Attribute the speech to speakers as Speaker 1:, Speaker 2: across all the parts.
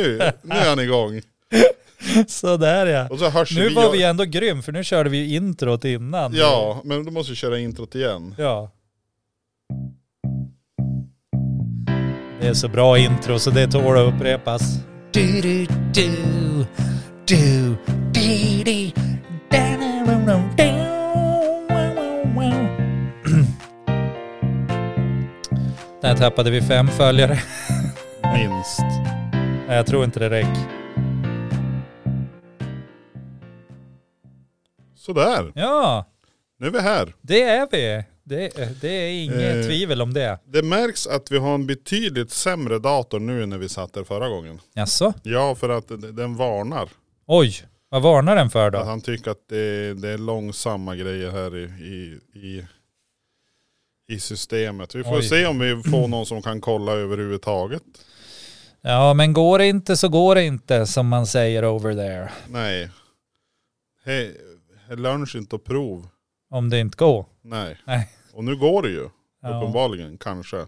Speaker 1: Nu, nu är han igång.
Speaker 2: Sådär ja.
Speaker 1: Och så hörs
Speaker 2: Nu
Speaker 1: vi-
Speaker 2: var vi ändå grym för nu körde vi ju introt innan.
Speaker 1: Ja, men då måste vi köra introt igen.
Speaker 2: ja. Det är så bra intro så det tål att upprepas. Du, du, du, du, di, di, da, da, da, da, da, wow, wow, wow. Där tappade vi fem följare.
Speaker 1: Minst.
Speaker 2: Nej, jag tror inte det räcker.
Speaker 1: Sådär,
Speaker 2: Ja,
Speaker 1: nu är vi här.
Speaker 2: det är vi. Det, det är inget
Speaker 1: Eh.
Speaker 2: tvivel om det.
Speaker 1: Det märks att vi har en betydligt sämre dator nu än när vi satt där förra gången.
Speaker 2: Jaså?
Speaker 1: Ja, för att d- den varnar.
Speaker 2: Oj, vad varnar den för
Speaker 1: Att
Speaker 2: då?
Speaker 1: han tycker att det, det är långsamma grejer här i, i, i, i systemet. Vi får
Speaker 2: Oj.
Speaker 1: se om vi får någon som kan kolla överhuvudtaget.
Speaker 2: Ja, men går det inte så går det inte som man säger over there.
Speaker 1: Nej. Hej, lunch inte och prov.
Speaker 2: Om det inte går.
Speaker 1: Nej.
Speaker 2: Nej.
Speaker 1: Och nu går det ju.
Speaker 2: Ja.
Speaker 1: Uppenbarligen, kanske.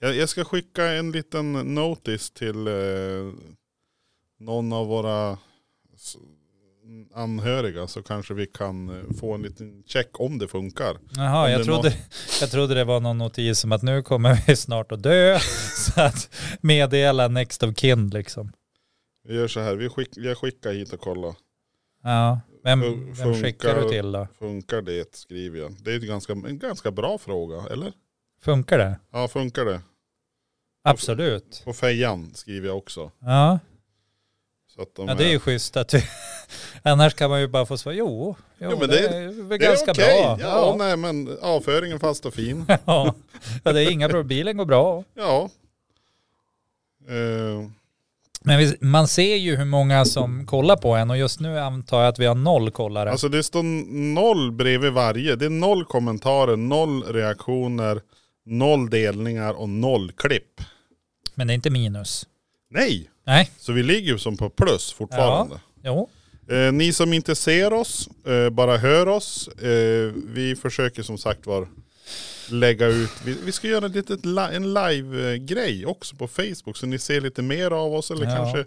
Speaker 1: Jag, jag ska skicka en liten notice till eh, någon av våra s- anhöriga så kanske vi kan eh, få en liten check om det funkar.
Speaker 2: Jaha,
Speaker 1: Om
Speaker 2: jag
Speaker 1: det
Speaker 2: trodde, jag trodde det var någon notis om att nu kommer vi snart att dö. så att meddela next of kin liksom.
Speaker 1: Vi gör så här, vi skick, jag skickar hit och kollar.
Speaker 2: Ja, vem,
Speaker 1: Fun-
Speaker 2: vem skickar du
Speaker 1: funkar-
Speaker 2: till då?
Speaker 1: Funkar det skriver jag. Det är ju ganska, en ganska bra fråga, eller?
Speaker 2: Funkar det?
Speaker 1: Ja, funkar det?
Speaker 2: Absolut.
Speaker 1: På fejan skriver jag också.
Speaker 2: Ja,
Speaker 1: Så att de
Speaker 2: ja det är
Speaker 1: är-
Speaker 2: ju schysst att du... Annars kan man ju bara få svara jo,
Speaker 1: Ja,
Speaker 2: jo
Speaker 1: men
Speaker 2: men det,
Speaker 1: det-
Speaker 2: är väl ganska
Speaker 1: okej.
Speaker 2: bra.
Speaker 1: Ja, nej men avföringen fast och fin.
Speaker 2: ja. ja, det är inga problem. Bilen går bra.
Speaker 1: Ja. Eh,
Speaker 2: Men vi, man ser ju hur många som kollar på en och just nu antar jag att vi har noll kollare.
Speaker 1: alltså det står noll bredvid varje. Det är noll kommentarer, noll reaktioner, noll delningar och noll klipp.
Speaker 2: Men det är inte minus.
Speaker 1: Nej!
Speaker 2: Nej,
Speaker 1: Så vi ligger ju som på plus fortfarande.
Speaker 2: jo.
Speaker 1: Eh, ni som inte ser oss, eh, bara hör oss. Eh, vi försöker som sagt var lägga ut, vi, vi ska göra ett litet li- en live-grej också på Facebook så ni ser lite mer av oss eller
Speaker 2: Ja.
Speaker 1: kanske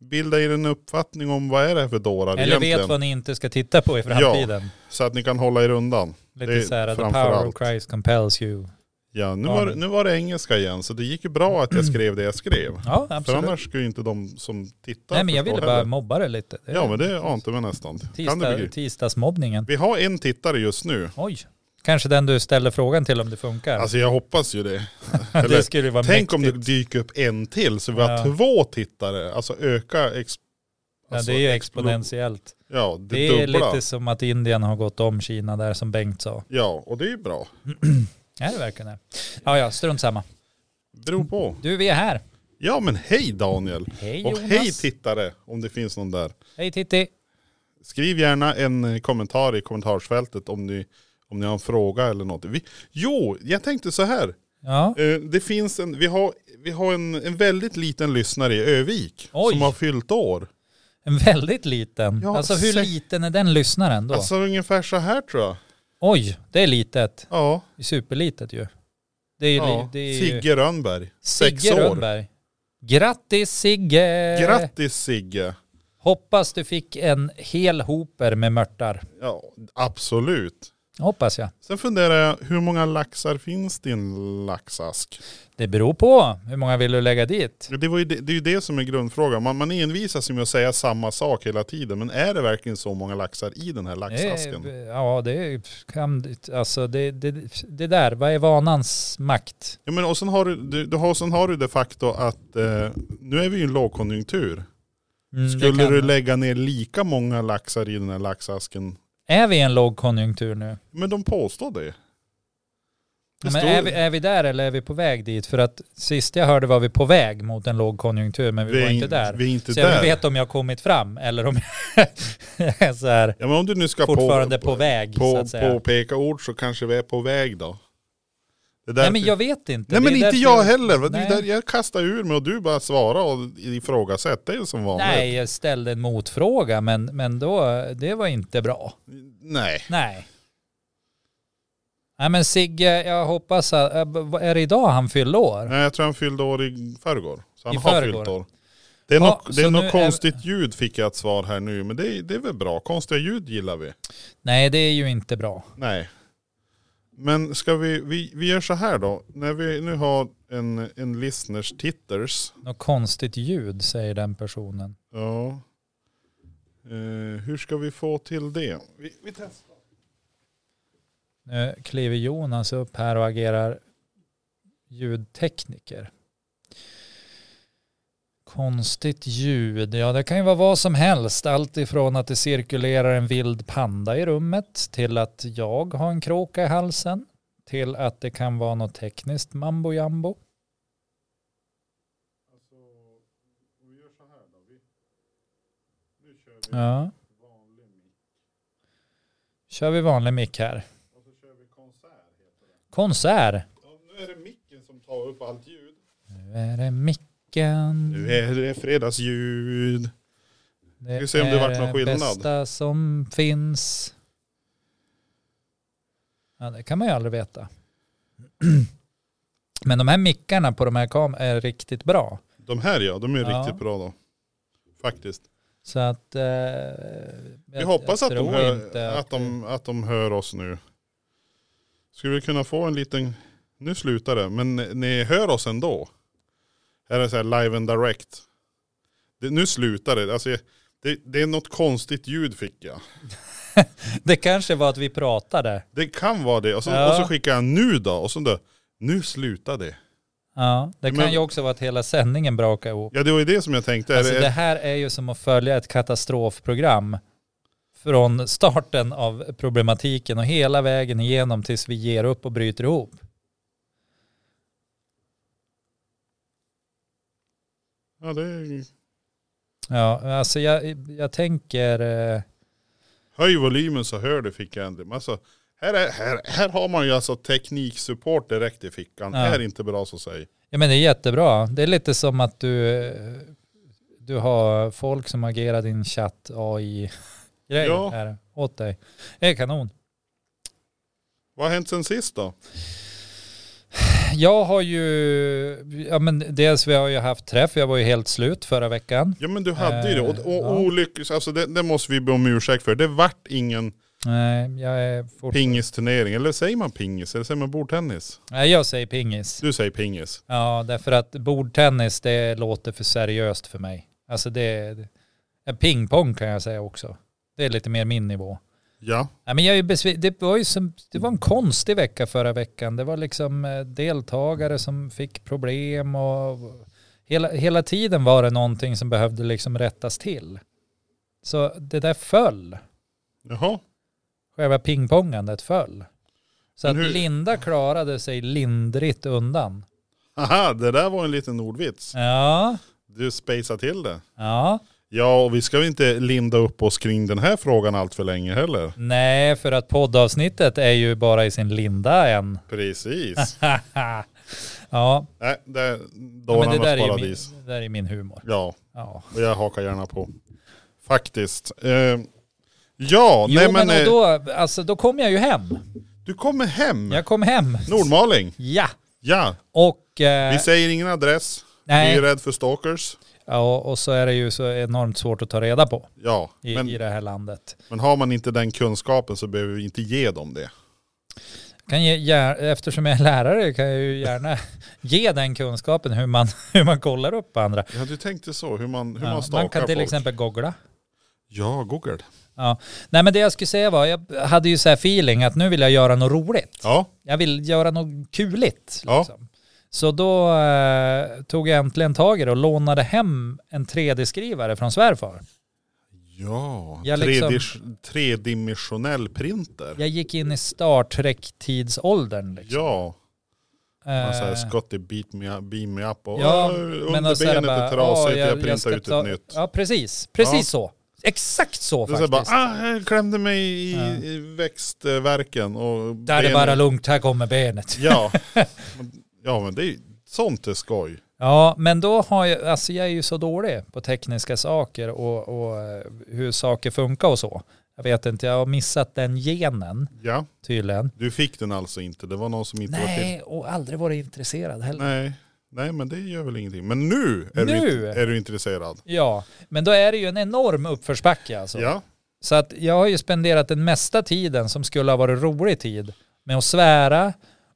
Speaker 1: bilda er en uppfattning om vad är det här för dårar
Speaker 2: Eller
Speaker 1: egentligen.
Speaker 2: vet vad ni inte ska titta på i framtiden.
Speaker 1: Så att ni kan hålla er undan. Det är
Speaker 2: Lite så här, the
Speaker 1: framför
Speaker 2: power
Speaker 1: allt.
Speaker 2: of Christ compels you.
Speaker 1: Ja, nu,
Speaker 2: Ja,
Speaker 1: var,
Speaker 2: men-
Speaker 1: nu var det engelska igen, så det gick ju bra att jag skrev det jag skrev.
Speaker 2: Ja,
Speaker 1: För
Speaker 2: absolut.
Speaker 1: annars skulle ju inte de som tittar
Speaker 2: Nej men jag
Speaker 1: förstå
Speaker 2: ville bara
Speaker 1: heller.
Speaker 2: mobba det lite. Det är
Speaker 1: Ja men det ante mig nästan. Kan du
Speaker 2: Tisdag,
Speaker 1: begripa?
Speaker 2: tisdagsmobbningen.
Speaker 1: Vi har en tittare just nu.
Speaker 2: Oj. Kanske den du ställer frågan till om det funkar.
Speaker 1: Alltså jag hoppas ju det.
Speaker 2: det
Speaker 1: Eller,
Speaker 2: skulle ju vara
Speaker 1: tänk om det
Speaker 2: mäktigt.
Speaker 1: dyker upp en till så vi har
Speaker 2: Ja.
Speaker 1: två tittare. Alltså öka ex... alltså,
Speaker 2: ja, det är ju
Speaker 1: explo-
Speaker 2: exponentiellt.
Speaker 1: Ja, det,
Speaker 2: Det är
Speaker 1: dubbla.
Speaker 2: lite som att Indien har gått om Kina där som Bengt sa.
Speaker 1: Ja, och det är ju bra.
Speaker 2: Är det verkligen det? Ja, ja, strunt samma.
Speaker 1: Beror på.
Speaker 2: Du, vi är här.
Speaker 1: Ja men hej Daniel.
Speaker 2: Hej
Speaker 1: och
Speaker 2: Jonas.
Speaker 1: hej tittare om det finns någon där.
Speaker 2: Hej Titti.
Speaker 1: Skriv gärna en eh, kommentar i kommentarsfältet om ni, om ni har en fråga eller något. Vi, jo, jag tänkte så här.
Speaker 2: Ja.
Speaker 1: Eh, det finns en, vi har, vi har en, en väldigt liten lyssnare i Övik
Speaker 2: Oj.
Speaker 1: som har fyllt år.
Speaker 2: En väldigt liten.
Speaker 1: Ja,
Speaker 2: alltså hur
Speaker 1: se-
Speaker 2: liten är den lyssnaren då?
Speaker 1: Alltså ungefär så här tror jag.
Speaker 2: Oj, det är litet.
Speaker 1: Ja,
Speaker 2: Det är Superlitet ju. Det är,
Speaker 1: ja.
Speaker 2: ja. det är ju
Speaker 1: Sigge Rönnberg. sex
Speaker 2: Sigge
Speaker 1: år.
Speaker 2: Rönnberg. Grattis Sigge!
Speaker 1: Grattis Sigge.
Speaker 2: Hoppas du fick en hel hoper med mörtar.
Speaker 1: Ja, absolut.
Speaker 2: Hoppas jag.
Speaker 1: Sen funderar jag, hur många laxar finns det i en laxask?
Speaker 2: Det beror på. Hur många vill du lägga dit?
Speaker 1: Det, var ju det, det är ju det som är grundfrågan. Man, man envisas ju med att säga samma sak hela tiden. Men är det verkligen så många laxar i den här
Speaker 2: Det är-
Speaker 1: laxasken?
Speaker 2: Ja, det kan... Alltså det, det, det där, vad är vanans makt?
Speaker 1: Ja, men och sen har du, du, du har, sen har du de facto att eh, nu är vi ju i en lågkonjunktur.
Speaker 2: Mm, det
Speaker 1: Skulle
Speaker 2: kan-
Speaker 1: du lägga ner lika många laxar i den här laxasken?
Speaker 2: Är vi i en lågkonjunktur nu?
Speaker 1: Men de påstår det. det
Speaker 2: Men
Speaker 1: står-
Speaker 2: är, vi, är vi där eller är vi på väg dit? För att sist jag hörde var vi på väg mot en lågkonjunktur men vi,
Speaker 1: är
Speaker 2: var
Speaker 1: in-
Speaker 2: inte där.
Speaker 1: Vi är inte
Speaker 2: så jag
Speaker 1: där.
Speaker 2: vet om jag har kommit fram eller om jag är så här,
Speaker 1: Ja, men om du nu ska
Speaker 2: fortfarande på,
Speaker 1: på,
Speaker 2: väg så
Speaker 1: på,
Speaker 2: att säga.
Speaker 1: påpeka ord så kanske vi är på väg då. Det där
Speaker 2: Nej men jag vet inte.
Speaker 1: Nej
Speaker 2: Det
Speaker 1: men
Speaker 2: är
Speaker 1: inte
Speaker 2: därför
Speaker 1: jag heller. Det är
Speaker 2: Nej.
Speaker 1: Där jag kastar ur mig och du bara svarar och ifrågasätter det är ju som vanligt.
Speaker 2: Nej, jag ställde en motfråga men, men då, det var inte bra.
Speaker 1: Nej.
Speaker 2: Nej. Nej men Sigge, jag hoppas att, är det idag han fyller år?
Speaker 1: Nej jag tror han fyllde år i förrgår. Så han
Speaker 2: I
Speaker 1: har
Speaker 2: förrgår.
Speaker 1: fyllt år. Det är
Speaker 2: Ja,
Speaker 1: något, det
Speaker 2: så
Speaker 1: är
Speaker 2: nu är-
Speaker 1: något konstigt ljud fick jag ett svar här nu, men det, är- det är väl bra. Konstiga ljud gillar vi.
Speaker 2: Nej, det är ju inte bra.
Speaker 1: Nej. Men ska vi, vi, vi gör så här då. När vi nu har en, en listeners titters.
Speaker 2: Något konstigt ljud säger den personen.
Speaker 1: Ja. Eh, hur ska vi få till det? Vi, vi testar.
Speaker 2: Nu kliver Jonas upp här och agerar ljudtekniker. Konstigt ljud. Ja, det kan ju vara vad som helst. Allt ifrån att det cirkulerar en vild panda i rummet till att jag har en kråka i halsen till att det kan vara något tekniskt mambo jambo.
Speaker 1: Alltså, vi gör så här då. Vi, nu kör vi
Speaker 2: Ja,
Speaker 1: vanlig mick.
Speaker 2: kör vi vanlig mick här.
Speaker 1: Och så kör vi konsert heter det.
Speaker 2: Konsert.
Speaker 1: Ja, nu är det micken som tar upp allt ljud.
Speaker 2: Nu är det micken.
Speaker 1: Nu är det fredagsljud.
Speaker 2: Det
Speaker 1: Vi ser om det vart någon skillnad.
Speaker 2: Det bästa som finns. Ja, det kan man ju aldrig veta. Men de här mickarna på de här kamerorna är riktigt bra.
Speaker 1: De här ja, de är
Speaker 2: Ja.
Speaker 1: riktigt bra då. Faktiskt.
Speaker 2: Så att... Eh,
Speaker 1: Vi hoppas att de, hör, att,
Speaker 2: det-
Speaker 1: de, att de hör oss nu. Skulle vi kunna få en liten, nu slutar det, men ni hör oss ändå. Här är det så här live and direct. Det, nu slutar det, alltså, det, det är något konstigt ljud fick jag.
Speaker 2: Det kanske var att vi pratade.
Speaker 1: Det kan vara det, och så,
Speaker 2: Ja.
Speaker 1: och så skickar jag nu då, och så då, nu slutar det.
Speaker 2: Ja, det kan
Speaker 1: Men-
Speaker 2: ju också vara att hela sändningen brakar ihop.
Speaker 1: Ja det var ju det som jag tänkte.
Speaker 2: Alltså
Speaker 1: är det,
Speaker 2: det här är ju som att följa ett katastrofprogram från starten av problematiken och hela vägen igenom tills vi ger upp och bryter ihop.
Speaker 1: ja, det,
Speaker 2: Ja, alltså jag, jag tänker... eh,
Speaker 1: höj volymen så hör du fick jag ändå. Men Alltså, här, är, här, här har man ju alltså tekniksupport direkt i fickan.
Speaker 2: Ja.
Speaker 1: Är inte bra så säg.
Speaker 2: Ja men det är jättebra. Det är lite som att du, eh, du har folk som agerar din chatt AI-grej
Speaker 1: Ja.
Speaker 2: här åt dig. Det är kanon.
Speaker 1: Vad har hänt sen sist då?
Speaker 2: Jag har ju, ja men dels vi har ju haft träff, jag var ju helt slut förra veckan.
Speaker 1: Ja men du hade ju det. Och, och
Speaker 2: Eh, ja.
Speaker 1: olyckligt, alltså det, det måste vi be om ursäkt för. Det vart ingen
Speaker 2: Nej, Eh, jag är fort...
Speaker 1: pingisturnering. Eller säger man pingis? Eller säger man bordtennis?
Speaker 2: Nej, jag säger pingis.
Speaker 1: Du säger pingis.
Speaker 2: Ja, därför att bordtennis det låter för seriöst för mig. Alltså det, det pingpong kan jag säga också. Det är lite mer min nivå.
Speaker 1: Ja.
Speaker 2: Nej, men jag är ju besvi- det, var ju som, det var en konstig vecka förra veckan. Det var liksom eh, deltagare som fick problem och hela, hela tiden var det någonting som behövde liksom rättas till. Så det där föll.
Speaker 1: Jaha.
Speaker 2: Själva pingpongandet föll. Så
Speaker 1: Men
Speaker 2: att
Speaker 1: hur-
Speaker 2: Linda klarade sig lindrigt undan.
Speaker 1: Aha, det där var en liten ordvits.
Speaker 2: Ja,
Speaker 1: Du spejsade till det.
Speaker 2: ja.
Speaker 1: Ja, och vi ska väl inte linda upp oss kring den här frågan allt för länge heller.
Speaker 2: Nej, för att poddavsnittet är ju bara i sin linda än.
Speaker 1: Precis.
Speaker 2: ja, ja,
Speaker 1: Nej, det är
Speaker 2: men det
Speaker 1: dårarnas
Speaker 2: där, är ju min,
Speaker 1: paradis.
Speaker 2: det där är min humor.
Speaker 1: Ja,
Speaker 2: Ja.
Speaker 1: och jag hakar gärna på. Faktiskt. Eh, ja,
Speaker 2: Jo,
Speaker 1: nej
Speaker 2: men,
Speaker 1: men,
Speaker 2: och
Speaker 1: eh,
Speaker 2: då, alltså, då kom jag ju hem.
Speaker 1: du kommer hem.
Speaker 2: Jag kom hem.
Speaker 1: Nordmaling.
Speaker 2: Ja,
Speaker 1: Ja,
Speaker 2: och... Eh,
Speaker 1: vi säger ingen adress. Vi
Speaker 2: nej.
Speaker 1: är rädd för stalkers.
Speaker 2: Ja, och så är det ju så enormt svårt att ta reda på
Speaker 1: Ja,
Speaker 2: i,
Speaker 1: men,
Speaker 2: i det här landet.
Speaker 1: men har man inte den kunskapen så behöver vi inte ge dem det.
Speaker 2: Kan ge, gär, eftersom jag är lärare kan jag ju gärna ge den kunskapen hur man, hur man kollar upp andra.
Speaker 1: Ja, du tänkte så, hur man, hur man
Speaker 2: Ja,
Speaker 1: stalkar
Speaker 2: man kan till
Speaker 1: folk.
Speaker 2: exempel googla.
Speaker 1: Ja, Google.
Speaker 2: Ja. Nej men det jag skulle säga var, jag hade ju så här feeling att nu vill jag göra något roligt.
Speaker 1: Ja,
Speaker 2: jag vill göra något kuligt.
Speaker 1: Ja.
Speaker 2: Liksom. Så då eh, tog jag äntligen tag i det och lånade hem en 3D-skrivare från svärfar.
Speaker 1: ja.
Speaker 2: Jag
Speaker 1: Tredi-
Speaker 2: liksom-
Speaker 1: Tredimensionell printer.
Speaker 2: Jag gick in i Star Trek-tidsåldern. Liksom.
Speaker 1: Ja, man säger
Speaker 2: Eh,
Speaker 1: Scotty beat me up, beam me up och
Speaker 2: ja,
Speaker 1: ja,
Speaker 2: men och så här
Speaker 1: underbenet
Speaker 2: bara,
Speaker 1: är trasigt,
Speaker 2: "Ja,
Speaker 1: jag,
Speaker 2: ska
Speaker 1: printar ut
Speaker 2: ta-
Speaker 1: ett nytt.
Speaker 2: Ja, precis. Precis
Speaker 1: Ja.
Speaker 2: så. Exakt så
Speaker 1: Det är så här
Speaker 2: faktiskt.
Speaker 1: bara, ah, jag klämde mig i,
Speaker 2: Ja.
Speaker 1: i växtverken och
Speaker 2: Där är det
Speaker 1: benet-
Speaker 2: bara lugnt, här kommer benet.
Speaker 1: Ja, Men- ja men det är, sånt är skoj.
Speaker 2: Ja, men då har jag, alltså jag är ju så dålig på tekniska saker och, och eh, hur saker funkar och så. Jag vet inte, jag har missat den genen
Speaker 1: Ja,
Speaker 2: tydligen.
Speaker 1: du fick den alltså inte, det var någon som inte var till.
Speaker 2: Nej, och aldrig varit intresserad heller.
Speaker 1: Nej, Nej men det gör väl ingenting. Men nu är,
Speaker 2: Nu?
Speaker 1: Du, är du intresserad.
Speaker 2: Ja, men då är det ju en enorm uppförsbacke alltså.
Speaker 1: Ja.
Speaker 2: Så att jag har ju spenderat den mesta tiden som skulle ha varit rolig tid med att svära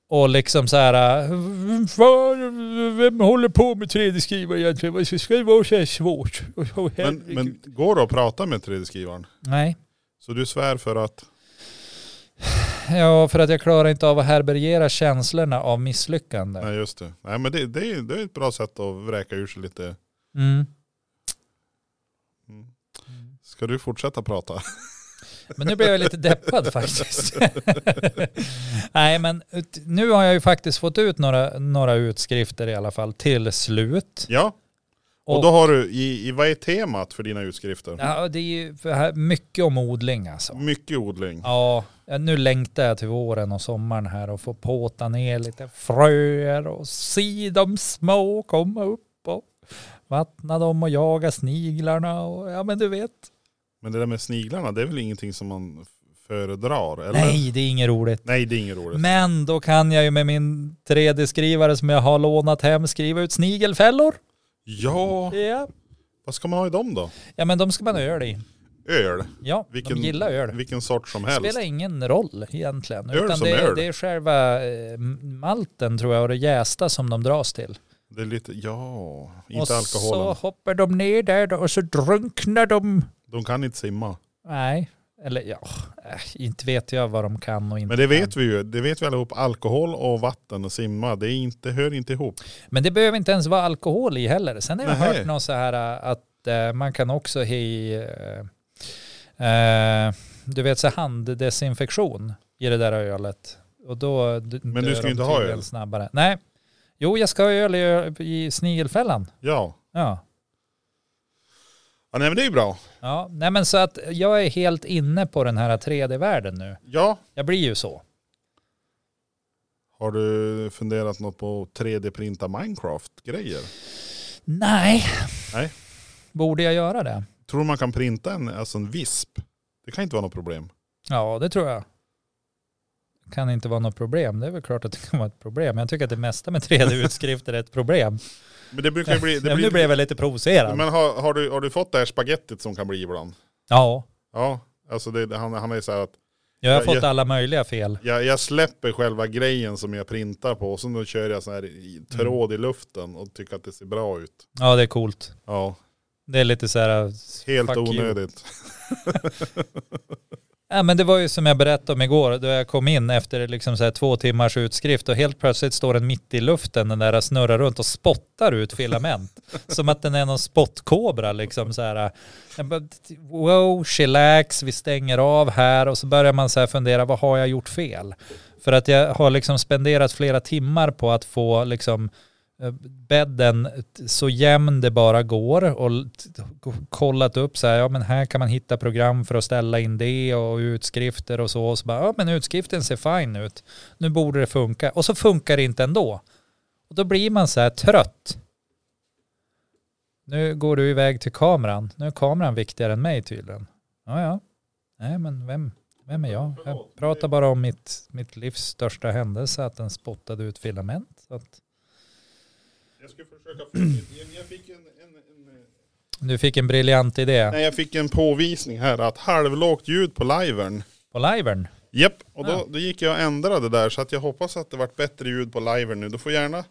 Speaker 2: och liksom så här, äh, "Vem fan- vem håller på med 3D-skrivare egentligen? Varför ska det vara så här svårt? Åh, åh,
Speaker 1: Men,
Speaker 2: herregud.
Speaker 1: men går det att prata med 3D-skrivaren?
Speaker 2: Nej,
Speaker 1: Så du svär för att,
Speaker 2: ja, för att jag klarar inte av att härbärgera känslorna av misslyckande.
Speaker 1: nej just det. Nej men det, det, är, det är ett bra sätt att vräka ur sig lite.
Speaker 2: Mm.
Speaker 1: Mm. Ska du fortsätta prata?
Speaker 2: Men nu blev jag lite deppad faktiskt. Nej men ut- nu har jag ju faktiskt fått ut några, några utskrifter i alla fall till slut.
Speaker 1: Ja. Och,
Speaker 2: Och-
Speaker 1: då har du, i, i, vad är temat för dina utskrifter?
Speaker 2: Ja, det är ju för här- mycket om odling alltså.
Speaker 1: Mycket odling.
Speaker 2: Ja, nu längtar jag till våren och sommaren här och få påta ner lite fröer och se de små komma upp och vattna dem och jaga sniglarna och ja men du vet.
Speaker 1: Men det där med sniglarna, det är väl ingenting som man f- föredrar? Eller?
Speaker 2: Nej, det är inget roligt.
Speaker 1: Nej, det är inget roligt.
Speaker 2: Men då kan jag ju med min 3D-skrivare som jag har lånat hem skriva ut snigelfällor.
Speaker 1: Ja,
Speaker 2: Ja.
Speaker 1: vad ska man ha i dem då?
Speaker 2: Ja men de ska man ha öl i.
Speaker 1: Öl?
Speaker 2: Ja, de gillar öl.
Speaker 1: Vilken sort som
Speaker 2: Det
Speaker 1: helst.
Speaker 2: spelar ingen roll egentligen.
Speaker 1: Öl
Speaker 2: utan
Speaker 1: som
Speaker 2: det, är,
Speaker 1: öl.
Speaker 2: det är själva eh, malten tror jag och det jästa som de dras till.
Speaker 1: Det är lite, ja,
Speaker 2: och
Speaker 1: inte alkoholen.
Speaker 2: så hoppar de ner där då, och så drunknar de.
Speaker 1: De kan inte simma.
Speaker 2: Nej, eller ja, äh, inte vet jag vad de kan och inte
Speaker 1: Men det
Speaker 2: kan.
Speaker 1: vet vi ju, det vet vi allihop. Alkohol och vatten och simma, det är inte, hör inte ihop.
Speaker 2: Men det behöver inte ens vara alkohol i heller. Sen har jag
Speaker 1: Nej.
Speaker 2: hört något så här äh, att äh, man kan också i, äh, äh, du vet så här handdesinfektion i det där ölet. Och då d-
Speaker 1: Men du
Speaker 2: dör
Speaker 1: ska
Speaker 2: de
Speaker 1: ju inte ha
Speaker 2: tydligen
Speaker 1: öl.
Speaker 2: Snabbare. Nej, jo jag ska ha öl i, i snigelfällan.
Speaker 1: Ja,
Speaker 2: Ja.
Speaker 1: ja nej, men det är ju bra.
Speaker 2: ja, nej men så att jag är helt inne på den här 3D-världen nu.
Speaker 1: Ja,
Speaker 2: Jag blir ju så.
Speaker 1: har du funderat något på 3D-printa Minecraft-grejer?
Speaker 2: Nej.
Speaker 1: Nej.
Speaker 2: Borde jag göra det?
Speaker 1: Tror du man kan printa en, alltså en visp? Det kan inte vara något problem.
Speaker 2: Ja, det tror jag. Kan inte vara något problem. Det är väl klart att det kan vara ett problem. Jag tycker att det mesta med 3D-utskrifter är ett problem.
Speaker 1: Men det brukar ju bli... Det
Speaker 2: Ja,
Speaker 1: blir
Speaker 2: nu blev jag lite provocerad.
Speaker 1: men har, har, du, har du fått det här spagettit som kan bli ibland?
Speaker 2: Ja,
Speaker 1: Ja, alltså det, han, han är så här att
Speaker 2: jag har
Speaker 1: Ja,
Speaker 2: fått
Speaker 1: ja.
Speaker 2: alla möjliga fel.
Speaker 1: jag, jag släpper själva grejen som jag printar på och sen då kör jag sån här i- tråd i luften och tycker att det ser bra ut.
Speaker 2: Ja, det är coolt.
Speaker 1: Ja,
Speaker 2: Det är lite så här...
Speaker 1: helt
Speaker 2: fuck you.
Speaker 1: onödigt.
Speaker 2: Ja, men det var ju som jag berättade om igår, då jag kom in efter liksom så här två timmars utskrift och helt plötsligt står den mitt i luften, den där snurrar runt och spottar ut filament. som att den är någon spottkobra liksom så här. Jag bara, Wow, chillax, vi stänger av här och så börjar man så här fundera, vad har jag gjort fel? För att jag har liksom spenderat flera timmar på att få liksom eh, bädden t- så jämn det bara går och l- t- k- kollat upp så här, ja men här kan man hitta program för att ställa in det och utskrifter och så och så bara, ja men utskriften ser fin ut, nu borde det funka och så funkar det inte ändå. Och då blir man så här trött. Nu går du iväg till kameran, nu är kameran viktigare än mig tydligen. Ja ja, nej men vem, vem är jag? Jag pratar bara om mitt, mitt livs största händelse, att den spottade ut filament. Så att
Speaker 1: Jag skulle försöka få, jag fick en, en, en,
Speaker 2: Du fick en briljant idé
Speaker 1: nej, jag fick en påvisning här att halvlågt ljud på livern.
Speaker 2: på livern.
Speaker 1: Japp, och då,
Speaker 2: Ja.
Speaker 1: då gick jag och ändrade där så att jag hoppas att det vart bättre ljud på livern nu. Du får gärna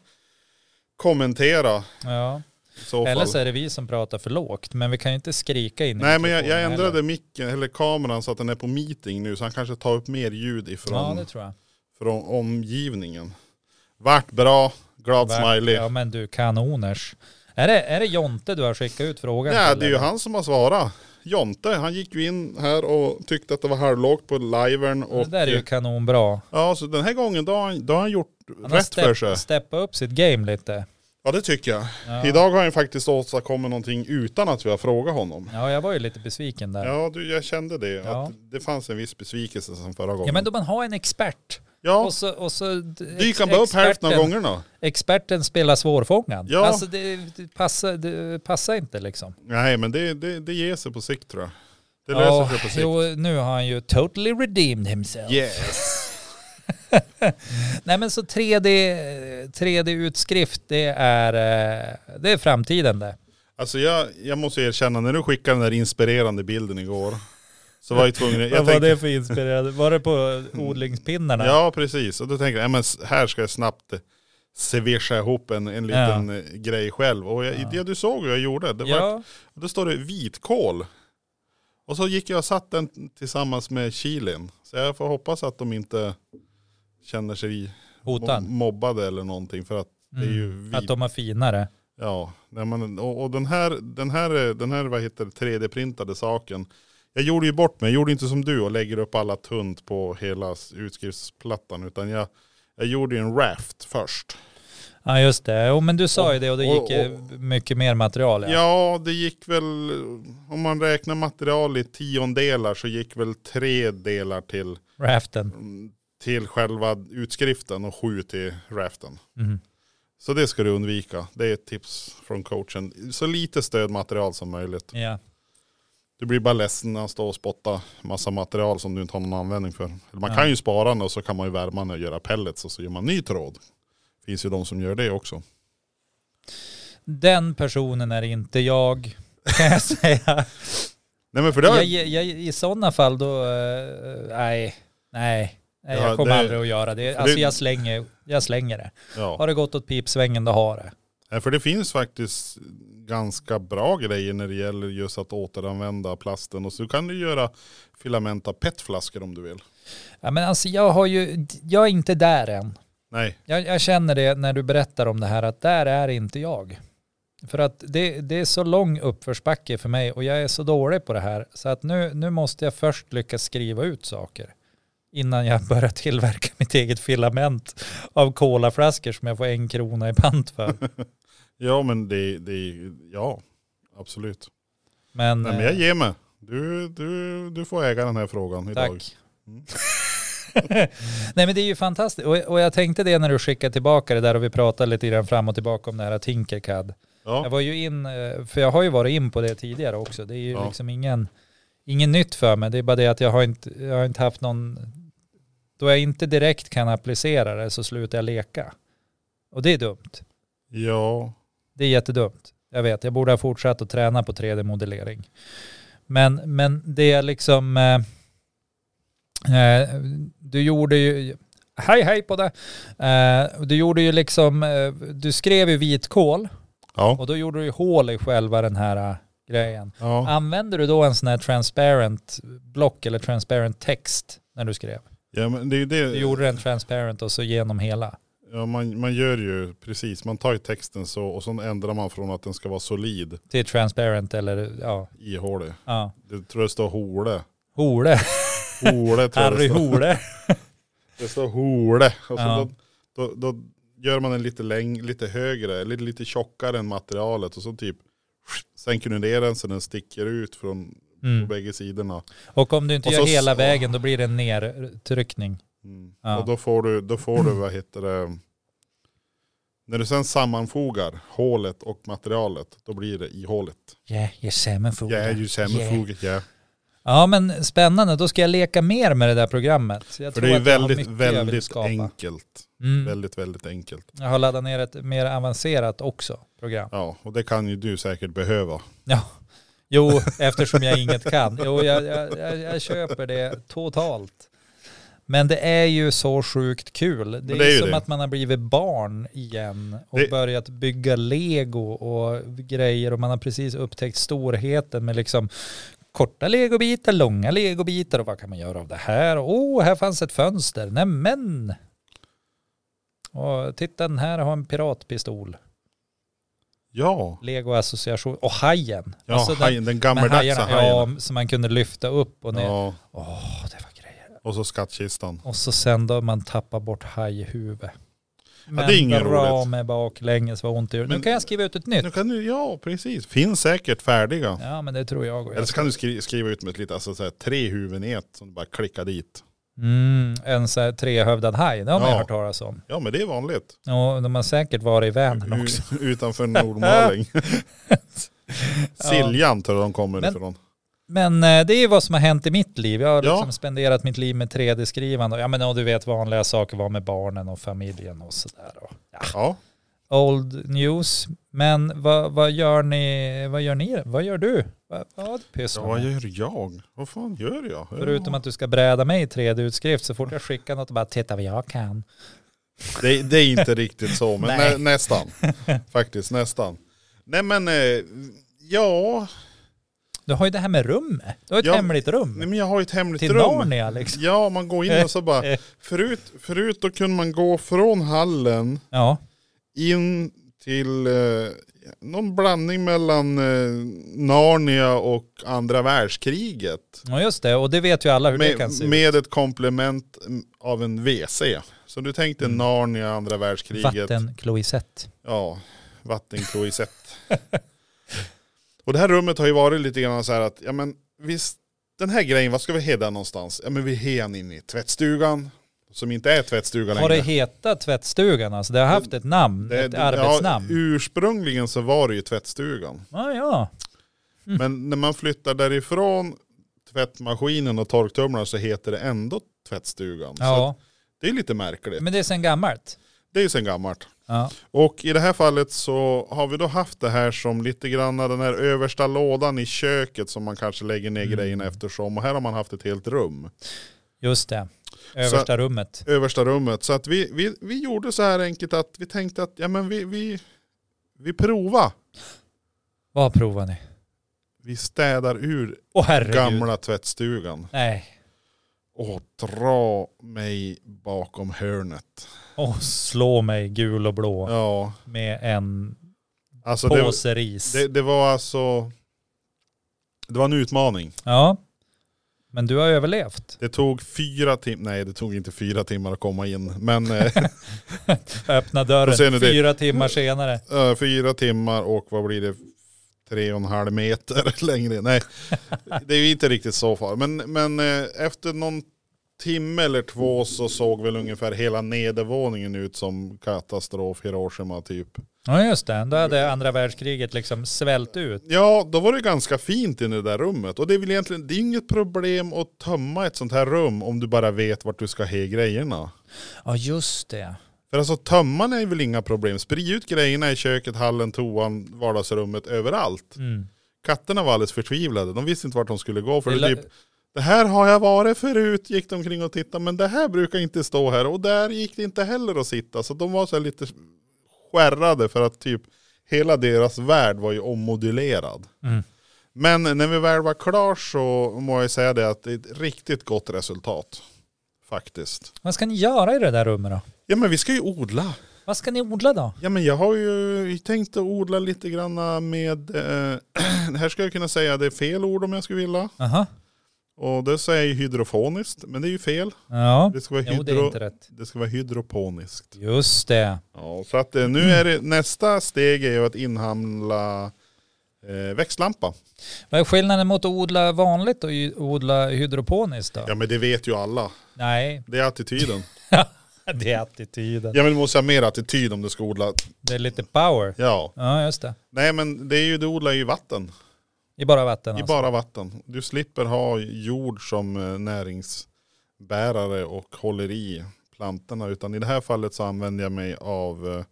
Speaker 1: kommentera
Speaker 2: Ja.
Speaker 1: i så
Speaker 2: Eller
Speaker 1: fall.
Speaker 2: så är det vi som pratar för lågt, men vi kan ju inte skrika in i
Speaker 1: Nej men jag, jag
Speaker 2: mikrofonen
Speaker 1: ändrade
Speaker 2: heller.
Speaker 1: micken, eller kameran så att den är på meeting nu så han kanske tar upp mer ljud
Speaker 2: Ja,
Speaker 1: ifrån
Speaker 2: det tror jag.
Speaker 1: från omgivningen. Vart bra, glad smiley.
Speaker 2: Ja, men du kanoners. Är det, är det Jonte du har skickat ut frågan
Speaker 1: Nej,
Speaker 2: till,
Speaker 1: det är ju
Speaker 2: eller?
Speaker 1: han som har svarat. Jonte, han gick ju in här och tyckte att det var halvlågt på livern. Och, eh,
Speaker 2: Det där är ju kanonbra.
Speaker 1: Ja, så den här gången då har han, då har han gjort
Speaker 2: Han har
Speaker 1: rätt för sig.
Speaker 2: stepp- steppat upp sitt game lite.
Speaker 1: Ja, det tycker jag.
Speaker 2: Ja.
Speaker 1: Idag har han faktiskt åstadkommit någonting utan att vi har frågat honom.
Speaker 2: ja, jag var ju lite besviken där. Ja,
Speaker 1: Ja, du, jag kände det.
Speaker 2: Ja.
Speaker 1: Att det fanns en viss besvikelse sedan förra gången.
Speaker 2: men då man har en expert.
Speaker 1: ja
Speaker 2: Och så, och så
Speaker 1: dyker han bara upp hälften av
Speaker 2: experten-
Speaker 1: gångerna.
Speaker 2: Experten spelar svårfångad.
Speaker 1: Ja.
Speaker 2: Alltså det, det, passar, det passar inte liksom.
Speaker 1: Nej, men det, det, det ger sig på sikt tror jag. Det
Speaker 2: Ja,
Speaker 1: löser sig på sikt.
Speaker 2: Jo, nu har han ju totally redeemed himself.
Speaker 1: Yes.
Speaker 2: Nej men så 3D, 3D-utskrift det är, eh, det är framtiden det.
Speaker 1: Alltså jag, jag måste erkänna, när du skickade den där inspirerande bilden igår. Så var jag tvungen. Jag
Speaker 2: Vad var
Speaker 1: tänkte-
Speaker 2: det för inspirerande? Var det på odlingspinnarna?
Speaker 1: Ja precis, och då tänker jag, ja, men s- här ska jag snabbt svischa ihop en, en liten eh, grej själv. Och jag,
Speaker 2: Ja.
Speaker 1: det du såg och jag gjorde, det var,
Speaker 2: ja.
Speaker 1: då står det vitkål. Och så gick jag och satt den tillsammans med chilin. Så jag får hoppas att de inte känner sig mo-
Speaker 2: Hotad.
Speaker 1: mobbade eller någonting. För att det är ju
Speaker 2: Mm.
Speaker 1: vit-
Speaker 2: Att de har finare.
Speaker 1: Ja, nej, men, och, och den här, den här, den här vad heter det, 3D-printade saken. Jag gjorde ju bort mig, jag gjorde inte som du och lägger upp alla tunt på hela s- utskriftsplattan. Utan jag, jag gjorde ju en raft först.
Speaker 2: Ja just det, jo, men du sa ju det och det
Speaker 1: Och-
Speaker 2: gick eh, mycket mer material.
Speaker 1: Ja.
Speaker 2: Ja.
Speaker 1: det gick väl, om man räknar material i tiondelar så gick väl tre delar till,
Speaker 2: Raften.
Speaker 1: till själva utskriften och sju till raften.
Speaker 2: Mm.
Speaker 1: Så det ska du undvika, det är ett tips från coachen. Så lite stödmaterial som möjligt.
Speaker 2: Ja.
Speaker 1: Du blir bara ledsen när han står och spottar massa material som du inte har någon användning för. Eller Man
Speaker 2: Ja.
Speaker 1: kan ju spara den och så kan man ju värma den och göra pellets och så gör man ny tråd. Finns ju de som gör det också.
Speaker 2: Den personen är inte jag, kan jag säga.
Speaker 1: Nej men för det, har-
Speaker 2: jag, jag, jag, I sådana fall då, eh, nej, nej. Nej,
Speaker 1: Ja,
Speaker 2: jag kommer
Speaker 1: det-
Speaker 2: aldrig att göra det. Alltså
Speaker 1: det-
Speaker 2: jag slänger, jag slänger det.
Speaker 1: ja.
Speaker 2: Har det gått åt pipsvängen då har det.
Speaker 1: Nej, för det finns faktiskt ganska bra grejer när det gäller just att återanvända plasten. Och så kan du göra filamenta petflaskor om du vill.
Speaker 2: Ja, men alltså jag har ju, jag är inte där än.
Speaker 1: Nej,
Speaker 2: Jag, jag känner det när du berättar om det här att där är inte jag. För att det, det är så lång uppförsbacke för mig och jag är så dålig på det här. Så att nu, nu måste jag först lyckas skriva ut saker innan jag börjar tillverka mitt eget filament av kolaflaskor som jag får en krona i pant för.
Speaker 1: ja men det, det ja absolut.
Speaker 2: Men,
Speaker 1: Nej men jag ger mig. Du, du, du får äga den här frågan idag.
Speaker 2: Tack.
Speaker 1: Mm.
Speaker 2: Nej men det är ju fantastiskt. Och, och jag tänkte det när du skickade tillbaka det där och vi pratade lite grann fram och tillbaka om det här Tinkercad. Jag
Speaker 1: Ja,
Speaker 2: var ju in, eh, för jag har ju varit in på det tidigare också. Det är ju
Speaker 1: Ja.
Speaker 2: liksom ingen, ingen nytt för mig. Det är bara det att jag har inte, jag har inte haft någon, då jag inte direkt kan applicera det så slutar jag leka. Och det är dumt.
Speaker 1: ja.
Speaker 2: Det är jättedumt. Jag vet, jag borde ha fortsatt att träna på 3D-modellering. Men, men det är liksom... Eh, eh, du gjorde ju... Hej hej på det! Eh, du gjorde ju liksom... Eh, du skrev ju vitkål
Speaker 1: ja.
Speaker 2: och då gjorde du ju hål i själva den här eh, grejen.
Speaker 1: ja.
Speaker 2: Använder du då en sån här transparent block eller transparent text när du skrev?
Speaker 1: Ja men det är ju det.
Speaker 2: Du gjorde den transparent och så genom hela.
Speaker 1: Ja, man, man gör ju precis, man tar ju texten så och så ändrar man från att den ska vara solid,
Speaker 2: Till transparent eller ja.
Speaker 1: ihålig.
Speaker 2: ja.
Speaker 1: Det tror jag står hole.
Speaker 2: Hole.
Speaker 1: Hole tror jag det
Speaker 2: Harry
Speaker 1: står.
Speaker 2: Hole.
Speaker 1: Det står hole. Och så
Speaker 2: Ja.
Speaker 1: då, då, då gör man den lite, läng, lite högre, eller lite tjockare än materialet och så typ sänker du ner den så den sticker ut från på
Speaker 2: Mm.
Speaker 1: bägge sidorna.
Speaker 2: Och om du inte
Speaker 1: Och
Speaker 2: gör
Speaker 1: så-
Speaker 2: hela
Speaker 1: åh.
Speaker 2: vägen då blir det en nedtryckning.
Speaker 1: Mm.
Speaker 2: Ja.
Speaker 1: Och då får du, då får du, vad heter det, när du sen sammanfogar hålet och materialet, då blir det ihåligt.
Speaker 2: Yeah, you're salmon food.
Speaker 1: Ja, ju sämre
Speaker 2: Yeah.
Speaker 1: foget, ja.
Speaker 2: Ja men spännande, då ska jag leka mer med det där programmet. Jag
Speaker 1: För
Speaker 2: tror
Speaker 1: det är ju
Speaker 2: att jag har
Speaker 1: väldigt,
Speaker 2: mycket jag vill
Speaker 1: väldigt
Speaker 2: skapa.
Speaker 1: enkelt.
Speaker 2: Mm.
Speaker 1: Väldigt, väldigt enkelt.
Speaker 2: Jag har laddat ner ett mer avancerat också program.
Speaker 1: Ja, och det kan ju du säkert behöva.
Speaker 2: Jo, eftersom jag inget kan. Jo, jag, jag, jag, jag köper det totalt. Men det är ju så sjukt kul. Det är,
Speaker 1: det är ju
Speaker 2: som
Speaker 1: det.
Speaker 2: att man har blivit barn igen och
Speaker 1: Det-
Speaker 2: börjat bygga lego och grejer och man har precis upptäckt storheten med liksom korta legobitar, långa legobitar och vad kan man göra av det här? Åh, oh, här fanns ett fönster. Nämen! Och titta, den här har en piratpistol.
Speaker 1: Ja,
Speaker 2: Lego-association. Och hajen.
Speaker 1: ja
Speaker 2: Alltså, den-
Speaker 1: hajen, den
Speaker 2: med
Speaker 1: gammaldagsa
Speaker 2: hajarna,
Speaker 1: hajen.
Speaker 2: Ja, som man kunde lyfta upp och
Speaker 1: Ja,
Speaker 2: ner. Åh, det var grejer.
Speaker 1: och så skattkistan.
Speaker 2: Och så sen då man tappar bort hajhuvud. Men
Speaker 1: det är inget
Speaker 2: dra
Speaker 1: roligt.
Speaker 2: med baklänges var ont i huvudet. Nu
Speaker 1: Men-
Speaker 2: kan jag skriva ut ett nytt.
Speaker 1: Nu kan du, ja, precis. Finns säkert färdiga.
Speaker 2: Ja, men det tror jag. Och
Speaker 1: Eller
Speaker 2: jag.
Speaker 1: så kan du skri- skriva ut med ett litet, alltså så här, tre huvuden i ett som du bara klickar dit.
Speaker 2: Mm, en så här trehövdad haj, det har man
Speaker 1: Ja.
Speaker 2: hört talas om.
Speaker 1: Ja, men det är vanligt.
Speaker 2: Och de har säkert varit i
Speaker 1: Mm.
Speaker 2: Vänern också.
Speaker 1: U- utanför Nordmaling. Siljan tror jag de kommer
Speaker 2: Men-
Speaker 1: ifrån.
Speaker 2: Men eh, det är ju vad som har hänt i mitt liv. Jag har
Speaker 1: Ja.
Speaker 2: liksom spenderat mitt liv med 3D-skrivande. Ja men och du vet vanliga saker var med barnen och familjen och sådär. Och, ja.
Speaker 1: Ja.
Speaker 2: Old news. Men vad, vad gör ni? Vad gör ni? Vad gör du? Vad, vad
Speaker 1: ja,
Speaker 2: pysslar
Speaker 1: vad
Speaker 2: du med?
Speaker 1: gör jag? Vad fan gör jag?
Speaker 2: Förutom att du ska bräda mig i 3D-utskrift så fort jag skickar något och bara titta vad jag kan.
Speaker 1: Det, det är inte riktigt så, men
Speaker 2: Nej.
Speaker 1: nä, nästan. Faktiskt nästan. Nej men, eh, ja,
Speaker 2: Du har ju det här med rummet. Du har ett
Speaker 1: Ja,
Speaker 2: hemligt rum.
Speaker 1: nej, men jag har ju ett hemligt
Speaker 2: till
Speaker 1: rum.
Speaker 2: Narnia liksom.
Speaker 1: Ja, man går in och så bara, förut, förut då kunde man gå från hallen
Speaker 2: Ja,
Speaker 1: in till eh, någon blandning mellan eh, Narnia och andra världskriget.
Speaker 2: ja, just det. Och det vet ju alla hur det
Speaker 1: Med,
Speaker 2: kan se ut.
Speaker 1: med ett komplement mm, av en WC. Så du tänkte
Speaker 2: Mm.
Speaker 1: Narnia, andra världskriget.
Speaker 2: Vattenkloisett.
Speaker 1: Ja, vattenkloisett. och det här rummet har ju varit lite grann så här att, ja men visst, den här grejen, vad ska vi hedda någonstans? Ja men vi hedar in i tvättstugan, som inte är tvättstuga
Speaker 2: Har det
Speaker 1: längre.
Speaker 2: hetat tvättstugan alltså? Det har haft ett namn, ett arbetsnamn.
Speaker 1: Ja, ursprungligen så var det ju tvättstugan.
Speaker 2: Ja, ja. Mm.
Speaker 1: Men när man flyttar därifrån tvättmaskinen och torktumlaren så heter det ändå tvättstugan. Så
Speaker 2: ja.
Speaker 1: det är lite märkligt.
Speaker 2: Men det är sen gammalt.
Speaker 1: Det är ju sedan gammalt.
Speaker 2: Ja.
Speaker 1: Och i det här fallet så har vi då haft det här som lite grann den här översta lådan i köket som man kanske lägger ner
Speaker 2: Mm.
Speaker 1: grejerna eftersom. Och här har man haft ett helt rum.
Speaker 2: Just det. Översta rummet.
Speaker 1: Översta rummet. Så att vi, vi, vi gjorde så här enkelt att vi tänkte att ja men vi, vi, vi provar.
Speaker 2: Vad provar ni?
Speaker 1: Vi städar ur
Speaker 2: Åh herregud.
Speaker 1: gamla tvättstugan.
Speaker 2: Nej.
Speaker 1: Och dra mig bakom hörnet.
Speaker 2: Åh, slå mig gul och blå
Speaker 1: Ja,
Speaker 2: med en
Speaker 1: alltså det,
Speaker 2: påse ris.
Speaker 1: det, det var alltså, det var en utmaning.
Speaker 2: Ja. Men du har överlevt.
Speaker 1: Det tog fyra timmar, nej det tog inte fyra timmar att komma in, men eh,
Speaker 2: Öppna
Speaker 1: Och sen är det-
Speaker 2: dörren fyra timmar senare.
Speaker 1: eh, fyra timmar och vad blir det, tre och en halv meter längre. Nej, det är ju inte riktigt så far. Men, men eh, efter någon timme eller två så såg väl ungefär hela nedervåningen ut som katastrof Hiroshima typ.
Speaker 2: Ja just det, då hade andra världskriget liksom svällt ut.
Speaker 1: Ja, då var det ganska fint i det där rummet. Och det är väl egentligen, det är inget problem att tömma ett sånt här rum om du bara vet vart du ska ha grejerna.
Speaker 2: Ja just det.
Speaker 1: För alltså tömman är väl inga problem. Sprid ut grejerna i köket, hallen, toan, vardagsrummet, överallt.
Speaker 2: Mm.
Speaker 1: Katterna var alldeles förtvivlade. De visste inte vart de skulle gå. För det,
Speaker 2: Det la-
Speaker 1: typ, det här har jag varit förut, gick de omkring och tittade. Men det här brukar inte stå här. Och där gick det inte heller att sitta. Så de var så här lite skärrade för att typ hela deras värld var ju ommodulerad.
Speaker 2: Mm.
Speaker 1: Men när vi väl var klar så må jag säga det att det är ett riktigt gott resultat. Faktiskt.
Speaker 2: Vad ska ni göra i det där rummet då?
Speaker 1: Ja men vi ska ju odla.
Speaker 2: Vad ska ni odla då?
Speaker 1: Ja men jag har ju tänkt att odla lite grann med, eh, här skulle jag kunna säga det är fel ord om jag skulle vilja.
Speaker 2: Aha.
Speaker 1: Och det säger jag hydrofoniskt, men det är ju fel.
Speaker 2: Ja,
Speaker 1: Det ska vara,
Speaker 2: jo
Speaker 1: hydro,
Speaker 2: det är
Speaker 1: det
Speaker 2: inte rätt.
Speaker 1: ska vara hydroponiskt.
Speaker 2: Just det.
Speaker 1: Ja, så att eh, nu är det, nästa steg är ju att inhandla eh, växtlampa.
Speaker 2: Vad är skillnaden mot att odla vanligt och y- odla hydroponiskt då?
Speaker 1: Ja men det vet ju alla,
Speaker 2: Nej,
Speaker 1: det är attityden.
Speaker 2: det är attityden.
Speaker 1: ja men du måste ha mer attityd om du ska odla,
Speaker 2: Det är lite power.
Speaker 1: ja.
Speaker 2: Ja just det.
Speaker 1: Nej men det är ju, du odlar ju i vatten.
Speaker 2: I bara vatten
Speaker 1: I
Speaker 2: alltså.
Speaker 1: bara vatten. Du slipper ha jord som eh, näringsbärare och håller i plantorna. Utan i det här fallet så använder jag mig av eh,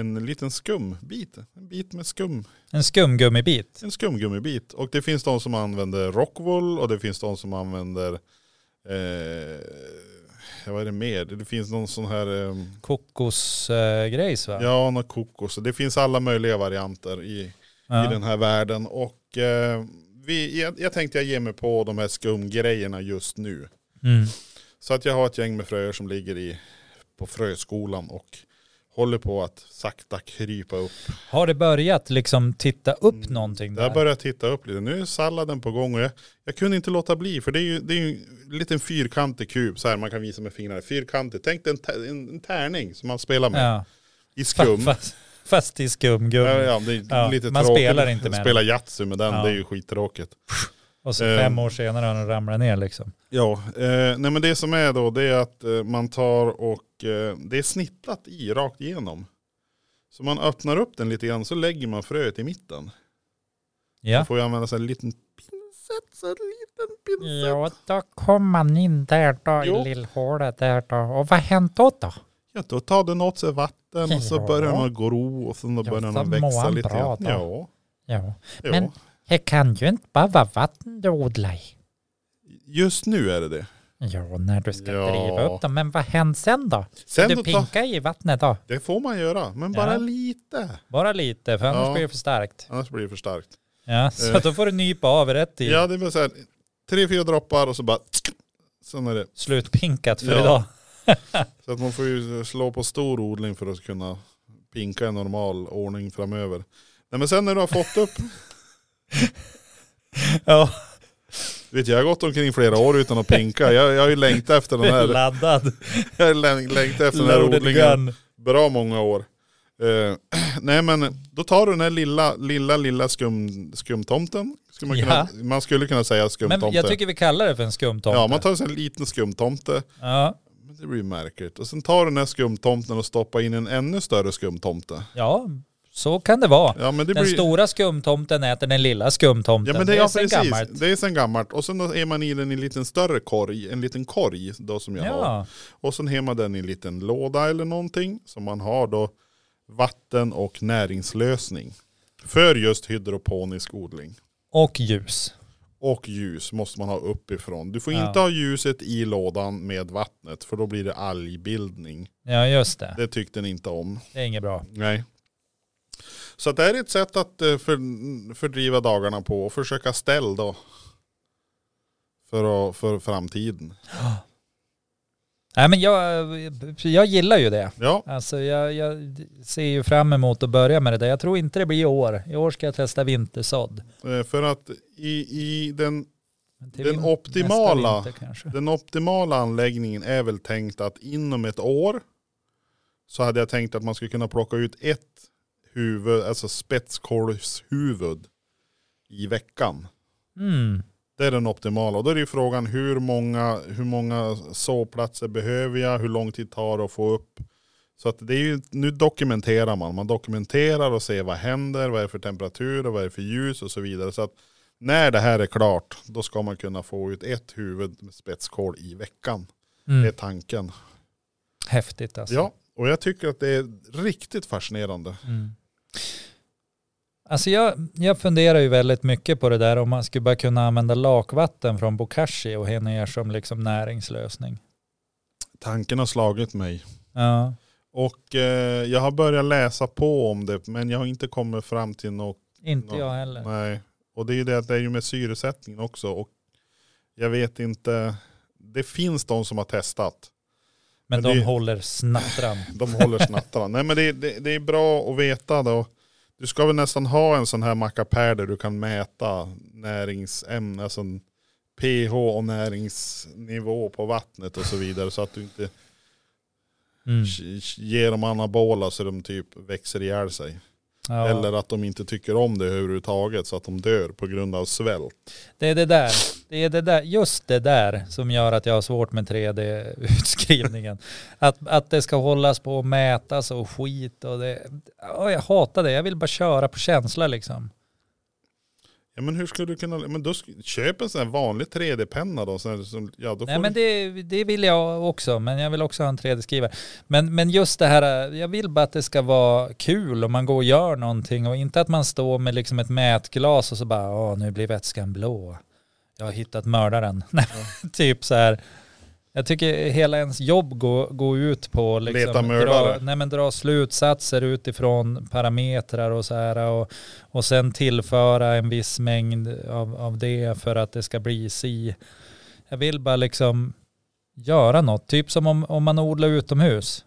Speaker 1: en liten skumbit. En bit med skum.
Speaker 2: En skumgummibit.
Speaker 1: En skumgummibit. Och det finns de som använder rockwool och det finns de som använder eh, ja, vad är det mer? Det finns någon sån här, eh,
Speaker 2: Kokosgrejs va?
Speaker 1: ja, någon kokos. Det finns alla möjliga varianter i,
Speaker 2: Ja.
Speaker 1: i den här världen. Och eh, vi, jag, jag tänkte jag ger mig på de här skumgrejerna just nu.
Speaker 2: Mm.
Speaker 1: Så att jag har ett gäng med fröer som ligger i, på fröskolan och håller på att sakta krypa upp.
Speaker 2: Har det börjat liksom titta upp
Speaker 1: Mm.
Speaker 2: någonting
Speaker 1: Där
Speaker 2: där?
Speaker 1: börjar jag titta upp lite. Nu är salladen på gång och jag, jag kunde inte låta bli för det är ju, det är ju en liten fyrkantig kub så här man kan visa med fingrarna. Fyrkantig, tänk dig en, tär- en, en tärning som man spelar med
Speaker 2: Ja.
Speaker 1: i
Speaker 2: Fast,
Speaker 1: skum.
Speaker 2: fast, fast i skumgummi.
Speaker 1: Ja, ja, det är
Speaker 2: Ja,
Speaker 1: lite
Speaker 2: man
Speaker 1: tråkigt.
Speaker 2: spelar inte med
Speaker 1: Spela Yatzy med den,
Speaker 2: Ja.
Speaker 1: det är ju skittråkigt.
Speaker 2: Och så
Speaker 1: Eh.
Speaker 2: fem år senare har den ramlat ner liksom.
Speaker 1: Ja, eh, nej men det som är då det är att eh, man tar och eh, det är snittat i rakt igenom. Så man öppnar upp den lite grann så lägger man fröet i mitten.
Speaker 2: Ja,
Speaker 1: Man får ju använda sig en liten pinsel plats och en liten pinsett.
Speaker 2: Ja, då kom man in där då
Speaker 1: Jo.
Speaker 2: i lillhålet där då. Och vad hänt då då?
Speaker 1: Ja, då tar den åt sig vatten och så
Speaker 2: Ja.
Speaker 1: börjar den att gro och sen då
Speaker 2: Ja,
Speaker 1: börjar
Speaker 2: så
Speaker 1: den
Speaker 2: mår
Speaker 1: växa
Speaker 2: han
Speaker 1: lite.
Speaker 2: bra
Speaker 1: grann.
Speaker 2: då.
Speaker 1: Ja,
Speaker 2: Ja,
Speaker 1: jo.
Speaker 2: Men- det kan ju inte bara vara vatten du odlar i.
Speaker 1: just nu är det det.
Speaker 2: Ja, när du ska
Speaker 1: Ja.
Speaker 2: driva upp dem. Men vad händer sen då?
Speaker 1: Sen
Speaker 2: du
Speaker 1: då ta,
Speaker 2: pinka i vattnet då?
Speaker 1: det får man göra, men
Speaker 2: Ja.
Speaker 1: bara lite.
Speaker 2: Bara lite, för annars
Speaker 1: Ja.
Speaker 2: blir det för starkt.
Speaker 1: Annars blir det för starkt.
Speaker 2: Ja, så
Speaker 1: Eh.
Speaker 2: då får du nypa av rätt i
Speaker 1: Ja, det blir så här, tre, fyra droppar och så bara... Sen är det.
Speaker 2: slutpinkat för
Speaker 1: Ja.
Speaker 2: idag.
Speaker 1: Så att man får ju slå på stor odling för att kunna pinka i normal ordning framöver. Nej men sen när du har fått upp,
Speaker 2: Ja,
Speaker 1: vet jag, jag har gått omkring flera år utan att pinka. Jag, jag har ju längtat efter den här,
Speaker 2: laddad.
Speaker 1: jag har läng- längtat efter den här
Speaker 2: Loaded
Speaker 1: odlingen.
Speaker 2: gun.
Speaker 1: bra många år. Eh, nej men då tar du den här lilla, lilla, lilla skum, skumtomten. Skulle man,
Speaker 2: Ja.
Speaker 1: kunna, man skulle kunna säga skumtomte.
Speaker 2: Men jag tycker vi kallar det för en skumtomte.
Speaker 1: Ja, man tar en sån här liten skumtomte.
Speaker 2: ja.
Speaker 1: Men det blir ju märkligt. Och sen tar du den här skumtomten och stoppar in en ännu större skumtomte.
Speaker 2: ja, så kan det vara.
Speaker 1: Ja men det
Speaker 2: Den
Speaker 1: blir...
Speaker 2: stora skumtomten äter den lilla skumtomten.
Speaker 1: Ja men det,
Speaker 2: är
Speaker 1: ja,
Speaker 2: sen
Speaker 1: precis.
Speaker 2: gammalt.
Speaker 1: Det är sen gammalt. Och sen då är man i den i en liten större korg, en liten korg då som jag har.
Speaker 2: Ja,
Speaker 1: Och sen har man den i en liten låda eller någonting som man har då vatten och näringslösning. För just hydroponisk odling.
Speaker 2: och ljus.
Speaker 1: Och ljus måste man ha uppifrån. Du får
Speaker 2: Ja.
Speaker 1: inte ha ljuset i lådan med vattnet för då blir det algbildning.
Speaker 2: Ja just det,
Speaker 1: Det tyckte den inte om.
Speaker 2: det är inget bra.
Speaker 1: Nej. Så att det här är ett sätt att eh, för, fördriva dagarna på och försöka ställ då. För, att, för framtiden.
Speaker 2: Nej men jag, jag gillar ju det.
Speaker 1: Ja,
Speaker 2: Alltså jag, jag ser ju fram emot att börja med det där. Jag tror inte det blir i år. I år ska jag testa vintersådd.
Speaker 1: eh, för att i, i den,
Speaker 2: Men till
Speaker 1: Den
Speaker 2: vin-
Speaker 1: optimala-
Speaker 2: nästa vinter kanske.
Speaker 1: den optimala anläggningen är väl tänkt att inom ett år så hade jag tänkt att man skulle kunna plocka ut ett huvud, alltså spetskolvshuvud i veckan.
Speaker 2: Mm.
Speaker 1: Det är den optimala. Och då är det ju frågan hur många, hur många såplatser behöver jag? Hur lång tid tar det att få upp? Så att det är ju, nu dokumenterar man. Man dokumenterar och ser vad händer, vad är det för temperatur och vad är det för ljus och så vidare. Så att när det här är klart, då ska man kunna få ut ett huvud med spetskål i veckan. Det
Speaker 2: Mm.
Speaker 1: är tanken.
Speaker 2: Häftigt alltså.
Speaker 1: Ja, och jag tycker att det är riktigt fascinerande.
Speaker 2: Mm. Alltså jag, jag funderar ju väldigt mycket på det där om man skulle bara kunna använda lakvatten från Bokashi och ha ner som liksom näringslösning.
Speaker 1: Tanken har slagit mig.
Speaker 2: Ja.
Speaker 1: Och eh, jag har börjat läsa på om det, men jag har inte kommit fram till något.
Speaker 2: Inte
Speaker 1: Ja.
Speaker 2: jag heller.
Speaker 1: Nej. Och det är ju det att det är ju med syresättningen också. Och jag vet inte. Det finns de som har testat.
Speaker 2: Men
Speaker 1: Men
Speaker 2: de
Speaker 1: det-
Speaker 2: håller snattran.
Speaker 1: De håller snattarna. Nej men det, det, det är bra att veta då. Du ska väl nästan ha en sån här mackapär där du kan mäta näringsämne, alltså en pH och näringsnivå på vattnet och så vidare. Så att du inte
Speaker 2: Mm.
Speaker 1: ger dem anabola så de typ växer ihjäl sig.
Speaker 2: Ja.
Speaker 1: Eller att de inte tycker om det överhuvudtaget så att de dör på grund av svält.
Speaker 2: Det är det där, det är det där, just det där som gör att jag har svårt med 3D-utskrivningen. Att, att det ska hållas på och mätas och skit och det, ja, jag hatar det, jag vill bara köra på känsla liksom.
Speaker 1: Ja men hur skulle du kunna, men då sk- köp en sån här vanlig 3D-penna då. Sån här, som, ja, då får
Speaker 2: Nej men
Speaker 1: du,
Speaker 2: det, det vill jag också, men jag vill också ha en 3D-skrivare. Men, men just det här, jag vill bara att det ska vara kul om man går och gör någonting och inte att man står med liksom ett mätglas och så bara, åh nu blir vätskan blå. Jag har hittat mördaren. Nej, typ så här. Jag tycker hela ens jobb går, går ut på att liksom
Speaker 1: Leta
Speaker 2: dra,
Speaker 1: mördare.
Speaker 2: nej men dra slutsatser utifrån parametrar och så här och, och sen tillföra en viss mängd av, av det för att det ska bli si. Jag vill bara liksom göra något, typ som om, om man odlar utomhus.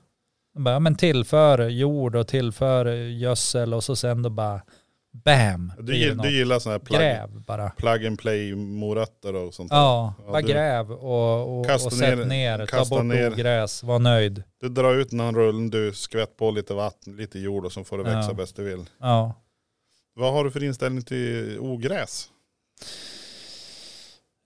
Speaker 2: Man Bara, ja, men tillför jord och tillför gödsel och så sen då bara bam.
Speaker 1: du,
Speaker 2: blir det
Speaker 1: gill-
Speaker 2: något.
Speaker 1: du gillar sån här plug,
Speaker 2: Gräv bara.
Speaker 1: plug and play morötter och sånt där.
Speaker 2: Ja,
Speaker 1: Ja,
Speaker 2: bara
Speaker 1: du-
Speaker 2: gräv och, och,
Speaker 1: Kasta
Speaker 2: och sätt ner,
Speaker 1: ner-
Speaker 2: ta
Speaker 1: kasta
Speaker 2: bort
Speaker 1: ner.
Speaker 2: ogräs, var nöjd.
Speaker 1: Du drar ut någon rull, du skvätt på lite vatten, lite jord och så får det växa
Speaker 2: Ja.
Speaker 1: bäst du vill.
Speaker 2: Ja.
Speaker 1: Vad har du för inställning till ogräs?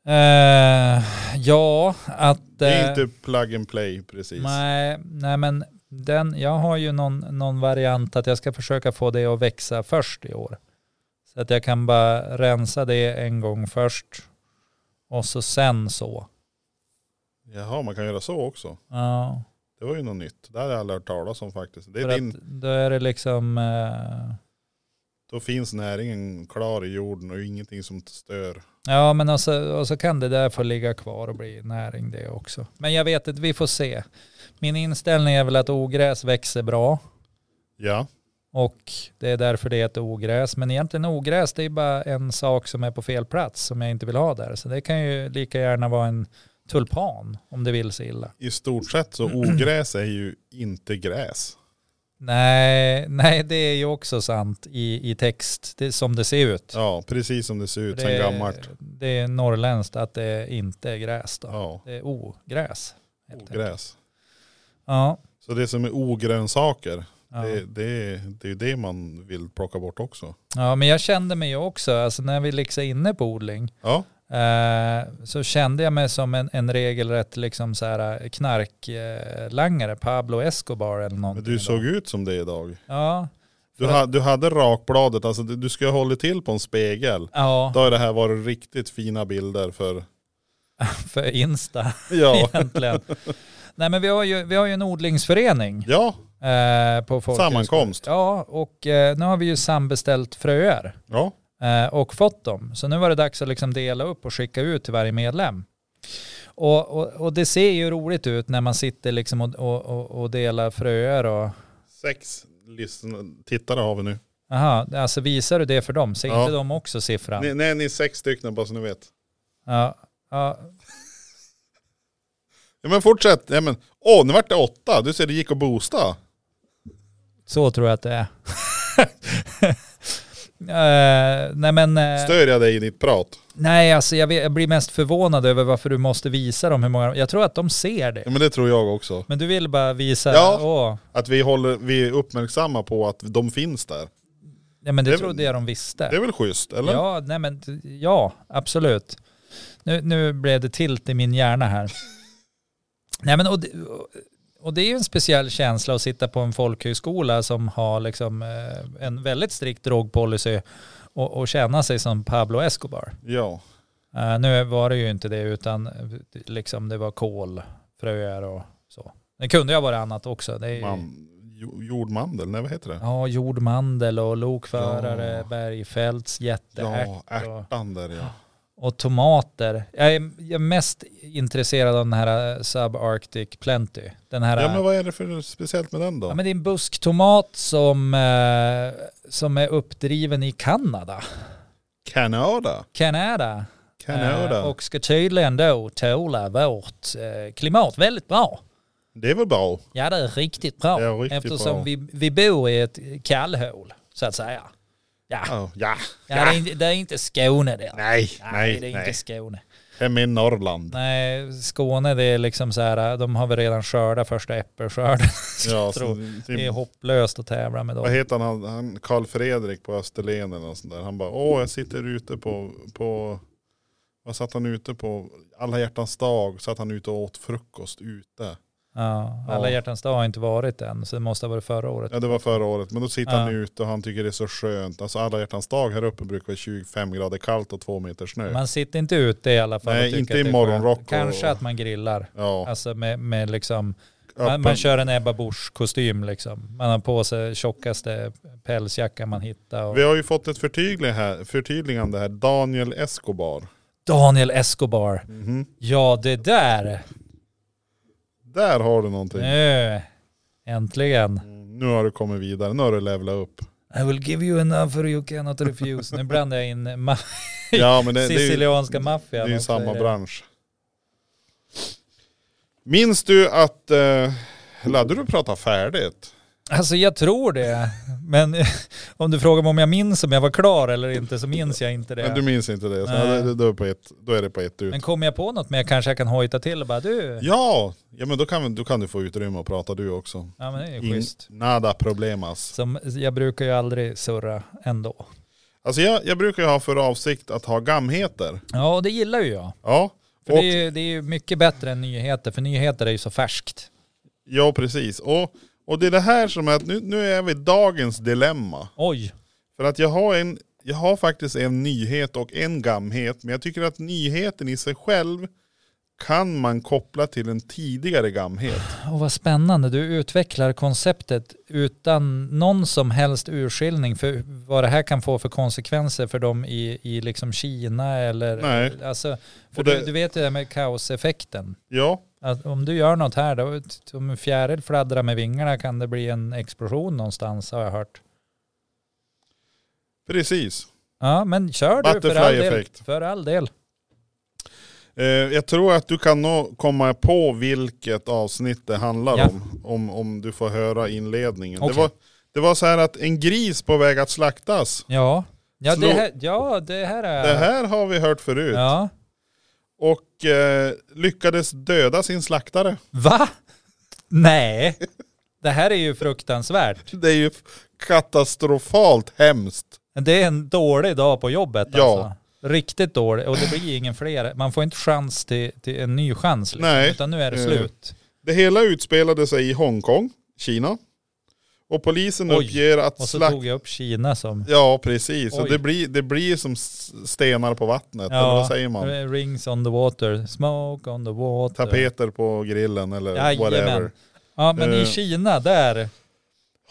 Speaker 2: Eh, ja, att...
Speaker 1: Det är
Speaker 2: eh,
Speaker 1: inte plug and play precis.
Speaker 2: Nej, nej men den, jag har ju någon, någon variant att jag ska försöka få det att växa först i år. Så att jag kan bara rensa det en gång först Och så sen så.
Speaker 1: Jaha, man kan göra så också.
Speaker 2: Ja.
Speaker 1: Det var ju något nytt. Det här har jag aldrig hört talas om faktiskt. Det
Speaker 2: För
Speaker 1: är din,
Speaker 2: att då är det liksom, eh,
Speaker 1: då finns näringen klar i jorden och ingenting som stör.
Speaker 2: ja men och så, och så kan det där få ligga kvar och bli näring det också. Men jag vet inte, vi får se. Min inställning är väl att ogräs växer bra
Speaker 1: Ja,
Speaker 2: och det är därför det heter ogräs. Men egentligen ogräs det är bara en sak som är på fel plats som jag inte vill ha där. Så det kan ju lika gärna vara en tulpan om det vill sig illa.
Speaker 1: i stort sett så ogräs är ju inte gräs.
Speaker 2: Nej, nej det är ju också sant i, i text det, som det ser ut.
Speaker 1: Ja, precis som det ser ut
Speaker 2: För
Speaker 1: sen
Speaker 2: det-
Speaker 1: gammalt.
Speaker 2: Det är norrländskt att det inte är gräs då.
Speaker 1: Ja,
Speaker 2: Det är ogräs. helt enkelt.
Speaker 1: ogräs.
Speaker 2: Ja.
Speaker 1: Så det som är ogrönsaker,
Speaker 2: Ja.
Speaker 1: det, det, det är ju det man vill plocka bort också.
Speaker 2: ja, men jag kände mig ju också, alltså när vi liksom är inne på odling,
Speaker 1: Ja,
Speaker 2: eh, så kände jag mig som en, en regelrätt liksom så här knarklangare, Pablo Escobar eller någonting.
Speaker 1: men du
Speaker 2: då.
Speaker 1: såg ut som det idag.
Speaker 2: Ja,
Speaker 1: Du,
Speaker 2: För-
Speaker 1: ha, du hade rakbladet, alltså du, du skulle ha hållit till på en spegel.
Speaker 2: ja
Speaker 1: Då har det här varit riktigt fina bilder för,
Speaker 2: för Insta
Speaker 1: ja,
Speaker 2: egentligen. Nej men vi har ju, vi har ju en odlingsförening
Speaker 1: ja,
Speaker 2: eh, på folkhögskolan.
Speaker 1: Sammankomst.
Speaker 2: Ja, och eh, nu har vi ju sambeställt fröer.
Speaker 1: ja,
Speaker 2: eh, och fått dem. Så nu var det dags att liksom dela upp och skicka ut till varje medlem. Och, och, och det ser ju roligt ut när man sitter liksom och, och, och- och delar fröer och
Speaker 1: sex lyssn- tittare har vi nu.
Speaker 2: Aha, alltså visar du det för dem? Ser
Speaker 1: Ja.
Speaker 2: inte de också siffran?
Speaker 1: Ni, nej, ni är sex stycken bara så ni vet.
Speaker 2: Ja, ja,
Speaker 1: Ja men fortsätt, ja, men, åh nu vart det åtta, du ser det gick att boosta.
Speaker 2: så tror jag att det är. Eh, nej men, eh,
Speaker 1: Stör jag dig i ditt prat?
Speaker 2: nej alltså jag, vet, jag blir mest förvånad över varför du måste visa dem hur många, jag tror att de ser det.
Speaker 1: Ja men det tror jag också.
Speaker 2: Men du vill bara visa,
Speaker 1: Ja.
Speaker 2: åh,
Speaker 1: Att vi, håller, vi är uppmärksamma på att de finns där.
Speaker 2: nej men det,
Speaker 1: Det är väl-
Speaker 2: trodde jag de visste.
Speaker 1: Det är väl schysst eller?
Speaker 2: Ja, nej men, t- ja absolut. Nu, nu blev det tilt i min hjärna här. nej men, och, det- och det är ju en speciell känsla att sitta på en folkhögskola som har liksom, eh, en väldigt strikt drogpolicy och, och känna sig som Pablo Escobar.
Speaker 1: ja.
Speaker 2: Eh, nu var det ju inte det utan eh, liksom, det var kol, fröer och så. Det kunde ju ha varit annat också. Det är ju,
Speaker 1: Man, jo- jordmandel, nej vad heter det?
Speaker 2: Ja, jordmandel och lokförare,
Speaker 1: Ja.
Speaker 2: bergfälts, jätteärt.
Speaker 1: Ja,
Speaker 2: och-
Speaker 1: ärtan där ja.
Speaker 2: och tomater. Jag är, jag är mest intresserad av den här Subarctic Plenty. Den här,
Speaker 1: Ja men vad är det för speciellt med den då?
Speaker 2: Ja, men det är en busktomat som, eh, som är uppdriven i Kanada.
Speaker 1: Kanada.
Speaker 2: Kanada.
Speaker 1: Kanada.
Speaker 2: Eh, och ska tydligen då tåla vårt eh, klimat väldigt bra.
Speaker 1: Det är väl bra.
Speaker 2: Ja det är riktigt bra.
Speaker 1: Det är riktigt
Speaker 2: eftersom
Speaker 1: bra.
Speaker 2: Vi, vi bor i ett kallhål så att säga. Ja,
Speaker 1: Ja, Ah, ja.
Speaker 2: ja. Det, är inte, det är inte Skåne där.
Speaker 1: Nej,
Speaker 2: nej
Speaker 1: nej,
Speaker 2: det är
Speaker 1: nej.
Speaker 2: inte Skåne.
Speaker 1: Hemma i Norrland.
Speaker 2: Nej, Skåne det är liksom så här, de har väl redan skördat första äppelskörden.
Speaker 1: Ja,
Speaker 2: tror-
Speaker 1: så,
Speaker 2: Det är
Speaker 1: typ,
Speaker 2: hopplöst att tävla med
Speaker 1: Mm. vad
Speaker 2: dem.
Speaker 1: heter han? han? Karl Fredrik på Österlen eller något sånt där. Han bara, åh jag sitter ute på, på vad satt han ute på? Alla hjärtans dag satt han ute och åt frukost ute.
Speaker 2: Ja, alla
Speaker 1: Ja.
Speaker 2: hjärtans dag har inte varit än, så det måste ha varit förra året.
Speaker 1: Ja det var förra året. Men då sitter
Speaker 2: Ja.
Speaker 1: han ute och han tycker det är så skönt. Alltså alla hjärtans dag här uppe brukar vara 25 grader kallt och två meter snö.
Speaker 2: Man sitter inte ute i alla fall.
Speaker 1: Nej,
Speaker 2: och tycker
Speaker 1: inte
Speaker 2: att
Speaker 1: i
Speaker 2: det är
Speaker 1: morgonrock
Speaker 2: skönt.
Speaker 1: och-
Speaker 2: Kanske att man grillar.
Speaker 1: ja,
Speaker 2: Alltså med, med liksom, man,
Speaker 1: öppen-
Speaker 2: man kör en Ebba Busch kostym liksom. Man har på sig tjockaste pälsjackan man hittar. Och
Speaker 1: Vi har ju fått ett förtydlig här, förtydligande här. Daniel Escobar.
Speaker 2: Daniel Escobar.
Speaker 1: Mhm.
Speaker 2: Ja det där.
Speaker 1: Där har du någonting.
Speaker 2: Nu. Äntligen.
Speaker 1: Mm, Nu har du kommit vidare, nu har du levlat upp.
Speaker 2: I will give you an offer you cannot refuse. Nu blandar jag in ma-
Speaker 1: Ja men det, det, är, ju,
Speaker 2: sicilianska
Speaker 1: det
Speaker 2: maffian.
Speaker 1: är ju
Speaker 2: också i
Speaker 1: samma
Speaker 2: det.
Speaker 1: bransch. Minns du att, eh, hade du pratat färdigt?
Speaker 2: Alltså jag tror det. Men om du frågar mig om jag minns om jag var klar eller inte så minns jag inte det.
Speaker 1: Men du minns inte det, så
Speaker 2: Nej.
Speaker 1: ja, det- då, är det på ett, då är det på ett ut.
Speaker 2: Men kommer jag på något mer kanske jag kan hojta till och bara du.
Speaker 1: Ja, ja men då kan, då kan du få utrymme att prata du också.
Speaker 2: Ja men det är ju
Speaker 1: In-
Speaker 2: schysst.
Speaker 1: Nada problemas.
Speaker 2: Som, jag brukar ju aldrig surra ändå.
Speaker 1: Alltså jag, jag brukar ju ha för avsikt att ha gamheter.
Speaker 2: Ja och det gillar ju jag.
Speaker 1: Ja,
Speaker 2: För
Speaker 1: och,
Speaker 2: det, är ju, det är ju mycket bättre än nyheter för nyheter är ju så färskt.
Speaker 1: ja precis. Och, och det är det här som är att nu, nu är vi i dagens dilemma.
Speaker 2: Oj.
Speaker 1: För att jag har en, jag har faktiskt en nyhet och en gamhet. Men jag tycker att nyheten i sig själv kan man koppla till en tidigare gamhet.
Speaker 2: Och vad spännande, du utvecklar konceptet utan någon som helst urskiljning för vad det här kan få för konsekvenser för dem i, i liksom Kina eller...
Speaker 1: Nej.
Speaker 2: Alltså, för
Speaker 1: Och det-
Speaker 2: du, du vet det där med kaoseffekten.
Speaker 1: Ja,
Speaker 2: Att om du gör något här, då, om en fjäril fladdrar med vingarna kan det bli en explosion någonstans har jag hört.
Speaker 1: precis.
Speaker 2: Ja, men kör du för all del.
Speaker 1: Butterfly-effekt.
Speaker 2: För all del.
Speaker 1: Eh, jag tror att du kan nog komma på vilket avsnitt det handlar
Speaker 2: Ja.
Speaker 1: om, om. Om du får höra inledningen.
Speaker 2: Okej.
Speaker 1: Det, var, det var så här att en gris på väg att slaktas.
Speaker 2: Ja, ja,
Speaker 1: Slå-
Speaker 2: det här, ja det här är...
Speaker 1: Det här har vi hört förut.
Speaker 2: Ja.
Speaker 1: Och eh, lyckades döda sin slaktare.
Speaker 2: Va? Nej. Det här är ju fruktansvärt.
Speaker 1: Det är ju katastrofalt hemskt.
Speaker 2: Det är en dålig dag på jobbet
Speaker 1: Ja.
Speaker 2: alltså. Riktigt dålig och det blir ingen fler. Man får inte chans till, till en ny chans liksom.
Speaker 1: Nej.
Speaker 2: Utan nu är det
Speaker 1: Eh,
Speaker 2: slut.
Speaker 1: Det hela utspelade sig i Hongkong, Kina. Och polisen
Speaker 2: Oj,
Speaker 1: uppger att
Speaker 2: Och så
Speaker 1: slakt...
Speaker 2: tog jag upp Kina som...
Speaker 1: Ja precis, och
Speaker 2: Oj.
Speaker 1: det blir, det blir som s- stenar på vattnet, eller vad säger man?
Speaker 2: Eh, Rings on the water, smoke on the water.
Speaker 1: Tapeter på grillen eller
Speaker 2: Jajamän.
Speaker 1: whatever.
Speaker 2: Ja men i
Speaker 1: Eh.
Speaker 2: Kina där,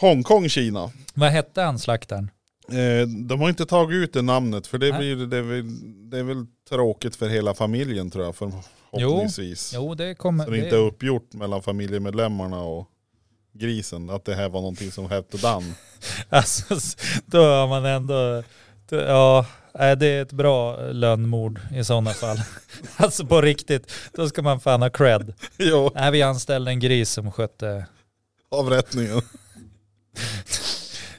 Speaker 1: Hongkong, Kina.
Speaker 2: vad hette han slaktaren?
Speaker 1: Eh, de har inte tagit ut det namnet för det,
Speaker 2: Nej.
Speaker 1: blir, det, är väl, det är väl tråkigt för hela familjen tror jag förhoppningsvis.
Speaker 2: Jo det kommer...
Speaker 1: Så det inte är uppgjort mellan familjemedlemmarna och grisen, att det här var någonting som hette Dan.
Speaker 2: Alltså, s- då har man ändå, då- ja, nej, det är ett bra lönnmord i sådana fall. Alltså på riktigt, då ska man fan ha cred.
Speaker 1: jo,
Speaker 2: Nej, vi anställde en gris som skötte
Speaker 1: avrättningen.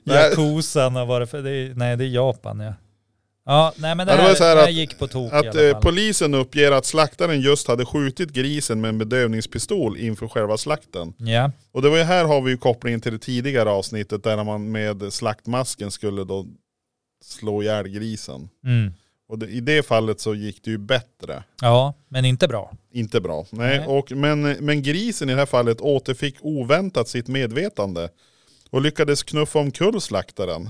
Speaker 1: Nej.
Speaker 2: Yakuzan och vad det för, det är, nej det är Japan ja. Ja, nej men det
Speaker 1: Ja, det
Speaker 2: här,
Speaker 1: var så här
Speaker 2: det här
Speaker 1: att-
Speaker 2: gick på tok
Speaker 1: Att
Speaker 2: i
Speaker 1: eh,
Speaker 2: alla fall.
Speaker 1: polisen uppger att slaktaren just hade skjutit grisen med en bedövningspistol inför själva slakten.
Speaker 2: Ja,
Speaker 1: Och det var ju här har vi ju kopplingen till det tidigare avsnittet där man med slaktmasken skulle då slå ihjäl grisen.
Speaker 2: mm.
Speaker 1: Och det, i det fallet så gick det ju bättre.
Speaker 2: ja, men inte bra.
Speaker 1: Inte bra. Nej,
Speaker 2: Nej.
Speaker 1: Och, men, men grisen i det här fallet återfick oväntat sitt medvetande och lyckades knuffa omkull slaktaren.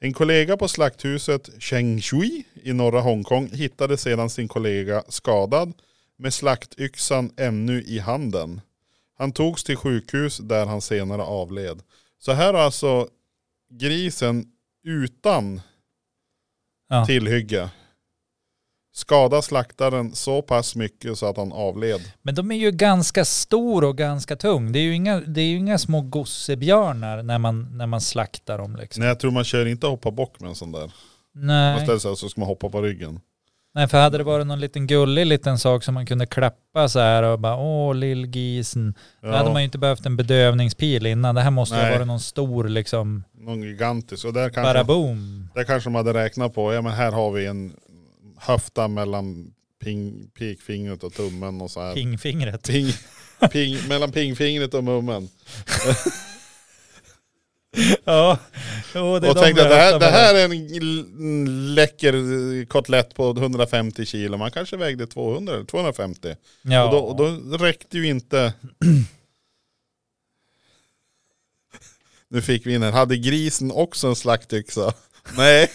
Speaker 1: En kollega på slakthuset Cheng Shui i norra Hongkong hittade sedan sin kollega skadad med slaktyxan ännu i handen. Han togs till sjukhus där han senare avled. Så här har alltså grisen utan
Speaker 2: Ja.
Speaker 1: tillhygge skadat slaktaren så pass mycket så att han avled.
Speaker 2: Men de är ju ganska stor och ganska tung. Det är ju inga, det är ju inga små gossebjörnar när man, när man slaktar dem liksom.
Speaker 1: Nej jag tror man kör inte hoppa bock med en sån där. Man
Speaker 2: Nej.
Speaker 1: ställer sig och så ska man hoppa på ryggen.
Speaker 2: Nej, för hade det varit någon liten gullig liten sak som man kunde klappa så här och bara åh lillgrisen. Då hade man ju inte behövt en bedövningspil innan. Det här måste ju ha
Speaker 1: Nej.
Speaker 2: varit någon stor liksom
Speaker 1: Någon gigantisk. Och där kanske,
Speaker 2: baraboom.
Speaker 1: där kanske de hade räknat på, ja men här har vi en höfta mellan ping, pekfingret och tummen och så här.
Speaker 2: Pingfingret.
Speaker 1: Ping, ping, mellan pingfingret och mummen.
Speaker 2: Ja. Jo, det är
Speaker 1: och
Speaker 2: de
Speaker 1: tänkte
Speaker 2: vi
Speaker 1: att det här,
Speaker 2: höftar
Speaker 1: det
Speaker 2: med.
Speaker 1: här är en l- läcker eh, kotlett på 150 kilo. Man kanske vägde 200 eller 250.
Speaker 2: Ja.
Speaker 1: Och, då, och då räckte ju inte... Nu fick vi in en. Hade grisen också en slaktyxa? Nej,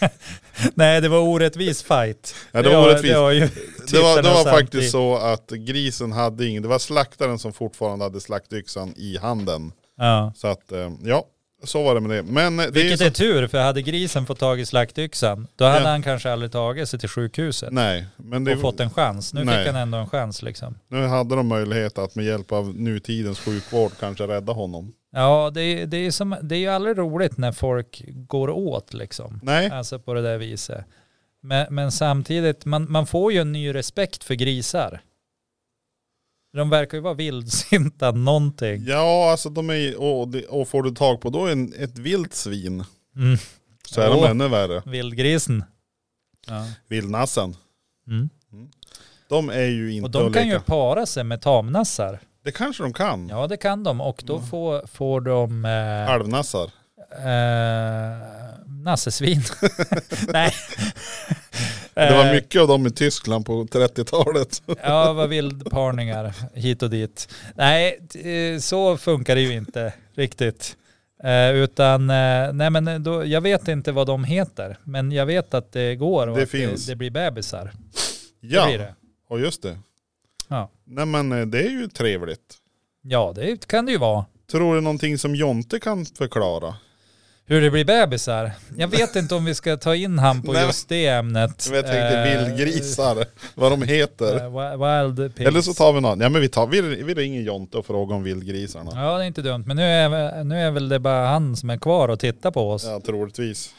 Speaker 2: Nej, det var orättvis fight.
Speaker 1: ja, det var
Speaker 2: har-
Speaker 1: orättvist.
Speaker 2: Det, har ju
Speaker 1: Det var, det
Speaker 2: tittarna
Speaker 1: var
Speaker 2: samt i-
Speaker 1: faktiskt så att grisen hade ingen, det var slaktaren som fortfarande hade slaktyxan i handen.
Speaker 2: Ja.
Speaker 1: Så att eh, ja, så var det med det. Men eh, det är ju
Speaker 2: Vilket
Speaker 1: så,
Speaker 2: är tur, för hade grisen fått tag i slaktyxan, då hade
Speaker 1: Ja.
Speaker 2: han kanske aldrig tagit sig till sjukhuset
Speaker 1: nej, men det,
Speaker 2: och fått en chans. Nu
Speaker 1: Nej.
Speaker 2: fick han ändå en chans liksom.
Speaker 1: nu hade de möjlighet att med hjälp av nutidens sjukvård kanske rädda honom.
Speaker 2: Ja, det, är- det, är som, det är ju aldrig roligt när folk går åt liksom.
Speaker 1: Nej,
Speaker 2: Alltså på det där viset. Men, men samtidigt, man, man får ju en ny respekt för grisar. De verkar ju vara vildsinta någonting.
Speaker 1: ja alltså de är, och, det- och får du tag på då en, ett vilt svin
Speaker 2: Mm.
Speaker 1: så är
Speaker 2: Jo.
Speaker 1: de ännu värre.
Speaker 2: Vildgrisen. Ja.
Speaker 1: Vildnassen.
Speaker 2: Mm.
Speaker 1: De är ju inte
Speaker 2: Och
Speaker 1: att
Speaker 2: de kan ju
Speaker 1: leka.
Speaker 2: para sig med tamnassar.
Speaker 1: Det kanske de kan.
Speaker 2: Ja det kan de och då
Speaker 1: Ja.
Speaker 2: får, får de eh,
Speaker 1: Halvnassar.
Speaker 2: eh, nassesvin. Nej.
Speaker 1: Det var
Speaker 2: Eh,
Speaker 1: mycket av dem i Tyskland på 30-talet.
Speaker 2: Ja, vad eh, vildparningar hit och dit. Nej, t- eh, så funkar det ju inte riktigt. Eh, utan, eh, nej men då, jag vet inte vad de heter, men jag vet att det går och
Speaker 1: Det
Speaker 2: att
Speaker 1: finns.
Speaker 2: Det, det blir bebisar. Det blir
Speaker 1: Ja,
Speaker 2: det.
Speaker 1: och just det.
Speaker 2: Ja.
Speaker 1: Nej men eh, det är ju trevligt.
Speaker 2: ja, det kan det ju vara.
Speaker 1: Tror du någonting som Jonte kan förklara?
Speaker 2: Hur det blir bebisar. Jag vet inte om vi ska ta in han på
Speaker 1: Nej.
Speaker 2: just det ämnet.
Speaker 1: Jag tänkte
Speaker 2: Eh,
Speaker 1: vildgrisar, vad de heter.
Speaker 2: eh, wi- Wild pigs.
Speaker 1: Eller så tar vi någon, ja men vi, tar, vi, vi ringer Jonte och frågar om vildgrisarna.
Speaker 2: Ja, det är inte dumt. Men nu är, nu är väl det bara han som är kvar och tittar på oss.
Speaker 1: Ja, troligtvis.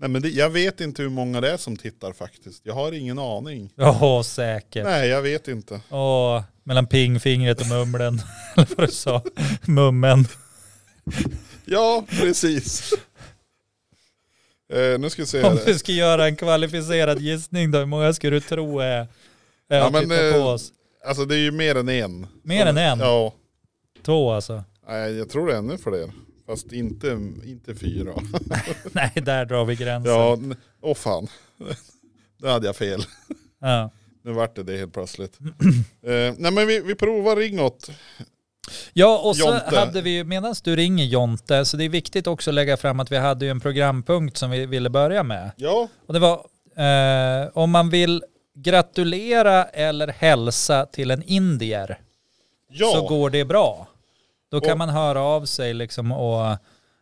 Speaker 1: Nej men det, jag vet inte hur många det är som tittar faktiskt. Jag har ingen aning.
Speaker 2: Ja, säkert.
Speaker 1: Nej jag vet inte.
Speaker 2: Åh, mellan pingfingret och mumlen. Eller vad du sa. Mummen.
Speaker 1: Ja precis. eh, nu ska vi se.
Speaker 2: Om
Speaker 1: här.
Speaker 2: du ska göra en kvalificerad gissning då, hur många skulle du tro är, är
Speaker 1: Ja,
Speaker 2: och
Speaker 1: men,
Speaker 2: tittar
Speaker 1: eh,
Speaker 2: på oss?
Speaker 1: Alltså det är ju mer än en.
Speaker 2: Mer än en?
Speaker 1: Ja.
Speaker 2: Två alltså?
Speaker 1: Nej jag tror det är ännu fler. Fast inte, inte fyra.
Speaker 2: Nej, där drar vi gränsen.
Speaker 1: Ja,
Speaker 2: Ja.
Speaker 1: n- åh fan. Nu hade jag fel.
Speaker 2: Ja.
Speaker 1: Nu vart det det helt plötsligt. eh, nej men vi, vi provar Ringot.
Speaker 2: och så
Speaker 1: Jonte.
Speaker 2: hade vi ju, medan du ringer Jonte, så det är viktigt också att lägga fram att vi hade ju en programpunkt som vi ville börja med.
Speaker 1: Ja,
Speaker 2: Och det var eh, om man vill gratulera eller hälsa till en indier.
Speaker 1: ja.
Speaker 2: så går det bra. Då kan
Speaker 1: Och-
Speaker 2: man höra av sig liksom och,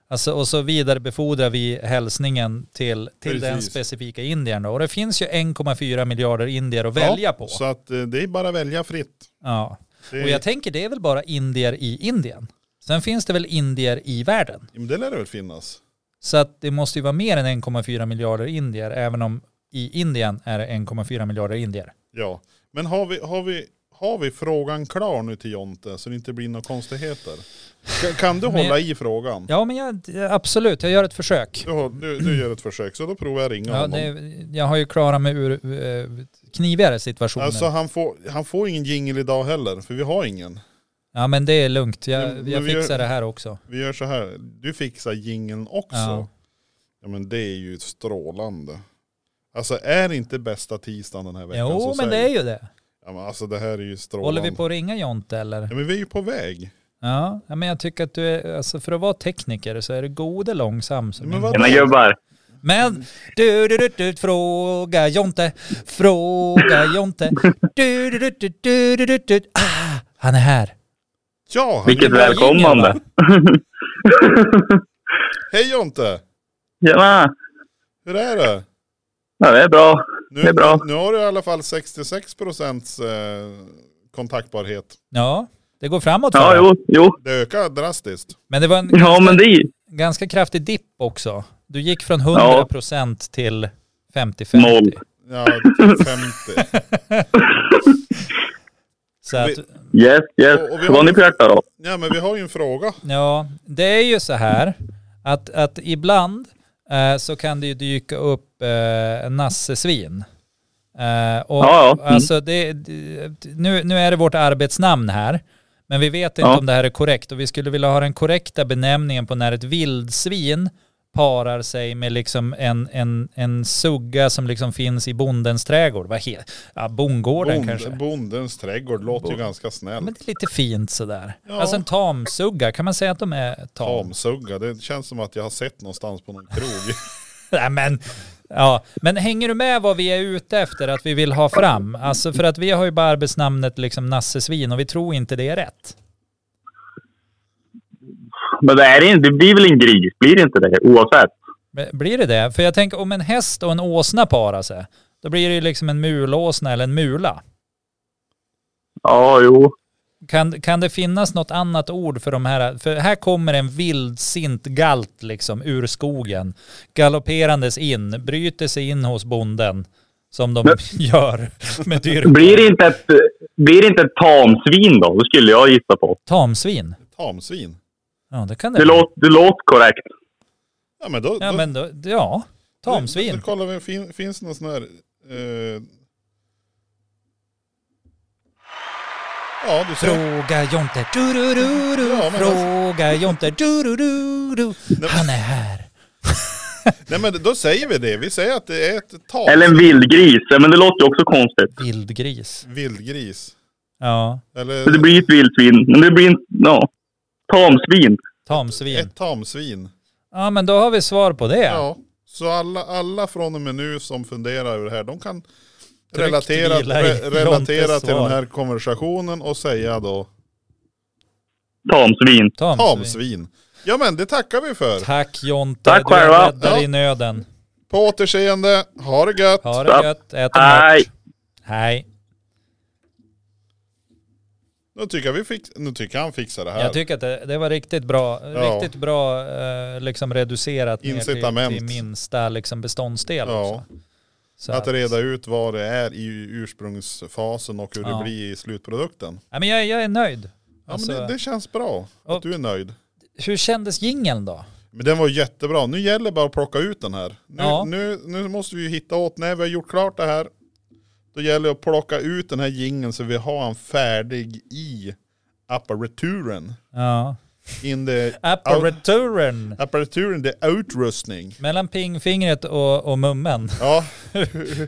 Speaker 2: alltså, och så vidarebefordrar vi hälsningen till, till den
Speaker 1: Precis.
Speaker 2: specifika indiern. då. Och det finns ju 1,4 miljarder indier att
Speaker 1: Ja,
Speaker 2: välja på.
Speaker 1: Så att eh, det är bara att välja fritt.
Speaker 2: Ja.
Speaker 1: Det,
Speaker 2: Och jag tänker det är väl bara indier i Indien. Sen finns det väl indier i världen.
Speaker 1: Ja, men det lär det väl finnas.
Speaker 2: Så att det måste ju vara mer än 1,4 miljarder indier, även om i Indien är det 1,4 miljarder indier.
Speaker 1: Ja. Men har vi, har, vi, har vi frågan klar nu till Jonte så det inte blir några konstigheter? Kan, kan du
Speaker 2: Men-
Speaker 1: hålla i frågan?
Speaker 2: Ja men jag, absolut, jag gör ett försök.
Speaker 1: Du, har- du, du gör ett försök så då provar jag ringa
Speaker 2: Ja,
Speaker 1: honom.
Speaker 2: det, jag har ju klarat mig ur eh, knivigare situationer.
Speaker 1: Alltså han får, han får ingen jingle idag heller för vi har ingen.
Speaker 2: Ja men det är lugnt,
Speaker 1: Men-
Speaker 2: jag,
Speaker 1: men
Speaker 2: jag
Speaker 1: vi gör-
Speaker 2: fixar det här också.
Speaker 1: Vi gör så här, du fixar jingeln också.
Speaker 2: Ja.
Speaker 1: Ja. men det är ju strålande. Alltså är det inte bästa tisdagen den här veckan
Speaker 2: Jo
Speaker 1: så
Speaker 2: men
Speaker 1: säg-
Speaker 2: det är ju det.
Speaker 1: Ja, men alltså det här är ju strålande.
Speaker 2: Håller vi på att ringa Jonte eller?
Speaker 1: Ja, men vi är ju på väg.
Speaker 2: Ja, ja, men jag tycker att du är, alltså för att vara tekniker så är du god och långsam. som
Speaker 1: Men
Speaker 2: ingen-
Speaker 1: vad-
Speaker 3: Tjena gubbar!
Speaker 2: Men du, du, du, du, fråga Jonte, fråga Jonte. Du, du, du, du, du, du, du, du. Ah, han är här.
Speaker 1: Ja,
Speaker 3: Vilket
Speaker 2: bra
Speaker 3: välkommande!
Speaker 2: jingle,
Speaker 1: hej Jonte!
Speaker 3: Tjena!
Speaker 1: Hur är det?
Speaker 3: Ja, det är bra.
Speaker 1: Nu,
Speaker 3: Det är bra.
Speaker 1: nu har du i alla fall 66 procents eh, kontaktbarhet.
Speaker 2: Ja, det går framåt för dig.
Speaker 3: Ja, jo, jo.
Speaker 1: Det ökar drastiskt.
Speaker 2: Men det var en
Speaker 3: Ja, men det...
Speaker 2: ganska kraftig dipp också. Du gick från
Speaker 3: Ja.
Speaker 2: 100% till 50-50.
Speaker 3: Noll.
Speaker 1: Ja, typ 50.
Speaker 2: Så att,
Speaker 1: Vi-
Speaker 3: Yes, yes.
Speaker 1: Och- och vi har-
Speaker 3: Vad har ni på hjärtat då?
Speaker 1: Ja, men vi har ju en fråga.
Speaker 2: Ja, det är ju så här att, att ibland eh, så kan det ju dyka upp eh, nassesvin. Eh, och
Speaker 3: Ja, ja. Mm.
Speaker 2: Alltså det, det- nu, nu är det vårt arbetsnamn här, men vi vet inte
Speaker 3: Ja.
Speaker 2: om det här är korrekt och vi skulle vilja ha den korrekta benämningen på när ett vildsvin parar sig med liksom en, en, en sugga som liksom finns i bondens trädgård. Vad heter ja, Bondgården kanske?
Speaker 1: Bond, bondens trädgård låter ju ganska
Speaker 2: Ja,
Speaker 1: snällt.
Speaker 2: men det är lite fint sådär.
Speaker 1: Ja.
Speaker 2: Alltså en tamsugga, kan man säga att de är tam?
Speaker 1: Tamsugga, det känns som att jag har sett någonstans på någon krog.
Speaker 2: Nej, men, ja. men hänger du med vad vi är ute efter att vi vill ha fram? Alltså för att vi har ju bara arbetsnamnet liksom nassesvin och vi tror inte det är rätt.
Speaker 3: Men det, är inte, det blir väl en gris? Blir det inte det? Oavsett.
Speaker 2: Men Blir det det? För jag tänker om en häst och en åsna parar sig, då blir det ju liksom en mulåsna eller en mula.
Speaker 3: Ja, jo.
Speaker 2: Kan, kan det finnas något annat ord för de här? För här kommer en vildsint galt liksom ur skogen, galopperandes in, bryter sig in hos bonden som de
Speaker 3: Men-
Speaker 2: gör med dyrk.
Speaker 3: Blir det inte ett, blir det inte ett tamsvin då? Det skulle jag gissa på.
Speaker 2: Tamsvin?
Speaker 1: Tamsvin.
Speaker 2: Ja, det kan det
Speaker 3: Det
Speaker 2: vara.
Speaker 3: låter, det låter korrekt.
Speaker 1: Ja men då...
Speaker 2: Ja
Speaker 1: då
Speaker 2: men då, ja,
Speaker 1: Då, då
Speaker 2: tamsvin.
Speaker 1: kollar vi, fin, finns det någon sån här... Eh... Ja, du ser.
Speaker 2: Fråga Jonte, du, du, du, du.
Speaker 1: Ja, men då-
Speaker 2: fråga Jonte, du, du, du, du.
Speaker 1: men-
Speaker 2: han är här.
Speaker 1: Nej men då säger vi det. Vi säger att det är ett tal.
Speaker 3: Eller en vildgris. Ja, Men det låter ju också konstigt.
Speaker 2: Vildgris.
Speaker 1: Vildgris.
Speaker 2: Ja,
Speaker 1: Eller...
Speaker 3: Men det blir ett vildsvin. Men det blir en... Ja. Tamsvin.
Speaker 2: Tamsvin.
Speaker 1: Ett tamsvin.
Speaker 2: Ja men då har vi svar på det.
Speaker 1: Ja. Så alla, alla från och med nu som funderar över det här, de kan
Speaker 2: Tryck
Speaker 1: relatera,
Speaker 2: vila i
Speaker 1: re, relatera
Speaker 2: Jontes
Speaker 1: till den
Speaker 2: svar.
Speaker 1: här konversationen och säga då
Speaker 3: Tamsvin.
Speaker 2: Tamsvin.
Speaker 1: tamsvin. Ja men det tackar vi för.
Speaker 2: Tack Jonte,
Speaker 3: Tack
Speaker 2: du
Speaker 3: själva.
Speaker 2: räddar
Speaker 1: Ja.
Speaker 2: i nöden.
Speaker 1: På återseende, ha det gött.
Speaker 2: Ha det
Speaker 3: Ja.
Speaker 2: gött, ät en
Speaker 3: Nej.
Speaker 2: ört. Hej.
Speaker 1: Nu tycker jag vi fix, nu tycker jag han fixar det här.
Speaker 2: Jag tycker att det, det var riktigt bra,
Speaker 1: Ja.
Speaker 2: riktigt bra eh, liksom reducerat ner till,
Speaker 1: Incitament.
Speaker 2: till minsta liksom beståndsdel
Speaker 1: Ja.
Speaker 2: också. Så
Speaker 1: att reda ut vad det är i ursprungsfasen och hur
Speaker 2: Ja.
Speaker 1: det blir i slutprodukten.
Speaker 2: Nej, men jag, jag är nöjd.
Speaker 1: Ja,
Speaker 2: Alltså,
Speaker 1: men det, det känns bra
Speaker 2: Och-
Speaker 1: att du är nöjd.
Speaker 2: Hur kändes jingeln då?
Speaker 1: Men den var jättebra. Nu gäller det bara att plocka ut den här. Nu,
Speaker 2: Ja.
Speaker 1: nu, nu måste vi ju hitta åt, när vi har gjort klart det här, då gäller det att plocka ut den här gingen så vi har en färdig i apparaturen.
Speaker 2: Ja.
Speaker 1: In the
Speaker 2: Apparaturen.
Speaker 1: apparaturen, the utrustning.
Speaker 2: Mellan pingfingret och, och mummen.
Speaker 1: Ja,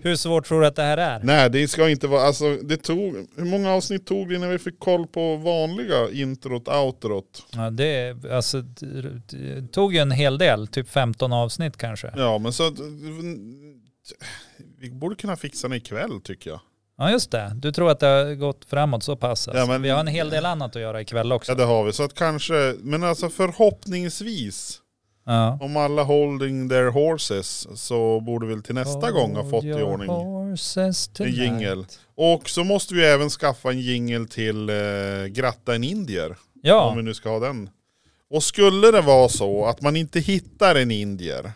Speaker 2: Hur svårt tror du att det här är?
Speaker 1: nej det ska inte vara, alltså det tog, hur många avsnitt tog det innan vi fick koll på vanliga introt, outrot?
Speaker 2: Ja, det, alltså, det, det tog ju en hel del, typ 15 avsnitt kanske.
Speaker 1: Ja men så, att- vi borde kunna fixa den ikväll tycker jag.
Speaker 2: Ja just det, du tror att det har gått framåt så pass. Alltså.
Speaker 1: Ja, men-
Speaker 2: Vi har en hel del annat att göra ikväll också.
Speaker 1: Ja det har vi, så att kanske, men alltså förhoppningsvis
Speaker 2: Ja.
Speaker 1: Om alla holding their horses så borde vi till nästa gång ha fått i ordning en jingel. Och så måste vi även skaffa en jingel till eh, Gratta en indier. Om
Speaker 2: Ja,
Speaker 1: vi nu ska ha den. Och skulle det vara så att man inte hittar en indier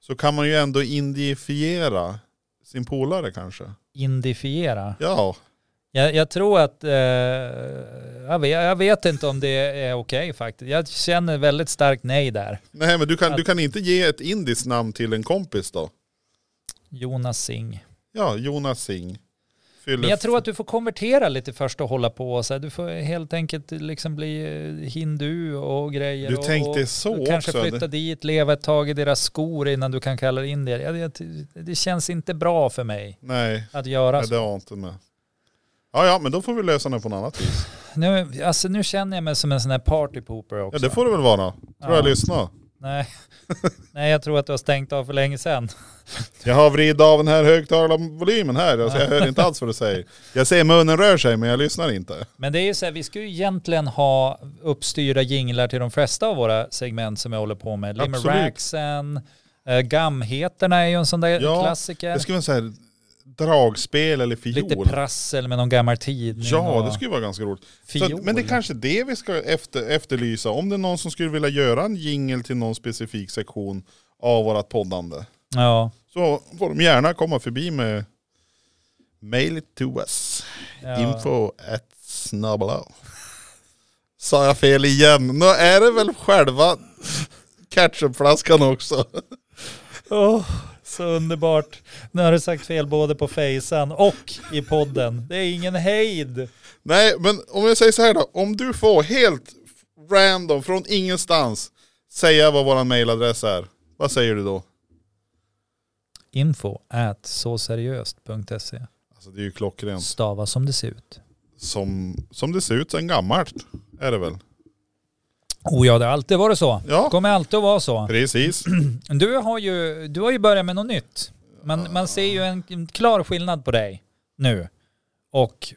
Speaker 1: så kan man ju ändå indifiera sin polare kanske.
Speaker 2: indifiera.
Speaker 1: Ja,
Speaker 2: Jag, jag tror att, eh, jag, vet, jag vet inte om det är okej faktiskt. Jag känner väldigt starkt nej där.
Speaker 1: nej men du kan, du kan inte ge ett indiskt namn till en kompis då?
Speaker 2: Jonas Singh.
Speaker 1: Ja, Jonas Singh. Fyller-
Speaker 2: Men jag tror att du får konvertera lite först och hålla på. Så här. Du får helt enkelt liksom bli eh, hindu och grejer.
Speaker 1: Du
Speaker 2: och,
Speaker 1: tänkte
Speaker 2: och,
Speaker 1: så
Speaker 2: och Kanske
Speaker 1: också.
Speaker 2: flytta dit, leva ett tag i deras skor innan du kan kalla dig indier. Ja, det, det känns inte bra för mig
Speaker 1: Nej,
Speaker 2: att göra
Speaker 1: Nej,
Speaker 2: så.
Speaker 1: det har jag inte med. Ja, ja, men då får vi lösa den på något annat vis.
Speaker 2: Nu, alltså, nu känner jag mig som en sån här party pooper
Speaker 1: Ja,
Speaker 2: också.
Speaker 1: det får det väl vara. Tror
Speaker 2: Ja.
Speaker 1: jag lyssnar.
Speaker 2: Nej. Nej, jag tror att du har stängt av för länge sedan.
Speaker 1: Jag har vridit av den här högtalarvolymen här, alltså jag hör inte alls vad du säger. Jag ser munnen rör sig, men jag lyssnar inte.
Speaker 2: Men det är ju så här, vi ska ju egentligen ha uppstyrda jinglar till de flesta av våra segment som jag håller på med.
Speaker 1: Absolut.
Speaker 2: Limeraxen, äh, Gamheterna är ju en sån där
Speaker 1: Ja,
Speaker 2: klassiker.
Speaker 1: Det skulle vara så här dragspel eller
Speaker 2: Lite
Speaker 1: fiol.
Speaker 2: prassel med någon gammal tidning.
Speaker 1: Ja,
Speaker 2: och
Speaker 1: det skulle vara ganska roligt. Så,
Speaker 2: fiol.
Speaker 1: att- men det är kanske det vi ska efter, efterlysa. Om det är någon som skulle vilja göra en jingle till någon specifik sektion av vårat poddande.
Speaker 2: Ja,
Speaker 1: Så får de gärna komma förbi med mail it to us.
Speaker 2: ja.
Speaker 1: Info at snabbla. Sa jag fel igen? Nu är det väl själva ketchupflaskan också.
Speaker 2: Åh, så underbart. Nu har du sagt fel både på fejsan och i podden. Det är ingen hejd.
Speaker 1: Nej, men om jag säger så här då. Om du får helt random från ingenstans säga vad vår mailadress är. Vad säger du då?
Speaker 2: Info at såseriöst.se
Speaker 1: Alltså det är ju klockrent.
Speaker 2: Stava som det ser ut.
Speaker 1: Som, som det ser ut sen gammalt är det väl?
Speaker 2: Oh ja, det har alltid varit så.
Speaker 1: Ja,
Speaker 2: kommer alltid att vara så.
Speaker 1: precis.
Speaker 2: Du har ju, du har ju börjat med något nytt. Man, man ser ju en, en klar skillnad på dig nu och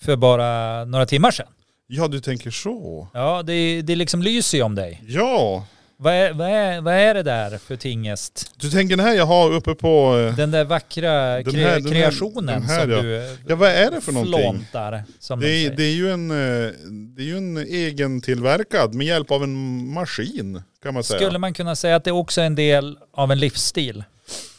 Speaker 2: för bara några timmar sedan.
Speaker 1: Ja, du tänker så.
Speaker 2: Ja, det, det liksom lyser ju om dig.
Speaker 1: Ja,
Speaker 2: Vad är, vad, är, vad är det där för tingest?
Speaker 1: du tänker den här jag har uppe på... eh,
Speaker 2: Den där vackra
Speaker 1: Den
Speaker 2: kre,
Speaker 1: här- den här-
Speaker 2: kreationen
Speaker 1: den här,
Speaker 2: som
Speaker 1: ja.
Speaker 2: du
Speaker 1: Ja, vad är det för någonting?
Speaker 2: flåntar. Som
Speaker 1: Det
Speaker 2: de
Speaker 1: är,
Speaker 2: säger.
Speaker 1: det är ju en, eh, det är ju en egen tillverkad med hjälp av en maskin kan man säga.
Speaker 2: Skulle man kunna säga att det också är en del av en livsstil?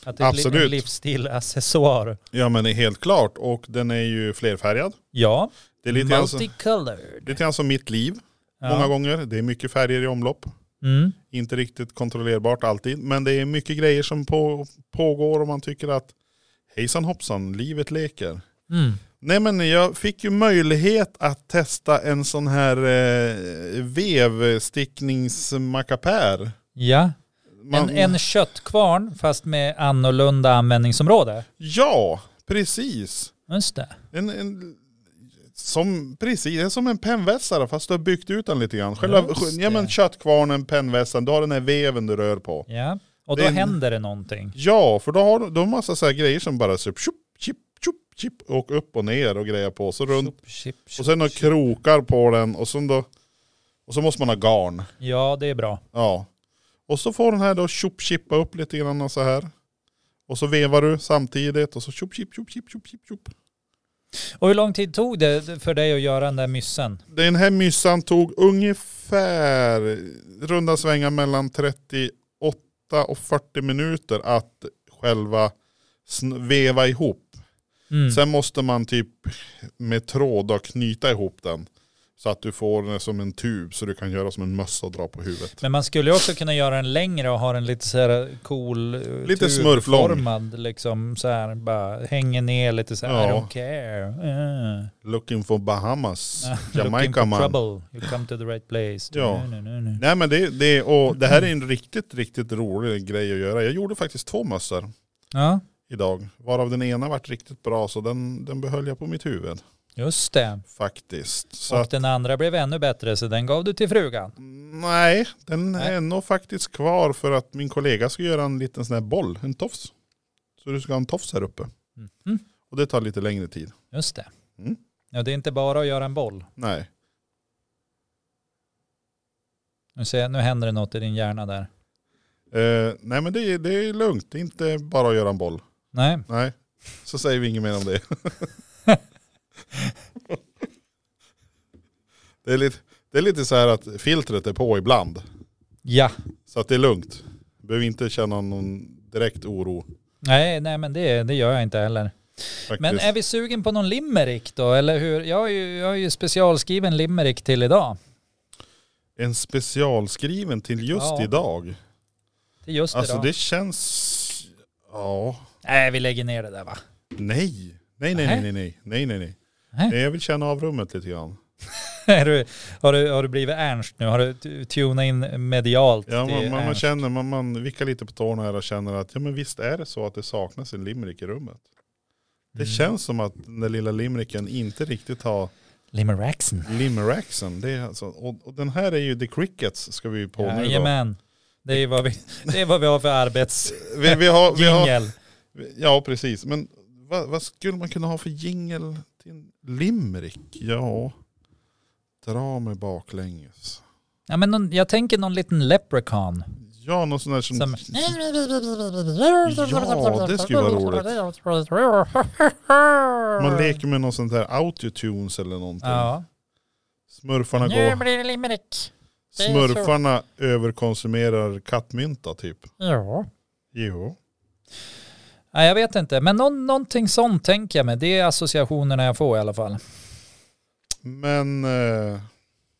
Speaker 2: Att det är
Speaker 1: Absolut.
Speaker 2: en livsstil-accessoar?
Speaker 1: Ja men det är helt klart och den är ju flerfärgad.
Speaker 2: Ja,
Speaker 1: Det är lite grann, så,
Speaker 2: multicolored.
Speaker 1: lite grann som mitt liv många
Speaker 2: ja.
Speaker 1: gånger. Det är mycket färger i omlopp.
Speaker 2: Mm.
Speaker 1: Inte riktigt kontrollerbart alltid men det är mycket grejer som på, pågår och man tycker att hejsan hoppsan, livet leker.
Speaker 2: Mm.
Speaker 1: Nej men jag fick ju möjlighet att testa en sån här eh, vevstickningsmackapär.
Speaker 2: Ja,
Speaker 1: Man-
Speaker 2: en, en köttkvarn fast med annorlunda användningsområde.
Speaker 1: Ja, precis.
Speaker 2: Just det.
Speaker 1: En, en, Som, precis, det är som en pennvässare fast du har byggt ut den lite grann. Själva,
Speaker 2: Just
Speaker 1: ja men
Speaker 2: det.
Speaker 1: köttkvarnen, pennvässaren, du har den här veven du rör på.
Speaker 2: Ja. Och
Speaker 1: Det
Speaker 2: då
Speaker 1: är en-
Speaker 2: händer det någonting.
Speaker 1: Ja, för då har de, de har massa så här grejer som bara så tjup, tjup, tjup, tjup, och upp och ner och grejer på. Så runt.
Speaker 2: Tjup, tjup, tjup,
Speaker 1: Och sen har
Speaker 2: tjup.
Speaker 1: krokar på den och sen då, och så måste man ha garn.
Speaker 2: Ja, det är bra.
Speaker 1: Ja. Och så får den här då tjopp chippa upp lite grann och så här. Och så vevar du samtidigt och så tjopp chip tjopp chip tjopp chip tjopp.
Speaker 2: Och hur lång tid tog det för dig att göra den där myssen?
Speaker 1: Den här myssan tog ungefär runda svängar mellan 38 och 40 minuter att själva sn- veva ihop.
Speaker 2: Mm.
Speaker 1: Sen måste man typ med tråd då knyta ihop den. Så att du får den som en tub så du kan göra som en mössa och dra på huvudet.
Speaker 2: Men man skulle ju också kunna göra den längre och ha den lite så här cool, eh,
Speaker 1: Lite
Speaker 2: turformad,
Speaker 1: smurflång.
Speaker 2: liksom så här, bara hänger ner lite så här,
Speaker 1: Ja.
Speaker 2: I don't care. Uh.
Speaker 1: Looking for Bahamas,
Speaker 2: Looking
Speaker 1: Jamaica
Speaker 2: for
Speaker 1: man.
Speaker 2: trouble, you come to the right place.
Speaker 1: Ja.
Speaker 2: Nu, nu, nu, nu.
Speaker 1: Nej men det, det, och det här är en riktigt, riktigt rolig grej att göra. Jag gjorde faktiskt två mössor
Speaker 2: ja,
Speaker 1: idag. Varav den ena vart riktigt bra så den, den behöll jag på mitt huvud.
Speaker 2: just det.
Speaker 1: Faktiskt. Så
Speaker 2: Och
Speaker 1: att,
Speaker 2: den andra blev ännu bättre så den gav du till frugan.
Speaker 1: nej, den
Speaker 2: Nej.
Speaker 1: är nog faktiskt kvar för att min kollega ska göra en liten sån här boll, en tofs. Så du ska ha en tofs här uppe.
Speaker 2: Mhm.
Speaker 1: Och det tar lite längre tid.
Speaker 2: Just det.
Speaker 1: Mm.
Speaker 2: Ja, det är inte bara att göra en boll.
Speaker 1: Nej.
Speaker 2: Nu, ser jag, nu händer det något i din hjärna där.
Speaker 1: Eh, nej men det, är- det är lugnt, det är inte bara att göra en boll.
Speaker 2: Nej,
Speaker 1: Nej, så säger vi inget mer om det. det, är lite, det är lite så här att filtret är på ibland.
Speaker 2: ja.
Speaker 1: Så att det är lugnt. Behöver inte känna någon direkt oro.
Speaker 2: Nej, nej men det, det gör jag inte heller.
Speaker 1: Faktiskt.
Speaker 2: Men är vi sugen på någon limerick då, eller hur? Jag har ju, jag har ju specialskriven limerick till idag.
Speaker 1: En specialskriven till just
Speaker 2: Ja,
Speaker 1: idag.
Speaker 2: Till just
Speaker 1: Alltså
Speaker 2: idag.
Speaker 1: det känns... Ja.
Speaker 2: Nej, vi lägger ner det där va?
Speaker 1: Nej. Nej nej
Speaker 2: Nej.
Speaker 1: nej nej nej. Nej nej nej.
Speaker 2: Nej.
Speaker 1: Nej, Jag vill känna av rummet lite grann.
Speaker 2: Är du, har, du, har du blivit Ernst nu? Har du t- tunat in medialt
Speaker 1: Ja, man,
Speaker 2: till
Speaker 1: man, man
Speaker 2: Ernst?
Speaker 1: känner, man, man vickar lite på tårna här och känner att ja men visst är det så att det saknas en limerick i rummet. Det
Speaker 2: Mm.
Speaker 1: känns som att den där lilla limericken inte riktigt har
Speaker 2: Limeraxen.
Speaker 1: limeraxen. Det är alltså, och, och den här är ju the crickets ska vi på nu då.
Speaker 2: Jajamän. Det är vad vi, det är vad vi har för arbetsjingel.
Speaker 1: Vi, vi har, vi har, ja precis, men vad, vad skulle man kunna ha för jingel till en limerick? Ja, dra mig baklänges.
Speaker 2: Ja, men någon, jag tänker någon liten leprechaun.
Speaker 1: Ja, någon sån där som...
Speaker 2: Som-
Speaker 1: Ja, det skulle vara roligt. Man leker med någon sån där autotunes eller någonting.
Speaker 2: Ja.
Speaker 1: Smurfarna
Speaker 4: Nu
Speaker 1: går...
Speaker 4: blir det limerick. det är så.
Speaker 1: Smurfarna överkonsumerar kattmynta typ.
Speaker 4: Ja.
Speaker 1: Jo.
Speaker 2: Nej, jag vet inte, men någon, någonting sånt tänker jag mig. Det är associationerna jag får i alla fall.
Speaker 1: Men... Eh,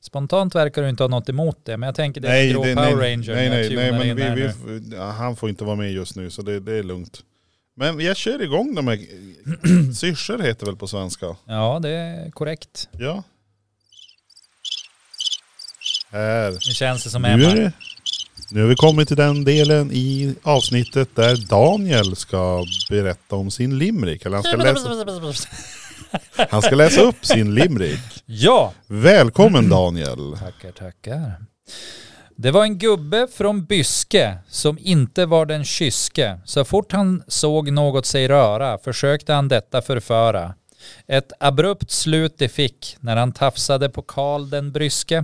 Speaker 2: Spontant verkar du inte ha något emot det, men jag tänker det är
Speaker 1: nej,
Speaker 2: en grå
Speaker 1: det,
Speaker 2: Power
Speaker 1: nej,
Speaker 2: Ranger
Speaker 1: nej,
Speaker 2: när
Speaker 1: nej,
Speaker 2: jag
Speaker 1: nej,
Speaker 2: tunar in här
Speaker 1: men vi,
Speaker 2: nu.
Speaker 1: vi, ja, han får inte vara med just nu så det, det är lugnt. Men jag kör igång de här... Syrsor heter väl på svenska?
Speaker 2: Ja, det är korrekt.
Speaker 1: Ja. Här.
Speaker 2: Nu känns det som
Speaker 1: Nu, är
Speaker 2: Emma.
Speaker 1: det, nu har vi kommit till den delen i avsnittet där Daniel ska berätta om sin limerick. Eller han ska läsa, han ska läsa upp sin limerick.
Speaker 2: Ja,
Speaker 1: Välkommen Daniel.
Speaker 2: tackar, tackar. Det var en gubbe från Byske som inte var den kyske. Så fort han såg något sig röra försökte han detta förföra. Ett abrupt slut det fick när han tafsade på Karl den bryske.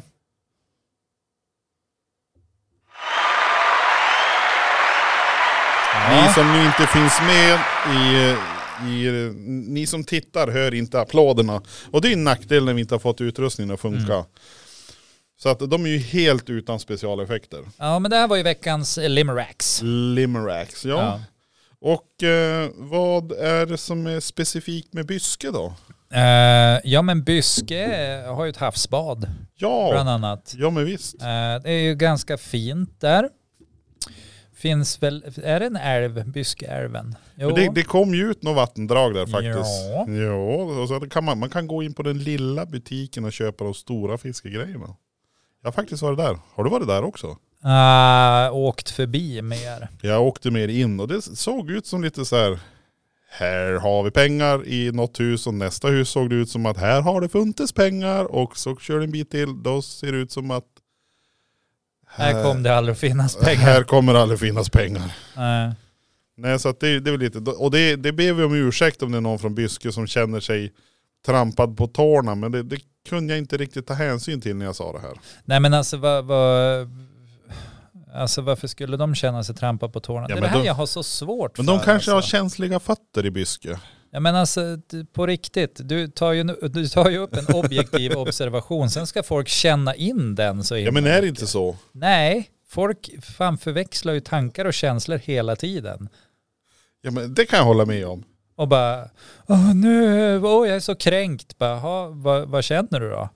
Speaker 1: Ni som nu inte finns med i, i... Ni som tittar hör inte applåderna. Och det är en nackdel när vi inte har fått utrustningen att funka.
Speaker 2: Mm.
Speaker 1: Så att de är ju helt utan specialeffekter.
Speaker 2: Ja, men det här var ju veckans eh, Limeracks.
Speaker 1: Limeracks, ja. Och eh, vad är det som är specifikt med Byske då?
Speaker 2: Eh, ja, men Byske eh, har ju ett havsbad bland
Speaker 1: Ja,
Speaker 2: annat.
Speaker 1: ja men visst.
Speaker 2: Eh, det är ju ganska fint där. Finns väl, är det en älv, Byskeälven? Jo,
Speaker 1: Men det, det kom ju ut något vattendrag där faktiskt.
Speaker 2: Ja.
Speaker 1: och så kan man, man kan gå in på den lilla butiken och köpa de stora fiskegrejerna. Jag har faktiskt varit där. Har du varit där också?
Speaker 2: Ah, åkt förbi mer.
Speaker 1: Jag åkte mer in och det såg ut som lite så här här har vi pengar i något hus och nästa hus såg det ut som att här har det funnits pengar och så kör det en bit till. Då ser det ut som att
Speaker 2: Här kom det aldrig att finnas
Speaker 1: här
Speaker 2: pengar.
Speaker 1: kommer det aldrig finnas pengar.
Speaker 2: Nej.
Speaker 1: Nej så att det, det är väl lite, och det, det ber vi om ursäkt om det är någon från Byske som känner sig trampad på tårna. Men det, det kunde jag inte riktigt ta hänsyn till när jag sa det här.
Speaker 2: Nej men alltså vad, vad, alltså varför skulle de känna sig trampa på tårna? det är
Speaker 1: men
Speaker 2: det här
Speaker 1: de-
Speaker 2: jag har så svårt
Speaker 1: Men de
Speaker 2: för.
Speaker 1: kanske har
Speaker 2: alltså.
Speaker 1: känsliga fötter i Byske.
Speaker 2: Ja men alltså d- på riktigt, du tar ju, du tar ju upp en objektiv observation, sen ska folk känna in den så
Speaker 1: Ja men är det inte så?
Speaker 2: Nej, folk fan förväxlar ju tankar och känslor hela tiden.
Speaker 1: Ja men det kan jag hålla med om.
Speaker 2: Och bara, åh nu, åh jag är så kränkt. Bara, "Ha, vad, vad känner du då?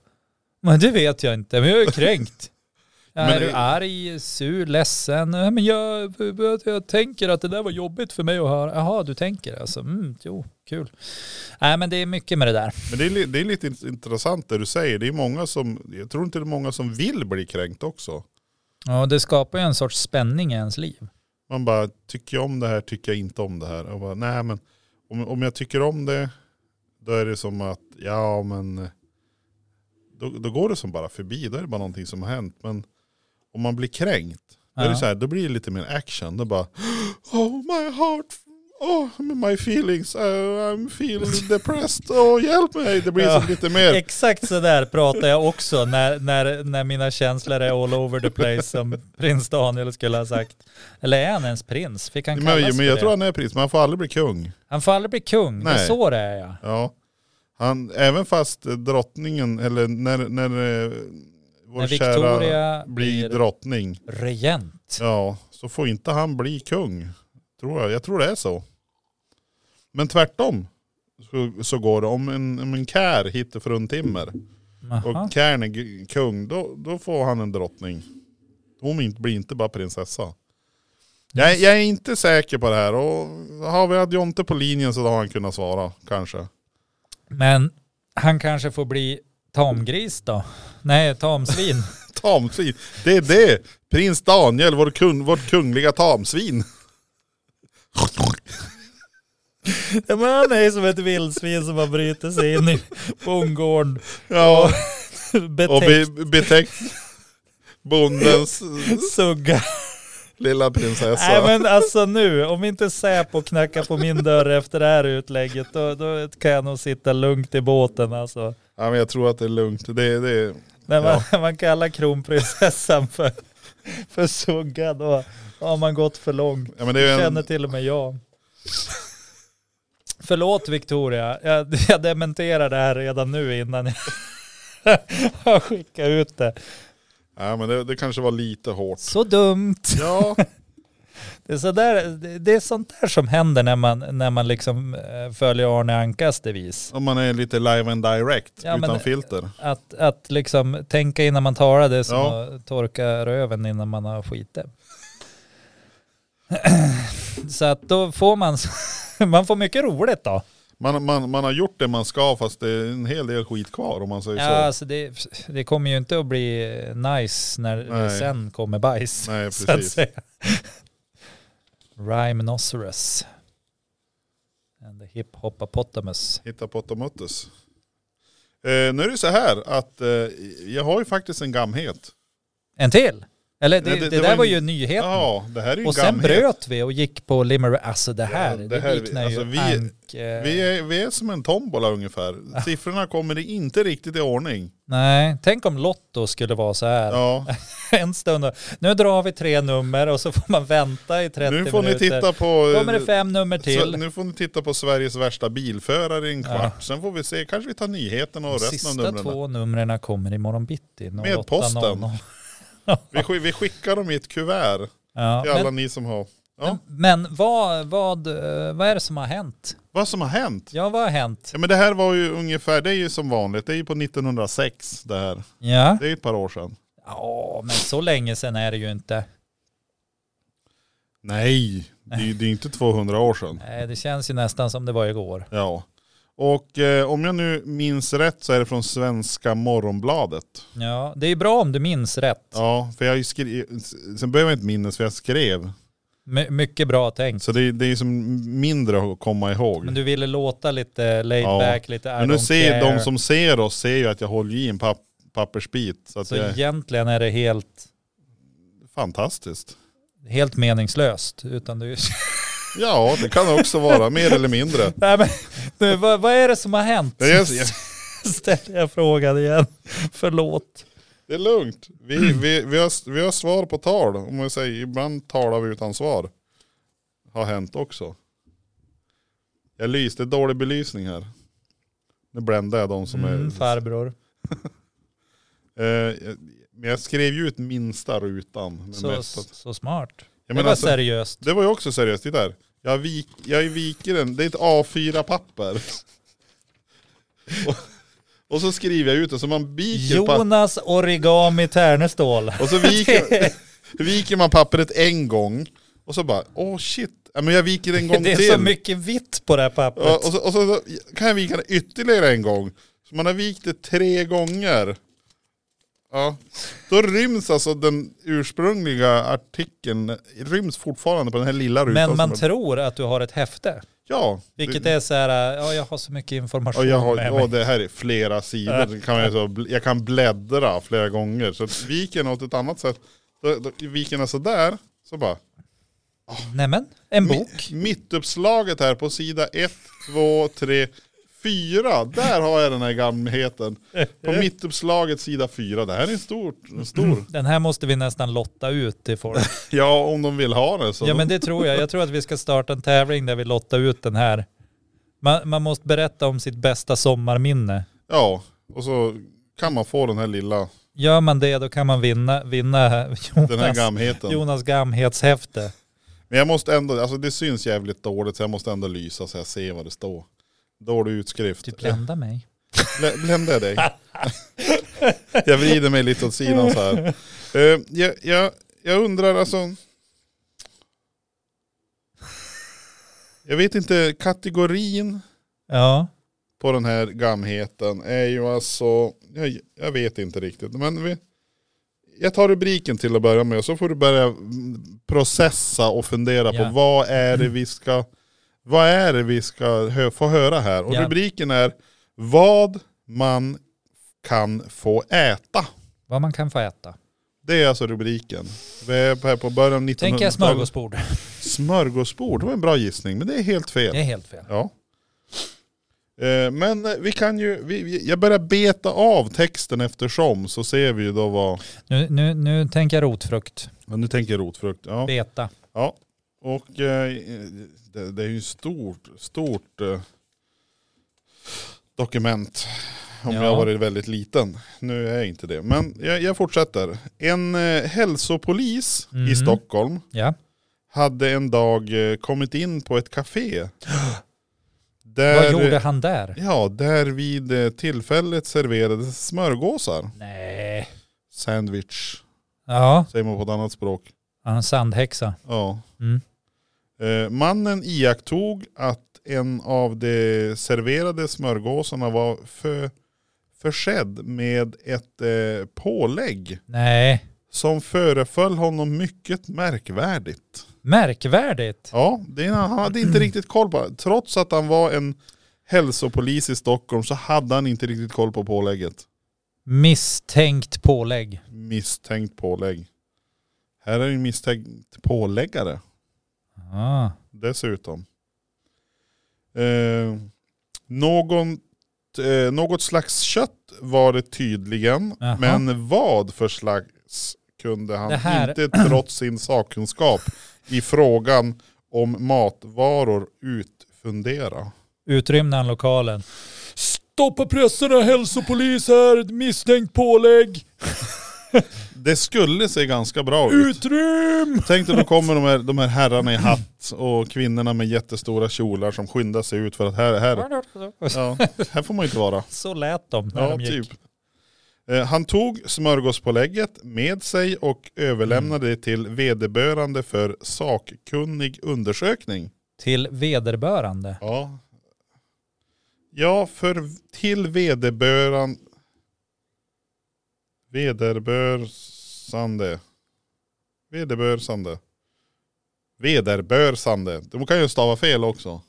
Speaker 2: Men det vet jag inte, men jag är kränkt. Ja,
Speaker 1: Men
Speaker 2: är du
Speaker 1: det-
Speaker 2: arg, sur, ledsen? "Nej, Men jag, jag, jag tänker att det där var jobbigt för mig att höra. Jaha, du tänker alltså. Mm, jo, kul. Nej, men det är mycket med det där.
Speaker 1: Men det är, li- det är lite int- intressant det du säger. Det är många som, jag tror inte det är många som vill bli kränkt också.
Speaker 2: Ja, det skapar ju en sorts spänning i ens liv.
Speaker 1: Man bara, tycker jag om det här, tycker jag inte om det här? Och bara, nej men om, om jag tycker om det, då är det som att, ja men, då, då går det som bara förbi, då är det bara någonting som har hänt. Men om man blir kränkt, då, är det
Speaker 2: Ja.
Speaker 1: så här, då blir det lite mer action. Då bara, oh my heart, oh my feelings, oh, I'm feeling depressed, oh hjälp mig. Det blir
Speaker 2: Ja.
Speaker 1: som lite mer,
Speaker 2: Exakt så där pratar jag också när, när, när mina känslor är all over the place som prins Daniel skulle ha sagt. Eller är han ens prins? Fick han kallas
Speaker 1: men,
Speaker 2: för
Speaker 1: men jag
Speaker 2: det?
Speaker 1: tror han är prins, man får aldrig bli kung.
Speaker 2: Han får aldrig bli kung, det är
Speaker 1: Nej.
Speaker 2: så det är ja.
Speaker 1: Ja. Han, även fast eh, drottningen, eller när, när eh, vår
Speaker 2: När Victoria
Speaker 1: kära
Speaker 2: blir-
Speaker 1: blir drottning,
Speaker 2: Regent.
Speaker 1: ja, så får inte han bli kung. Tror jag. Jag tror det är så. Men tvärtom så, så går det. Om en, om en kär hittar fruntimmer
Speaker 2: Jaha.
Speaker 1: och kärn är g- kung, då, då får han en drottning. Hon inte- blir inte bara prinsessa. Jag, jag är inte säker på det här och har vi adjunter på linjen så har han kunnat svara kanske.
Speaker 2: Men han kanske får bli tamgris då? Nej, tamsvin.
Speaker 1: Tamsvin. Det är det. Prins Daniel, vår kung, vårt kungliga tamsvin.
Speaker 2: ja, men han är ju som ett vildsvin som har brutit sig in i bondgården.
Speaker 1: Ja, och
Speaker 2: Betäckt,
Speaker 1: be, betäckt bondens
Speaker 2: sugga.
Speaker 1: lilla
Speaker 2: Nej
Speaker 1: prinsessa.
Speaker 2: men alltså nu, om inte Säpo knackar på min dörr efter det här utlägget, då, då kan jag nog sitta lugnt i båten alltså.
Speaker 1: Ja, men jag tror att det är lugnt. Det, det,
Speaker 2: När man, man kallar kronprinsessan för, för sugga, då har man gått för långt.
Speaker 1: ja, men det är
Speaker 2: Känner
Speaker 1: en,
Speaker 2: till och med jag. Förlåt Victoria, jag, jag dementerar det här redan nu innan jag har skickat ut det.
Speaker 1: ja, men det, det kanske var lite hårt.
Speaker 2: Så dumt.
Speaker 1: Ja,
Speaker 2: Det är, sådär, det- det är sånt där som händer när man, när man liksom eh, följer Arne Ankas devis.
Speaker 1: om man är lite live and direct
Speaker 2: Ja, men-
Speaker 1: utan filter.
Speaker 2: Att, att liksom tänka innan man talar det är som
Speaker 1: Ja.
Speaker 2: att torka röven innan man har skitit. Så att då får man, man får mycket roligt då.
Speaker 1: Man, man, man har gjort det man ska fast det är en hel del skit kvar om man säger
Speaker 2: Ja,
Speaker 1: så.
Speaker 2: alltså det, det kommer ju inte att bli nice när det
Speaker 1: Nej.
Speaker 2: sen kommer bajs.
Speaker 1: Nej,
Speaker 2: så att
Speaker 1: precis.
Speaker 2: säga. Rhinoceros. And the hip hoppopotamus.
Speaker 1: Hitta på Tomottus. Eh, nu är det så här att eh, jag har ju faktiskt en gamhet.
Speaker 2: En till? Eller det,
Speaker 1: Nej,
Speaker 2: det,
Speaker 1: det- det
Speaker 2: där
Speaker 1: var
Speaker 2: var
Speaker 1: en-
Speaker 2: ju nyheten.
Speaker 1: Ja, det här är ju en
Speaker 2: och sen
Speaker 1: gamhet.
Speaker 2: bröt vi och gick på Limerick. Alltså det här,
Speaker 1: det
Speaker 2: det,
Speaker 1: här-
Speaker 2: liknar
Speaker 1: alltså
Speaker 2: ju
Speaker 1: vi-
Speaker 2: ank... eh,
Speaker 1: Vi är, vi är som en tombola ungefär. Siffrorna kommer inte riktigt i ordning.
Speaker 2: Nej, tänk om Lotto skulle vara så här.
Speaker 1: Ja,
Speaker 2: En stund och, nu drar vi tre nummer och så får man vänta i 30
Speaker 1: nu får ni
Speaker 2: minuter.
Speaker 1: titta på... eh,
Speaker 2: Kommer det fem nummer
Speaker 1: Sve-
Speaker 2: till?
Speaker 1: Nu får ni titta på Sveriges värsta bilförare i en kvart. Sen får vi se, kanske vi tar nyheterna och
Speaker 2: De
Speaker 1: resten av
Speaker 2: sista
Speaker 1: numren.
Speaker 2: två numren kommer imorgon bitti.
Speaker 1: Med posten. Vi, sk- vi skickar dem i ett kuvert
Speaker 2: Ja,
Speaker 1: till alla
Speaker 2: men
Speaker 1: ni som har... Ja,
Speaker 2: men vad, vad, eh, vad är det som har hänt?
Speaker 1: vad som har hänt?
Speaker 2: Ja, vad har hänt?
Speaker 1: Ja men det här var ju ungefär, det är ju som vanligt, det är ju på 1906 det här.
Speaker 2: Ja,
Speaker 1: Det är ju ett par år sedan.
Speaker 2: ja men så länge sedan är det ju inte.
Speaker 1: Nej, det är ju det är inte 200 år sedan.
Speaker 2: Nej, det känns ju nästan som det var igår.
Speaker 1: Ja. Och eh, om jag nu minns rätt så är det från Svenska Morgonbladet.
Speaker 2: Ja, det är ju bra om du minns rätt.
Speaker 1: Ja, för jag skrev, sen behöver jag inte minnas för jag skrev.
Speaker 2: My- mycket bra tänkt.
Speaker 1: Så det, det är som mindre att komma ihåg.
Speaker 2: Men
Speaker 1: Men,
Speaker 2: du ville låta lite laid
Speaker 1: Ja.
Speaker 2: back, lite I
Speaker 1: nu
Speaker 2: don't
Speaker 1: ser
Speaker 2: care.
Speaker 1: de som ser oss ser ju att jag håller i en papp, pappersbit. Så att
Speaker 2: Så
Speaker 1: det är
Speaker 2: egentligen är det helt,
Speaker 1: fantastiskt.
Speaker 2: helt meningslöst. Utan du...
Speaker 1: Ja det kan också vara, mer eller mindre.
Speaker 2: Nej, men, nu, vad, vad är det som har hänt?
Speaker 1: Ja, jag- jag-
Speaker 2: Ställer jag frågan igen. Förlåt.
Speaker 1: Det är lugnt. Vi, vi, vi, har, vi har svar på tal. Om jag säger, ibland talar vi utan svar. Har hänt också. Jag lyste, dålig belysning här. Nu bländar jag de som
Speaker 2: Mm,
Speaker 1: är...
Speaker 2: farbror.
Speaker 1: Eh, jag- men jag skrev ju ut minsta rutan. Men
Speaker 2: Så,
Speaker 1: mest att,
Speaker 2: så smart.
Speaker 1: jag
Speaker 2: det
Speaker 1: menar
Speaker 2: var
Speaker 1: alltså,
Speaker 2: seriöst.
Speaker 1: det var ju också seriöst, titta här. Jag, vik, jag viker den, det är ett A4-papper. och, och så skriver jag ut det, så man viker pa-
Speaker 2: Jonas Origami Tärnestål.
Speaker 1: Och så viker, viker man pappret en gång och så bara, åh oh shit, ja, men jag viker en gång
Speaker 2: Det är
Speaker 1: till.
Speaker 2: så mycket vitt på det här pappret.
Speaker 1: Ja, och, så, och så, så kan jag vika det ytterligare en gång. Så man har vikt det tre gånger. Ja. Då ryms alltså den ursprungliga artikeln, ryms fortfarande på den här lilla rutan.
Speaker 2: Men
Speaker 1: som
Speaker 2: man
Speaker 1: är-
Speaker 2: tror att du har ett häfte.
Speaker 1: Ja.
Speaker 2: Vilket
Speaker 1: det,
Speaker 2: är så här, ja jag har så mycket information
Speaker 1: och jag har,
Speaker 2: med
Speaker 1: och
Speaker 2: mig.
Speaker 1: det här är flera sidor. Det Kan jag, så, jag kan bläddra flera gånger. Så att viker jag åt ett annat sätt, då, då, viker jag sådär, så bara
Speaker 2: Nämen, en
Speaker 1: Mi-
Speaker 2: bok.
Speaker 1: Mittuppslaget här på sida 1, 2, 3, 4. Där har jag den här gammelheten. På mittuppslaget sida 4. Det här är en stor. En stor.
Speaker 2: Den här måste vi nästan lotta ut till folk.
Speaker 1: Ja, om de vill ha det. Så
Speaker 2: Ja
Speaker 1: de-
Speaker 2: men det tror jag. Jag tror att vi ska starta en tävling där vi lottar ut den här. Man, man måste berätta om sitt bästa sommarminne.
Speaker 1: ja, och så kan man få den här lilla,
Speaker 2: Gör man det då kan man vinna, vinna
Speaker 1: den här
Speaker 2: Jonas,
Speaker 1: gammelheten.
Speaker 2: Jonas Gamhetshäfte.
Speaker 1: Men jag måste ändå, alltså det syns jävligt dåligt så jag måste ändå lysa så jag ser vad det står. Dålig utskrift.
Speaker 2: Du bländar mig.
Speaker 1: Blä- Bländar jag dig? jag vrider mig lite åt sidan så här. Eh, jag, jag, jag undrar alltså. Jag vet inte, kategorin
Speaker 2: Ja,
Speaker 1: på den här gamheten är ju alltså, jag, jag vet inte riktigt. Men vi, jag tar rubriken till att börja med så får du börja mm, processa och fundera
Speaker 2: Ja. Mm.
Speaker 1: på vad är det vi ska, vad är det vi ska hö, få höra här. Och
Speaker 2: Ja.
Speaker 1: rubriken är vad man kan få äta.
Speaker 2: vad man kan få äta.
Speaker 1: Det är alltså rubriken. Vi är här på början av 1900-talet.
Speaker 2: Tänk er smörgåsbord.
Speaker 1: Smörgåsbord, det var en bra gissning men det är helt fel.
Speaker 2: Det är helt fel.
Speaker 1: Ja. Eh, Men eh, vi kan ju, vi, vi, jag börjar beta av texten eftersom så ser vi ju då vad,
Speaker 2: Nu, nu, nu tänker jag rotfrukt.
Speaker 1: men nu tänker jag rotfrukt. Ja.
Speaker 2: Beta.
Speaker 1: ja. Och eh, det, det är ju stort, stort eh, dokument. Om
Speaker 2: Ja.
Speaker 1: jag har varit väldigt liten. Nu är jag inte det. Men jag, jag fortsätter. En eh, hälsopolis i
Speaker 2: Mm.
Speaker 1: Stockholm
Speaker 2: Ja.
Speaker 1: hade en dag eh, kommit in på ett café. Där,
Speaker 2: Vad gjorde han där?
Speaker 1: Ja, där vid eh, tillfället serverades smörgåsar.
Speaker 2: Nej.
Speaker 1: Sandwich,
Speaker 2: Ja,
Speaker 1: säger man på ett annat språk.
Speaker 2: en sandhäxa.
Speaker 1: Ja.
Speaker 2: Mm.
Speaker 1: Eh, mannen iakttog att en av de serverade smörgåsarna var för, försedd med ett eh, pålägg
Speaker 2: Nej.
Speaker 1: som föreföll honom mycket märkvärdigt.
Speaker 2: Märkvärdigt.
Speaker 1: Ja, det, är- han hade inte riktigt koll på det. Trots att han var en hälsopolis i Stockholm så hade han inte riktigt koll på pålägget.
Speaker 2: Misstänkt pålägg.
Speaker 1: misstänkt pålägg. Här är en misstänkt påläggare
Speaker 2: Ah.
Speaker 1: dessutom. Eh, någon, eh, något slags kött var det tydligen,
Speaker 2: Jaha.
Speaker 1: men vad för slags kunde han
Speaker 2: Det här-
Speaker 1: inte trots sin sakkunskap i frågan om matvaror utfundera.
Speaker 2: Utrymde han lokalen. Stoppa pressarna hälsopolis här, misstänkt pålägg.
Speaker 1: Det skulle se ganska bra ut.
Speaker 2: Utrym!
Speaker 1: Tänk dig då kommer de här, de här herrarna i hatt och kvinnorna med jättestora kjolar som skyndar sig ut för att här, här, ja, här får man ju inte vara.
Speaker 2: Så lät de när
Speaker 1: Ja,
Speaker 2: de gick.
Speaker 1: typ. Eh, Han tog smörgåspålägget med sig och överlämnade det till vederbörande för sakkunnig undersökning.
Speaker 2: Till vederbörande.
Speaker 1: Ja, ja för till vederbörande... Vederbörsande. Vederbörsande. Vederbörsande. De kan ju stava fel också.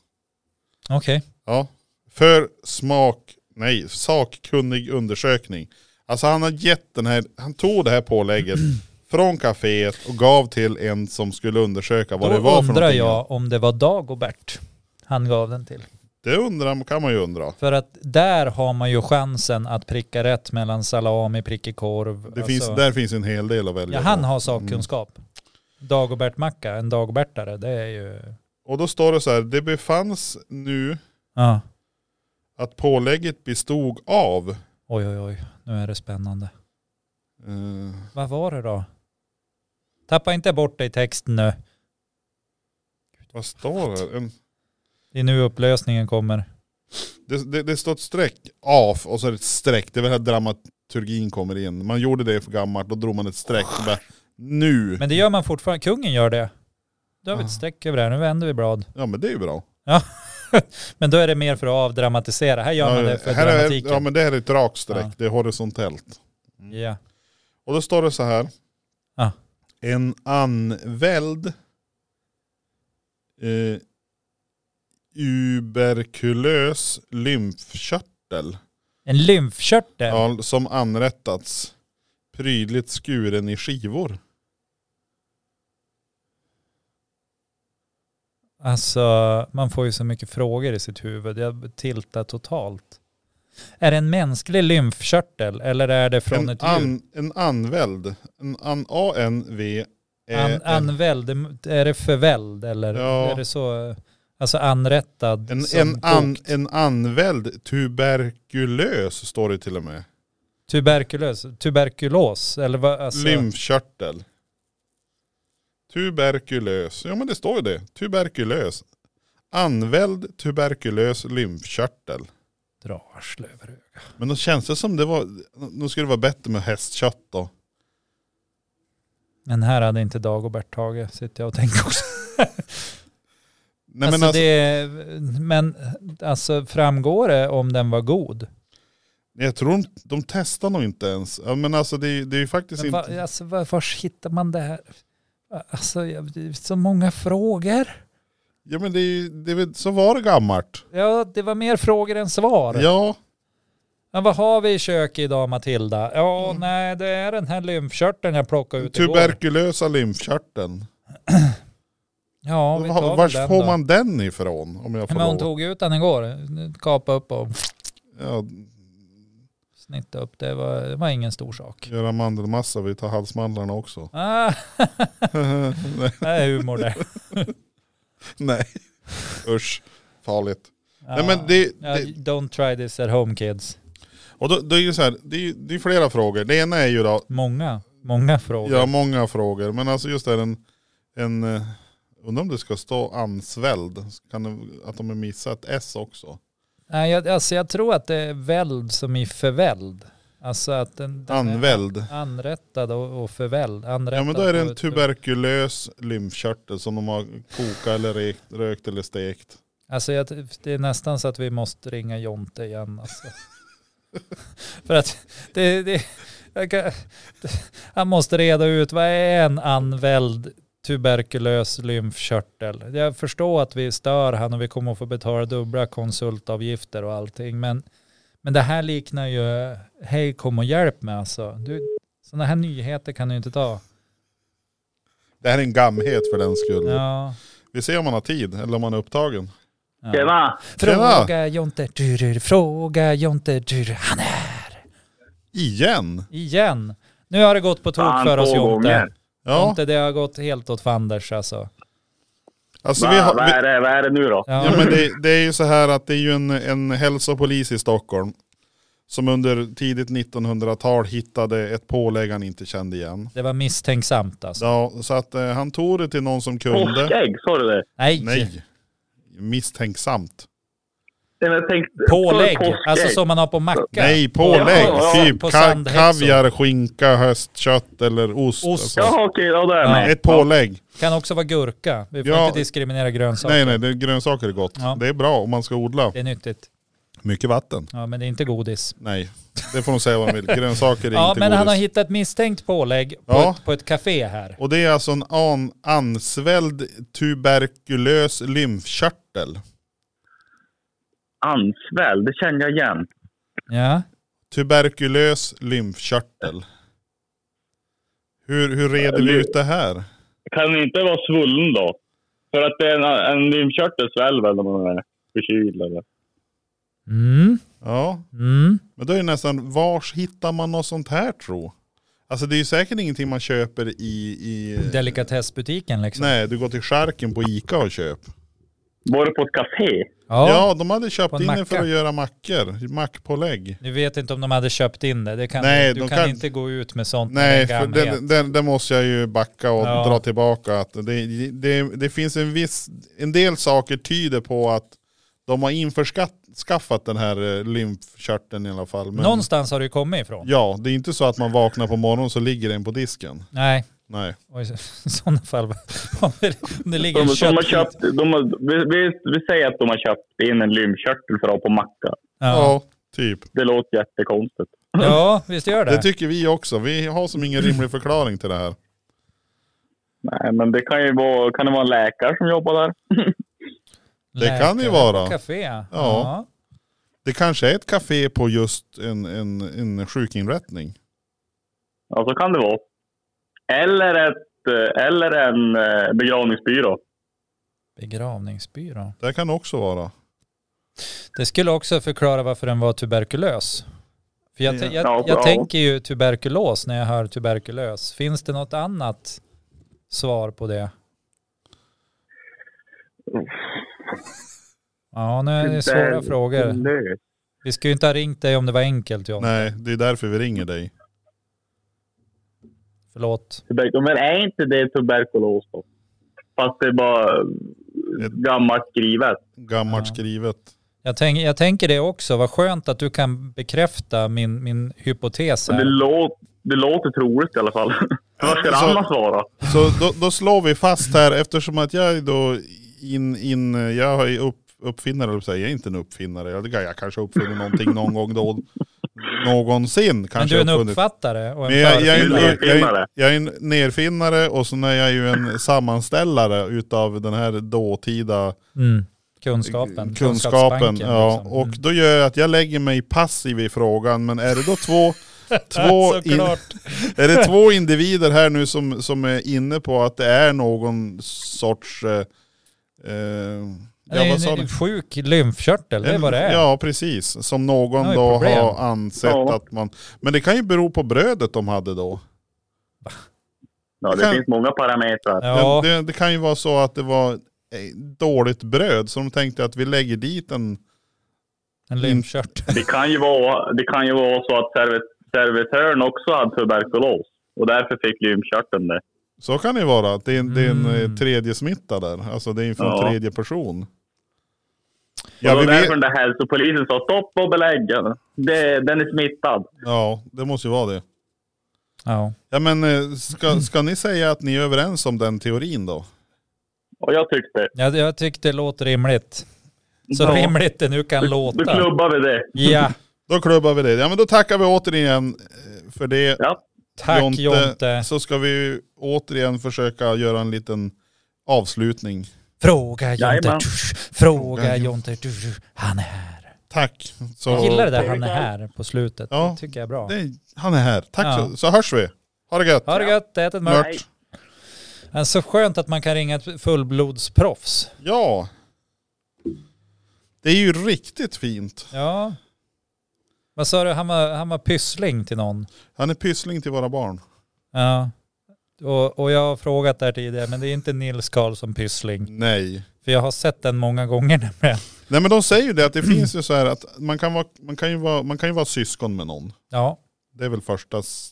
Speaker 2: Okej.
Speaker 1: Ja. För smak, nej, sakkunnig undersökning. Alltså han har gett den här, han tog det här pålägget från kaféet och gav till en som skulle undersöka vad det
Speaker 2: Då
Speaker 1: var för
Speaker 2: undrar
Speaker 1: någonting.
Speaker 2: jag om det var Dagobert han gav den till.
Speaker 1: Det undrar, kan man ju undra.
Speaker 2: För att där har man ju chansen att pricka rätt mellan salami, prickig korv.
Speaker 1: Det finns, där liksom. finns en hel del att välja
Speaker 2: Alltså- ja, han
Speaker 1: på. Mm.
Speaker 2: har sakkunskap. Dagobertmacka, en dagobertare, det är ju...
Speaker 1: Och då står det så här, det befanns nu
Speaker 2: Ja.
Speaker 1: att pålägget bestod av
Speaker 2: Oj, oj, oj. Nu är det spännande.
Speaker 1: eh,
Speaker 2: Vad var det då? Tappa inte bort dig i texten nu.
Speaker 1: Vad står det? En,
Speaker 2: Det är nu upplösningen kommer.
Speaker 1: det, det? Det står ett streck, af, och så är det ett streck. Det är väl här dramaturgin kommer in. Man gjorde det för gammalt, då drog man ett streck. Och bara, nu!
Speaker 2: Men det gör man fortfarande. Kungen gör det. Då har vi ett streck över det här. Nu vänder vi blad.
Speaker 1: Ja men det är ju bra.
Speaker 2: Men då är det mer för att avdramatisera. Här gör man det för
Speaker 1: här är,
Speaker 2: dramatiken.
Speaker 1: ja men det här är ett rakt streck,
Speaker 2: Ja.
Speaker 1: det är horisontellt.
Speaker 2: ja.
Speaker 1: Och då står det så här.
Speaker 2: Ja.
Speaker 1: En anväld eh, uberkulös lymfkörtel
Speaker 2: En lymfkörtel.
Speaker 1: ja, som anrättats prydligt skuren i skivor.
Speaker 2: Alltså, man får ju så mycket frågor i sitt huvud. Jag tiltar totalt. Är det en mänsklig lymfkörtel eller är det från
Speaker 1: en,
Speaker 2: ett djur?
Speaker 1: an, en anväld. En an, A-N-V. eh,
Speaker 2: An,
Speaker 1: en-
Speaker 2: anväld, är det förväld eller
Speaker 1: Ja.
Speaker 2: är det så? Alltså anrättad
Speaker 1: en,
Speaker 2: som
Speaker 1: en, an,
Speaker 2: kokt?
Speaker 1: en anväld tuberkulös står det till och med.
Speaker 2: Tuberkulos, tuberkulos eller vad? Alltså,
Speaker 1: Lymfkörtel. Tuberkulös. Ja men det står ju det. Tuberkulös. Anväld tuberkulös lymfkörtel.
Speaker 2: Dra arslet över ögat.
Speaker 1: Men då känns det som det var, nu skulle det vara bättre med hästkött då.
Speaker 2: Men här hade inte Dagobert tagit, sitter jag och tänker också.
Speaker 1: Nej
Speaker 2: alltså,
Speaker 1: men alltså,
Speaker 2: det, men alltså framgår det om den var god?
Speaker 1: jag tror inte- de testar nog inte ens. Ja, Men alltså det, är- det är ju faktiskt
Speaker 2: Men
Speaker 1: inte.
Speaker 2: va, alltså, var, var hittar man det här? Alltså, jag, det är så många frågor.
Speaker 1: Ja men det är ju, det är väl, så var det gammalt.
Speaker 2: Ja, det var mer frågor än svar.
Speaker 1: Ja.
Speaker 2: Men vad har vi i köket idag Matilda? Ja,
Speaker 1: Mm.
Speaker 2: nej det är den här lymfkörteln jag plockade ut igår.
Speaker 1: Tuberkulösa lymfkörteln.
Speaker 2: Ja, vi tar väl
Speaker 1: Var
Speaker 2: den
Speaker 1: får
Speaker 2: då.
Speaker 1: man den ifrån? Om jag får
Speaker 2: Men hon
Speaker 1: lov?
Speaker 2: tog ut den igår. Kapade upp och
Speaker 1: Ja,
Speaker 2: snittade upp. Det var, det var ingen stor sak.
Speaker 1: göra mandelmassa, vi tar halsmandlarna också.
Speaker 2: Ah,
Speaker 1: Nej,
Speaker 2: det är humor det.
Speaker 1: Nej, usch. Farligt.
Speaker 2: Ja.
Speaker 1: Nej men det,
Speaker 2: Ja,
Speaker 1: det
Speaker 2: Don't try this at home kids.
Speaker 1: och då, då är det så här, det är, det är flera frågor. Det ena är ju då,
Speaker 2: Många, många frågor.
Speaker 1: ja många frågor, men alltså just det här, en, en eh, undrar om det ska stå ansväld, kan det, att de har missat ett S också.
Speaker 2: Nej, jag, alltså, jag tror att det är väld som i förväld. Alltså att den, den är
Speaker 1: Anväld.
Speaker 2: anrättad och, och förväld. Anrättad
Speaker 1: Ja men då är det
Speaker 2: och-
Speaker 1: en tuberkulös lymfkörtel som de har kokat eller rekt, rökt eller stekt.
Speaker 2: Alltså jag, det är nästan så att vi måste ringa Jonte igen. Alltså. För att det, det, jag kan, han måste reda ut vad är en anväld tuberkulös lymfkörtel. Jag förstår att vi stör han och vi kommer att få betala dubbla konsultavgifter och allting. Men, men det här liknar ju hej kom och hjälp med alltså. Du, sådana här nyheter kan du inte ta.
Speaker 1: Det här är en gamhet för den skull.
Speaker 2: Ja.
Speaker 1: Vi ser om man har tid eller om man är upptagen.
Speaker 2: ja.
Speaker 3: Tjena!
Speaker 2: Fråga Jonte, du, du, fråga Jonte, du, du, han är
Speaker 1: Igen?
Speaker 2: Igen. Nu har det gått på tok
Speaker 3: Fan,
Speaker 2: för oss
Speaker 3: två
Speaker 2: Jonte.
Speaker 3: gånger.
Speaker 1: Ja,
Speaker 2: Jonte, det har gått helt åt fanders alltså.
Speaker 1: alltså
Speaker 3: Va,
Speaker 1: vi har,
Speaker 3: vad,
Speaker 1: vi,
Speaker 3: är det, vad är det nu då?
Speaker 2: Ja.
Speaker 1: Ja men det, det är ju så här att det är ju en, en hälsopolis i Stockholm som under tidigt 1900-tal hittade ett pålägg han inte kände igen.
Speaker 2: Det var misstänksamt alltså.
Speaker 1: Ja, så att eh, han tog det till någon som kunde.
Speaker 3: Påskägg, sa du det?
Speaker 2: Nej.
Speaker 1: Nej, misstänksamt.
Speaker 3: Nej, men Jag tänkte,
Speaker 2: Pålägg,
Speaker 3: påskägg.
Speaker 2: alltså som man har på macka.
Speaker 1: Nej, pålägg.
Speaker 3: Ja, ja,
Speaker 1: typ
Speaker 2: på
Speaker 1: ka-
Speaker 2: sandhäxor.
Speaker 1: kaviar, skinka, höstkött eller ost.
Speaker 2: Ost.
Speaker 1: Alltså.
Speaker 3: Jaha okej, ja, då är jag
Speaker 2: Ja.
Speaker 3: med.
Speaker 1: Ett pålägg.
Speaker 2: Kan också vara gurka. Vi får
Speaker 1: Ja.
Speaker 2: inte diskriminera
Speaker 1: Nej,
Speaker 2: grönsaker.
Speaker 1: nej, det, grönsaker är gott.
Speaker 2: Ja. Eh.
Speaker 1: Det är bra om man ska odla.
Speaker 2: Det är nyttigt.
Speaker 1: mycket vatten.
Speaker 2: Ja men det är inte godis.
Speaker 1: Nej, det får de säga vad de vill. Grönsaker är
Speaker 2: Ja
Speaker 1: inte
Speaker 2: men han har
Speaker 1: godis.
Speaker 2: hittat misstänkt pålägg på,
Speaker 1: Ja.
Speaker 2: ett, på ett café här.
Speaker 1: Och det är alltså en an, ansvälld tuberkulös lymfkörtel.
Speaker 3: Ansväll, det känner jag igen.
Speaker 2: Ja.
Speaker 1: Tuberkulös lymfkörtel. Hur, hur reder vi ut det här?
Speaker 5: Kan det inte vara svullen då? För att det är en, en lymfkörtel sväller väl om man är förkyld eller?
Speaker 2: Mm.
Speaker 1: Ja,
Speaker 2: Mm.
Speaker 1: men då är det nästan, vars hittar man något sånt här tro? Alltså det är ju säkert ingenting man köper i... i
Speaker 2: Delikatessbutiken liksom.
Speaker 1: nej, du går till skärken på Ica och köp.
Speaker 3: Var du på ett café?
Speaker 2: Ja.
Speaker 1: Ja, de hade köpt
Speaker 2: på en
Speaker 1: in
Speaker 2: macka.
Speaker 1: det för att göra mackor. Mackpålägg.
Speaker 2: Nu vet inte om de hade köpt in det. det kan,
Speaker 1: Nej,
Speaker 2: du
Speaker 1: de
Speaker 2: kan,
Speaker 1: kan-
Speaker 2: inte gå ut med sånt
Speaker 1: Nej,
Speaker 2: med en
Speaker 1: för
Speaker 2: gamhet.
Speaker 1: den, den, den måste jag ju backa och
Speaker 2: Ja.
Speaker 1: dra tillbaka. Att det, det, det finns en viss, en del saker tyder på att de har införskaffat den här eh, lymfkörteln i alla fall. Men
Speaker 2: Någonstans har det ju kommit ifrån.
Speaker 1: Ja, det är inte så att man vaknar på morgonen så ligger den på disken.
Speaker 2: Nej,
Speaker 1: Nej.
Speaker 2: och i sådana fall om det, om det ligger
Speaker 3: De,
Speaker 2: en
Speaker 3: de har
Speaker 2: kött...
Speaker 3: köpt, de har, vi, vi, vi säger att de har köpt in en lymfkörtel för att ha på macka.
Speaker 2: Ja.
Speaker 1: Ja, typ.
Speaker 3: Det låter jättekonstigt.
Speaker 2: ja, visst gör det.
Speaker 1: Det tycker vi också. Vi har som ingen rimlig förklaring till det här.
Speaker 3: Nej, men det kan ju vara, kan det vara en läkare som jobbar där?
Speaker 1: det kan det ju
Speaker 2: Läkare på
Speaker 1: vara.
Speaker 2: Café. Ja.
Speaker 1: Det kanske är ett café på just en, en, en sjukinrättning.
Speaker 3: Ja, så kan det vara. Eller, ett, eh, eller en eh, begravningsbyrå.
Speaker 2: Begravningsbyrå.
Speaker 1: Det kan också vara.
Speaker 2: Det skulle också förklara varför den var tuberkulös. För jag, jag,
Speaker 3: Ja,
Speaker 2: jag
Speaker 3: ja.
Speaker 2: tänker ju tuberkulos när jag hör tuberkulös. Finns det något annat svar på det? Ja, nu är det svåra frågor.
Speaker 3: Tuberkulos.
Speaker 2: Vi skulle ju inte ha ringt dig om det var enkelt John.
Speaker 1: Nej, det är därför vi ringer dig.
Speaker 2: Förlåt.
Speaker 3: Tuberkulos. Men är inte det tuberkulos då? Fast det är bara eh, gammalt skrivet.
Speaker 1: Gammalt
Speaker 2: Ja.
Speaker 1: skrivet.
Speaker 2: Jag, tänk, jag tänker det också. Vad skönt att du kan bekräfta min, min hypotes
Speaker 3: Det,
Speaker 2: här.
Speaker 3: låt, det låter troligt i alla fall. Vad ska det
Speaker 1: Så-
Speaker 3: annars vara?
Speaker 1: Så då, då slår vi fast här eftersom att jag är då in, in jag är upp, uppfinnare, eller säger jag är inte en uppfinnare. Jag, jag kanske uppfinner någonting någon gång då. Någonsin
Speaker 2: Men
Speaker 1: kanske
Speaker 2: du är en
Speaker 1: jag uppfunnit.
Speaker 2: uppfattare och
Speaker 1: Men
Speaker 2: en
Speaker 1: jag, jag, är en,
Speaker 2: författare.
Speaker 1: jag, jag,
Speaker 3: Nerfinnare.
Speaker 1: jag är en nerfinnare och så är jag ju en sammanställare utav den här dåtida
Speaker 2: Mm. Kunskapen.
Speaker 1: kunskapen.
Speaker 2: Kunskapsbanken,
Speaker 1: Ja,
Speaker 2: liksom.
Speaker 1: och då gör jag att jag lägger mig passiv i frågan. Men är det då två, två, in,
Speaker 2: Såklart.
Speaker 1: är det två individer här nu som, som är inne på att det är någon sorts... Eh, eh, ja,
Speaker 2: Nej,
Speaker 1: vad sa
Speaker 2: en
Speaker 1: du?
Speaker 2: sjuk lymfkörtel, det är vad det är.
Speaker 1: Ja, precis. Som någon
Speaker 2: Ja, det är
Speaker 1: då
Speaker 2: problem.
Speaker 1: har ansett
Speaker 3: Ja.
Speaker 1: att man... Men det kan ju bero på brödet de hade då.
Speaker 3: Ja, det
Speaker 1: Kan-
Speaker 3: finns många parametrar.
Speaker 2: Ja,
Speaker 1: Det, det, det kan ju vara så att det var eh, dåligt bröd, så de tänkte att vi lägger dit en...
Speaker 2: en lymfkörtel.
Speaker 3: Det kan ju vara, det kan ju vara så att servet, servitören också hade tuberkulos. Och därför fick lymfkörteln det.
Speaker 1: Så kan det ju vara, att det är, en- det är en
Speaker 2: Mm.
Speaker 1: eh, tredje smitta där. Alltså det är från
Speaker 3: Ja.
Speaker 1: tredje person.
Speaker 3: Ja,
Speaker 1: Ja,
Speaker 3: det
Speaker 1: vi
Speaker 3: var därför
Speaker 1: vet,
Speaker 3: den där hälsopolisen sa stopp och belägg. Det, den är smittad.
Speaker 1: ja, det måste ju vara det.
Speaker 2: Ja.
Speaker 1: Ja men eh, ska, ska ni säga att ni är överens om den teorin då?
Speaker 3: Och jag tyckte,
Speaker 2: Jag, jag tyckte det låter rimligt. Så
Speaker 3: Ja.
Speaker 2: rimligt det nu kan
Speaker 3: då
Speaker 2: låta.
Speaker 3: klubbar vi det.
Speaker 2: Ja,
Speaker 1: Då klubbar vi det. Ja men då tackar vi återigen eh, för det
Speaker 3: Ja,
Speaker 2: tack Jonte.
Speaker 1: Så ska vi återigen försöka göra en liten avslutning.
Speaker 2: Fråga Jonte.
Speaker 3: Jajamän.
Speaker 2: Fråga Jonte. Han är här.
Speaker 1: Tack. Så,
Speaker 2: Jag gillar det där han är här på slutet.
Speaker 1: Ja.
Speaker 2: Det tycker jag är bra.
Speaker 1: Det- han är här. Tack
Speaker 2: Ja.
Speaker 1: så, så hörs vi. Ha det gött.
Speaker 2: Ha det gött, ät ett mört.
Speaker 1: Mört.
Speaker 2: Så skönt att man kan ringa ett fullblodsproffs.
Speaker 1: Ja. Det är ju riktigt fint.
Speaker 2: Ja. Vad sa du, han var, han var pyssling till någon?
Speaker 1: Han är pyssling till våra barn.
Speaker 2: Ja. Och, och jag har frågat där tidigare, men det är inte Nils Karlsson Pyssling.
Speaker 1: Nej.
Speaker 2: För jag har sett den många gånger nämligen.
Speaker 1: Nej men de säger ju det att det finns ju så här att man kan, vara, man, kan ju vara, man kan ju vara syskon med någon.
Speaker 2: Ja,
Speaker 1: Det är väl första... s-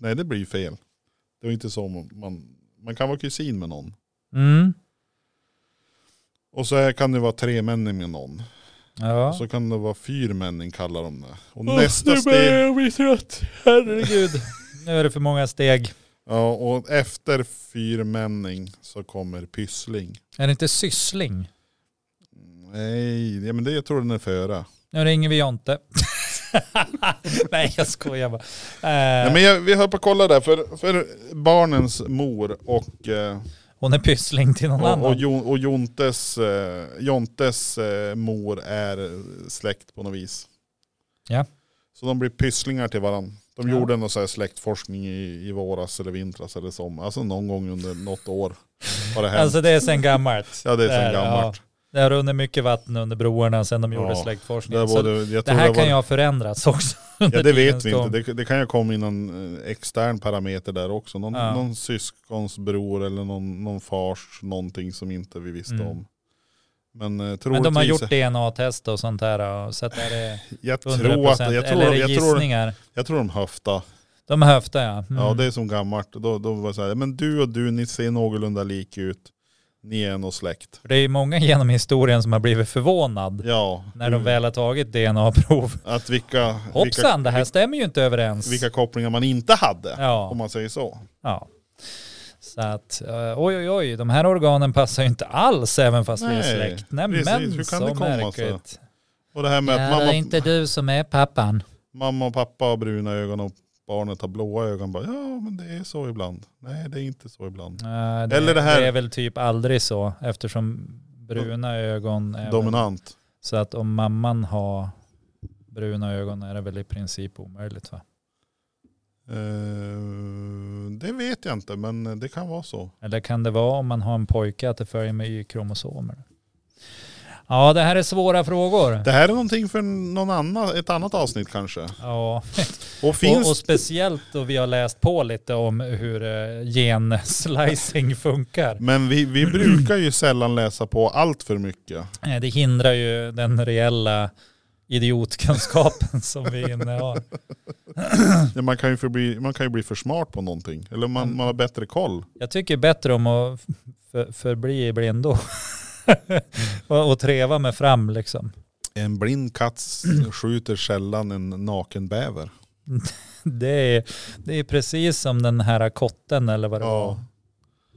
Speaker 1: Nej det blir ju fel. Det var inte så man... Man kan vara kusin med någon.
Speaker 2: mm.
Speaker 1: Och så här kan det vara tremänning med någon.
Speaker 2: ja.
Speaker 1: Och så kan det vara fyrmänning kallar de det. Och nästa steg...
Speaker 2: jag bli trött. Herregud. nu är det för många steg.
Speaker 1: Ja och efter fyrmänning så kommer pyssling.
Speaker 2: Är det inte syssling?
Speaker 1: Nej, ja, men det jag tror den är före.
Speaker 2: Nu ringer vi Jonte. Nej jag skojar bara. Eh,
Speaker 1: Nej, men jag, vi höll på att kolla där för, för barnens mor och, eh,
Speaker 2: Hon är pyssling till någon
Speaker 1: och, och,
Speaker 2: annan.
Speaker 1: Jon, och Jontes, eh, Jontes eh, mor är släkt på något vis.
Speaker 2: Ja.
Speaker 1: Så de blir pysslingar till varandra. De
Speaker 2: Ja.
Speaker 1: gjorde någon så här släktforskning i, i våras eller vintras eller sommar. Alltså någon gång under något år har det hänt.
Speaker 2: Alltså det är sen gammalt.
Speaker 1: ja det är
Speaker 2: Där,
Speaker 1: så gammalt.
Speaker 2: ja. Det har runnit mycket vatten under broarna sen de gjorde
Speaker 1: Ja,
Speaker 2: släktforskningen.
Speaker 1: Det, var
Speaker 2: Så
Speaker 1: det, jag
Speaker 2: det
Speaker 1: tror
Speaker 2: här
Speaker 1: det var,
Speaker 2: kan ju ha förändrats också.
Speaker 1: Ja
Speaker 2: under
Speaker 1: det vet
Speaker 2: tidens
Speaker 1: vi
Speaker 2: gång.
Speaker 1: inte. Det, det kan ju komma in någon eh, extern parameter där också. Någon,
Speaker 2: Ja.
Speaker 1: någon syskons bror eller någon, någon fars någonting som inte vi visste
Speaker 2: Mm.
Speaker 1: om. Men, eh,
Speaker 2: Men de har
Speaker 1: troligtvis-
Speaker 2: gjort DNA-test och sånt här och sett är det
Speaker 1: jag
Speaker 2: 100%
Speaker 1: tror att jag tror,
Speaker 2: eller är det
Speaker 1: jag, tror,
Speaker 2: gissningar?
Speaker 1: jag tror de höfta.
Speaker 2: De höftar ja. Mm.
Speaker 1: Ja det är som gammalt. Då, då var det så här, men du och du ni ser någorlunda lik ut. Ni är nog släkt.
Speaker 2: För det är ju många genom historien som har blivit förvånad
Speaker 1: Ja.
Speaker 2: när
Speaker 1: hur-
Speaker 2: de väl har tagit DNA-prov.
Speaker 1: Att Mm. vilka, vilka,
Speaker 2: Hoppsan, det här stämmer ju inte överens.
Speaker 1: vilka kopplingar man inte hade.
Speaker 2: Ja.
Speaker 1: Om man säger så.
Speaker 2: Ja. Så att, eh, oj oj oj, de här organen passar ju inte alls även fast vi är
Speaker 1: Nej,
Speaker 2: släkt. Nej
Speaker 1: precis. Hur
Speaker 2: men
Speaker 1: kan
Speaker 2: så
Speaker 1: det komma
Speaker 2: märkligt.
Speaker 1: Och det här med
Speaker 2: Ja,
Speaker 1: att
Speaker 2: det
Speaker 1: mamma,
Speaker 2: är inte du som är pappan.
Speaker 1: mamma och pappa har bruna ögon och barnet har blåa ögon. Bara, ja men det är så ibland. Nej det är inte så ibland.
Speaker 2: Eh, Det,
Speaker 1: Eller det här-
Speaker 2: det är väl typ aldrig så eftersom bruna ögon är väl,
Speaker 1: Dominant.
Speaker 2: Så att om mamman har bruna ögon är det väl i princip omöjligt va?
Speaker 1: Eh, det vet jag inte men det kan vara så.
Speaker 2: Eller kan det vara om man har en pojke att det följer med Y-kromosomer? Ja, det här är svåra frågor.
Speaker 1: Det här är någonting för någon annan, ett annat avsnitt kanske.
Speaker 2: Ja,
Speaker 1: Och finns
Speaker 2: och, och speciellt då vi har läst på lite om hur eh, gen-slicing funkar.
Speaker 1: Men vi, vi brukar ju sällan läsa på allt för mycket.
Speaker 2: Eh, Det hindrar ju den reella idiotkunskapen som vi innehar.
Speaker 1: Ja, Man kan ju, för bli, man kan ju bli för smart på någonting. Eller man, man har bättre koll.
Speaker 2: Jag tycker bättre om att för, förbli i blindo och, och treva mig fram liksom.
Speaker 1: En blind katt s- skjuter sällan en naken bäver.
Speaker 2: Det är, det är precis som den här kotten eller vad det var.
Speaker 1: Ja.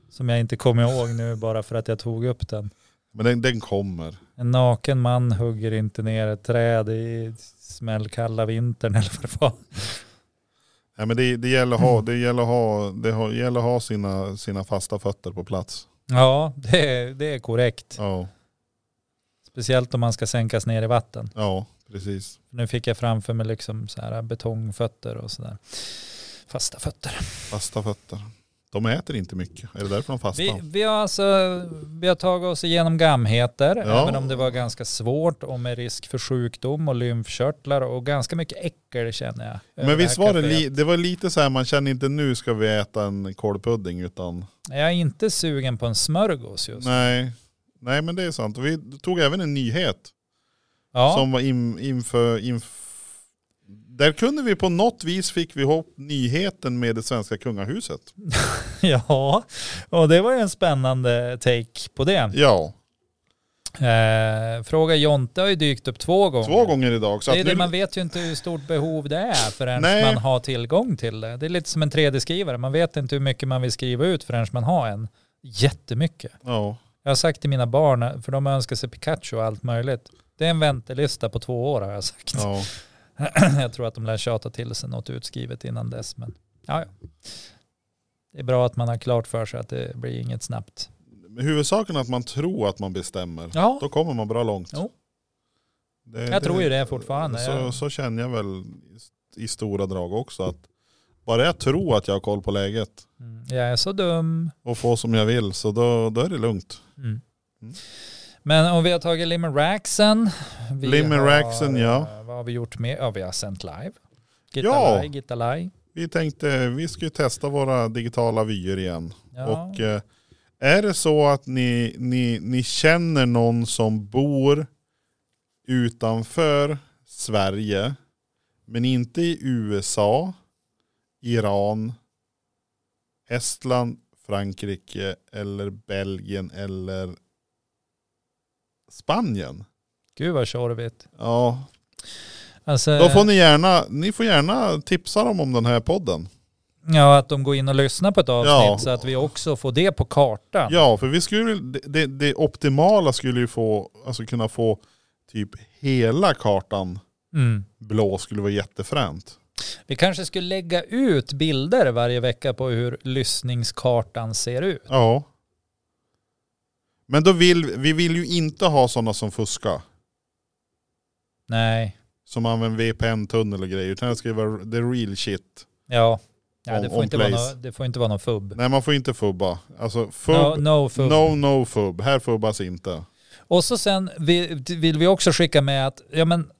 Speaker 2: Som jag inte kommer ihåg nu bara för att jag tog upp den.
Speaker 1: Men den, den kommer.
Speaker 2: En naken man hugger inte ner ett träd i smällkalla vintern eller vad det var.
Speaker 1: Ja, men det, det, gäller att ha, det, gäller att ha, det har- gäller att ha sina, sina fasta fötter på plats.
Speaker 2: Ja, det är, det är korrekt.
Speaker 1: Ja,
Speaker 2: Speciellt om man ska sänkas ner i vatten.
Speaker 1: ja precis.
Speaker 2: Nu fick jag framför mig liksom så här betongfötter och sådär. Fasta fötter.
Speaker 1: Fasta fötter. De äter inte mycket. Är det därför de fastar?
Speaker 2: Vi, vi, har alltså, vi har tagit oss igenom gamheter,
Speaker 1: Ja.
Speaker 2: även om det var ganska svårt och med risk för sjukdom och lymfkörtlar och ganska mycket äckel känner jag. över
Speaker 1: men visst
Speaker 2: här
Speaker 1: var det,
Speaker 2: kaféet.
Speaker 1: li, det var lite så här, man känner inte nu ska vi äta en kolpudding utan
Speaker 2: Jag är inte sugen på en smörgås just nu.
Speaker 1: Nej. Nej men det är sant. Och Vi tog även en nyhet
Speaker 2: Ja,
Speaker 1: som var in, inför, inf- Där kunde vi på något vis fick vi ihop nyheten med det svenska kungahuset.
Speaker 2: ja, och det var ju en spännande take på det.
Speaker 1: Ja,
Speaker 2: Eh, fråga Jonte har ju dykt upp två gånger.
Speaker 1: två gånger idag. Så
Speaker 2: Det är
Speaker 1: att
Speaker 2: det,
Speaker 1: nu,
Speaker 2: man vet ju inte hur stort behov det är förrän
Speaker 1: Nej.
Speaker 2: man har tillgång till det. Det är lite som en 3D-skrivare, man vet inte hur mycket man vill skriva ut förrän man har en. Jättemycket.
Speaker 1: ja.
Speaker 2: Jag har sagt till mina barn, för de önskar sig Pikachu och allt möjligt. Det är en väntelista på två år har jag sagt.
Speaker 1: Ja.
Speaker 2: Jag tror att de lär tjata till sig något utskrivet innan dess. Men ja, ja. Det är bra att man har klart för sig att det blir inget snabbt.
Speaker 1: Men Huvudsaken är att man tror att man bestämmer.
Speaker 2: Ja,
Speaker 1: Då kommer man bra långt.
Speaker 2: Jo.
Speaker 1: Det-
Speaker 2: jag tror ju det fortfarande.
Speaker 1: Så,
Speaker 2: Jag-
Speaker 1: så känner jag väl i stora drag också att bara jag tror att jag har koll på läget
Speaker 2: Mm, Jag är så dum.
Speaker 1: och får som jag vill så då, då är det lugnt.
Speaker 2: Mm.
Speaker 1: Mm.
Speaker 2: Men om vi har tagit Limeraxen. vi
Speaker 1: Limeraxen,
Speaker 2: har,
Speaker 1: ja.
Speaker 2: eh, Vad har vi gjort med? Ja, vi har sänt live.
Speaker 1: Ja.
Speaker 2: Gitalaj, Gitalaj.
Speaker 1: Vi tänkte vi ska ju testa våra digitala vyer igen.
Speaker 2: Ja.
Speaker 1: Och eh, är det så att ni, ni, ni känner någon som bor utanför Sverige, men inte i USA, Iran, Estland, Frankrike eller Belgien eller Spanien.
Speaker 2: Gud vad tjorvigt.
Speaker 1: Ja,
Speaker 2: Alltså,
Speaker 1: då får ni gärna, ni får gärna tipsa dem om den här podden.
Speaker 2: Ja, att de går in och lyssnar på ett avsnitt
Speaker 1: Ja.
Speaker 2: så att vi också får det på kartan.
Speaker 1: Ja, för vi skulle, det, det, det optimala skulle ju få, alltså kunna få typ hela kartan
Speaker 2: Mm.
Speaker 1: blå skulle vara jättefränt.
Speaker 2: Vi kanske skulle lägga ut bilder varje vecka på hur lyssningskartan ser ut.
Speaker 1: Ja. Men då vill vi vill ju inte ha sådana som fuskar.
Speaker 2: Nej,
Speaker 1: Som använder VPN-tunnel och grejer. Utan det ska ju vara the real shit.
Speaker 2: ja. ja
Speaker 1: On-
Speaker 2: det,
Speaker 1: on
Speaker 2: får inte vara
Speaker 1: place.
Speaker 2: nå- det får inte vara någon fubb.
Speaker 1: Nej man får inte fubba. Alltså fub,
Speaker 2: No, no fubb.
Speaker 1: no no fub. Här fubbas inte.
Speaker 2: Och så sen vi- vill vi också skicka med att ja, men,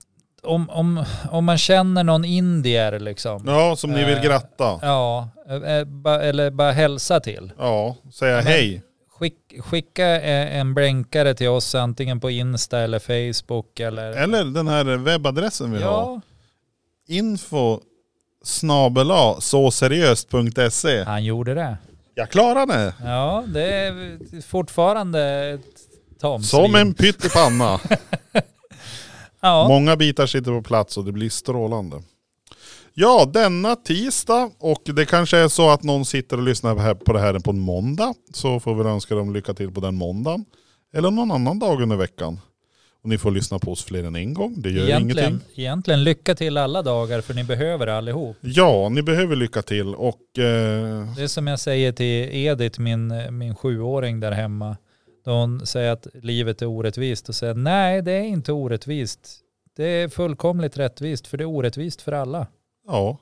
Speaker 2: om, om, om man känner någon indier liksom.
Speaker 1: Ja som ni vill
Speaker 2: Eh.
Speaker 1: gratta.
Speaker 2: Ja, eh, ba, eller bara hälsa till.
Speaker 1: Ja, säga
Speaker 2: men-
Speaker 1: hej.
Speaker 2: Skick, skicka eh, en blänkare till oss antingen på Insta eller Facebook eller...
Speaker 1: Eller den här webbadressen vi har.
Speaker 2: ja,
Speaker 1: Info snabela såseriöst.se.
Speaker 2: han gjorde det.
Speaker 1: E. Jag klarar
Speaker 2: Mm.
Speaker 1: det.
Speaker 2: Ja, det är fortfarande ett tamsvin.
Speaker 1: Som en pyttipanna.
Speaker 2: Ja,
Speaker 1: Många bitar sitter på plats och det blir strålande. Ja, denna tisdag och det kanske är så att någon sitter och lyssnar här- på det här på en måndag. Så får vi önska dem lycka till på den måndagen. Eller någon annan dag under veckan. Och ni får lyssna på oss fler än en gång. Det gör ingenting.
Speaker 2: egentligen, egentligen lycka till alla dagar för ni behöver det allihop.
Speaker 1: Ja, ni behöver lycka till och eh,
Speaker 2: Det är som jag säger till Edith, min, min sjuåring där hemma. Då hon säger att livet är orättvist och säger jag, nej det är inte orättvist. Det är fullkomligt rättvist för det är orättvist för alla.
Speaker 1: ja.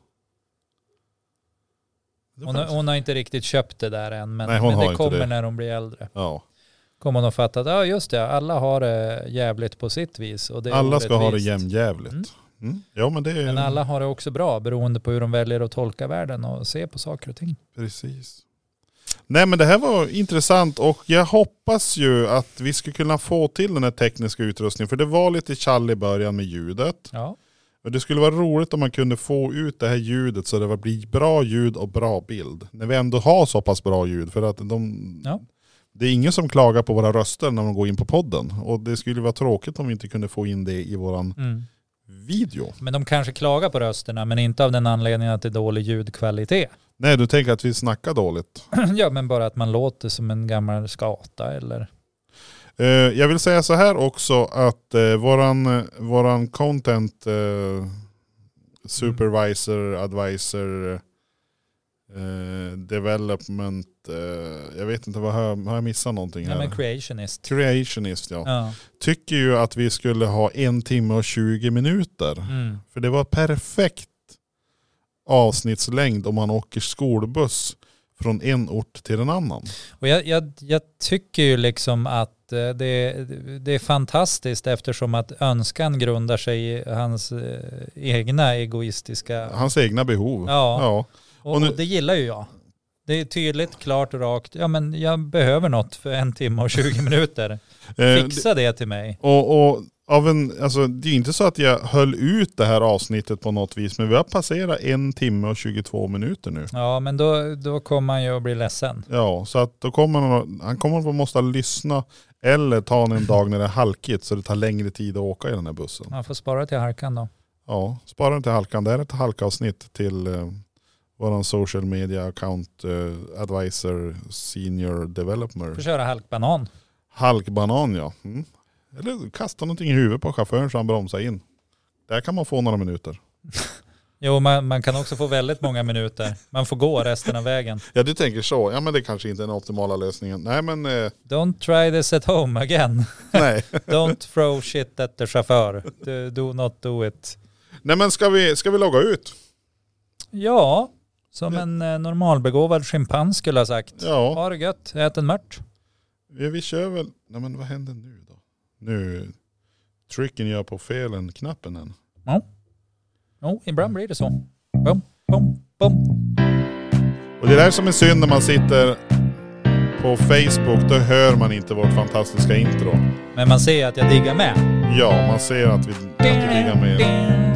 Speaker 1: Det
Speaker 2: Hon, har-
Speaker 1: fanns-
Speaker 2: hon har inte riktigt köpt det där än men,
Speaker 1: Nej, hon
Speaker 2: men
Speaker 1: har
Speaker 2: det
Speaker 1: inte
Speaker 2: kommer
Speaker 1: det.
Speaker 2: när hon blir äldre.
Speaker 1: Ja,
Speaker 2: Kommer hon att fatta att ja just det, alla har det jävligt på sitt vis. Och det är
Speaker 1: alla ska ha det
Speaker 2: orättvist."
Speaker 1: jämnjävligt.
Speaker 2: Mm.
Speaker 1: Mm. Ja men det är
Speaker 2: Men alla har det också bra beroende på hur de väljer att tolka världen och se på saker och ting.
Speaker 1: Precis. Nej men det här var intressant och jag hoppas ju att vi ska kunna få till den här tekniska utrustningen. För det var lite tjall i början med ljudet.
Speaker 2: Ja,
Speaker 1: Och det skulle vara roligt om man kunde få ut det här ljudet så det var- blir bra ljud och bra bild. När vi ändå har så pass bra ljud. För att de,
Speaker 2: Ja.
Speaker 1: det är ingen som klagar på våra röster när de går in på podden. Och det skulle vara tråkigt om vi inte kunde få in det i våran
Speaker 2: mm.
Speaker 1: video.
Speaker 2: men de kanske klagar på rösterna men inte av den anledningen att det är dålig ljudkvalitet.
Speaker 1: Nej du tänker att vi snackar dåligt.
Speaker 2: ja, men bara att man låter som en gammal skata eller...
Speaker 1: Eh, jag vill säga så här också att eh, våran, eh, våran content eh, supervisor, advisor, eh, development, eh, jag vet inte, vad har, jag- har jag missat någonting
Speaker 2: Ja,
Speaker 1: här?
Speaker 2: men creationist.
Speaker 1: Creationist ja.
Speaker 2: Ja.
Speaker 1: Tycker ju att vi skulle ha en timme och 20 minuter.
Speaker 2: Mm.
Speaker 1: För det var perfekt avsnittslängd om man åker skolbuss från en ort till en annan.
Speaker 2: Och jag, jag, jag tycker ju liksom att eh, det, det är fantastiskt eftersom att önskan grundar sig i hans eh, egna egoistiska...
Speaker 1: Hans egna behov.
Speaker 2: Ja.
Speaker 1: ja.
Speaker 2: Och,
Speaker 1: Och nu-
Speaker 2: och det gillar ju jag. Det är tydligt, klart och rakt. Ja men jag behöver något för en timme och 20 minuter.
Speaker 1: Eh,
Speaker 2: Fixa det till mig.
Speaker 1: Och, och av en, alltså, det är ju inte så att jag höll ut det här avsnittet på något vis, men vi har passerat en timme och 22 minuter nu.
Speaker 2: Ja men då, då kommer han ju att bli ledsen.
Speaker 1: Ja, så att då kommer han, han kommer att måste lyssna eller ta en dag när det är halkigt så det tar längre tid att åka i den här bussen.
Speaker 2: Han får spara till harkan då.
Speaker 1: Ja, spara den till halkan. Det här är ett halkavsnitt till eh, vår social media account eh, advisor senior developer.
Speaker 2: Får köra halkbanan.
Speaker 1: Halkbanan ja. Mm. Eller kasta någonting i huvudet på chauffören så han bromsar in. Där kan man få några minuter.
Speaker 2: Jo man, man kan också få väldigt många minuter. Man får gå resten av vägen.
Speaker 1: Ja du tänker så, ja men det kanske inte är den optimala lösningen. Nej men eh,
Speaker 2: Don't try this at home again.
Speaker 1: nej.
Speaker 2: Don't throw shit at the chaufför. Do, do not do it.
Speaker 1: nej men ska vi, ska vi logga ut?
Speaker 2: Ja, som en eh, normalbegåvad schimpans skulle ha sagt.
Speaker 1: Ja,
Speaker 2: Ha det gött, ät en mört.
Speaker 1: vi, vi kör väl. Nej men vad händer nu då? Nu, trycken gör på felen knappen än.
Speaker 2: Jo, ibland blir det så. Bum, bum, bum.
Speaker 1: Och det är det här som är synd när man sitter på Facebook, då hör man inte vårt fantastiska intro.
Speaker 2: Men man ser att jag diggar med.
Speaker 1: Ja, man ser att vi, att vi ligger med.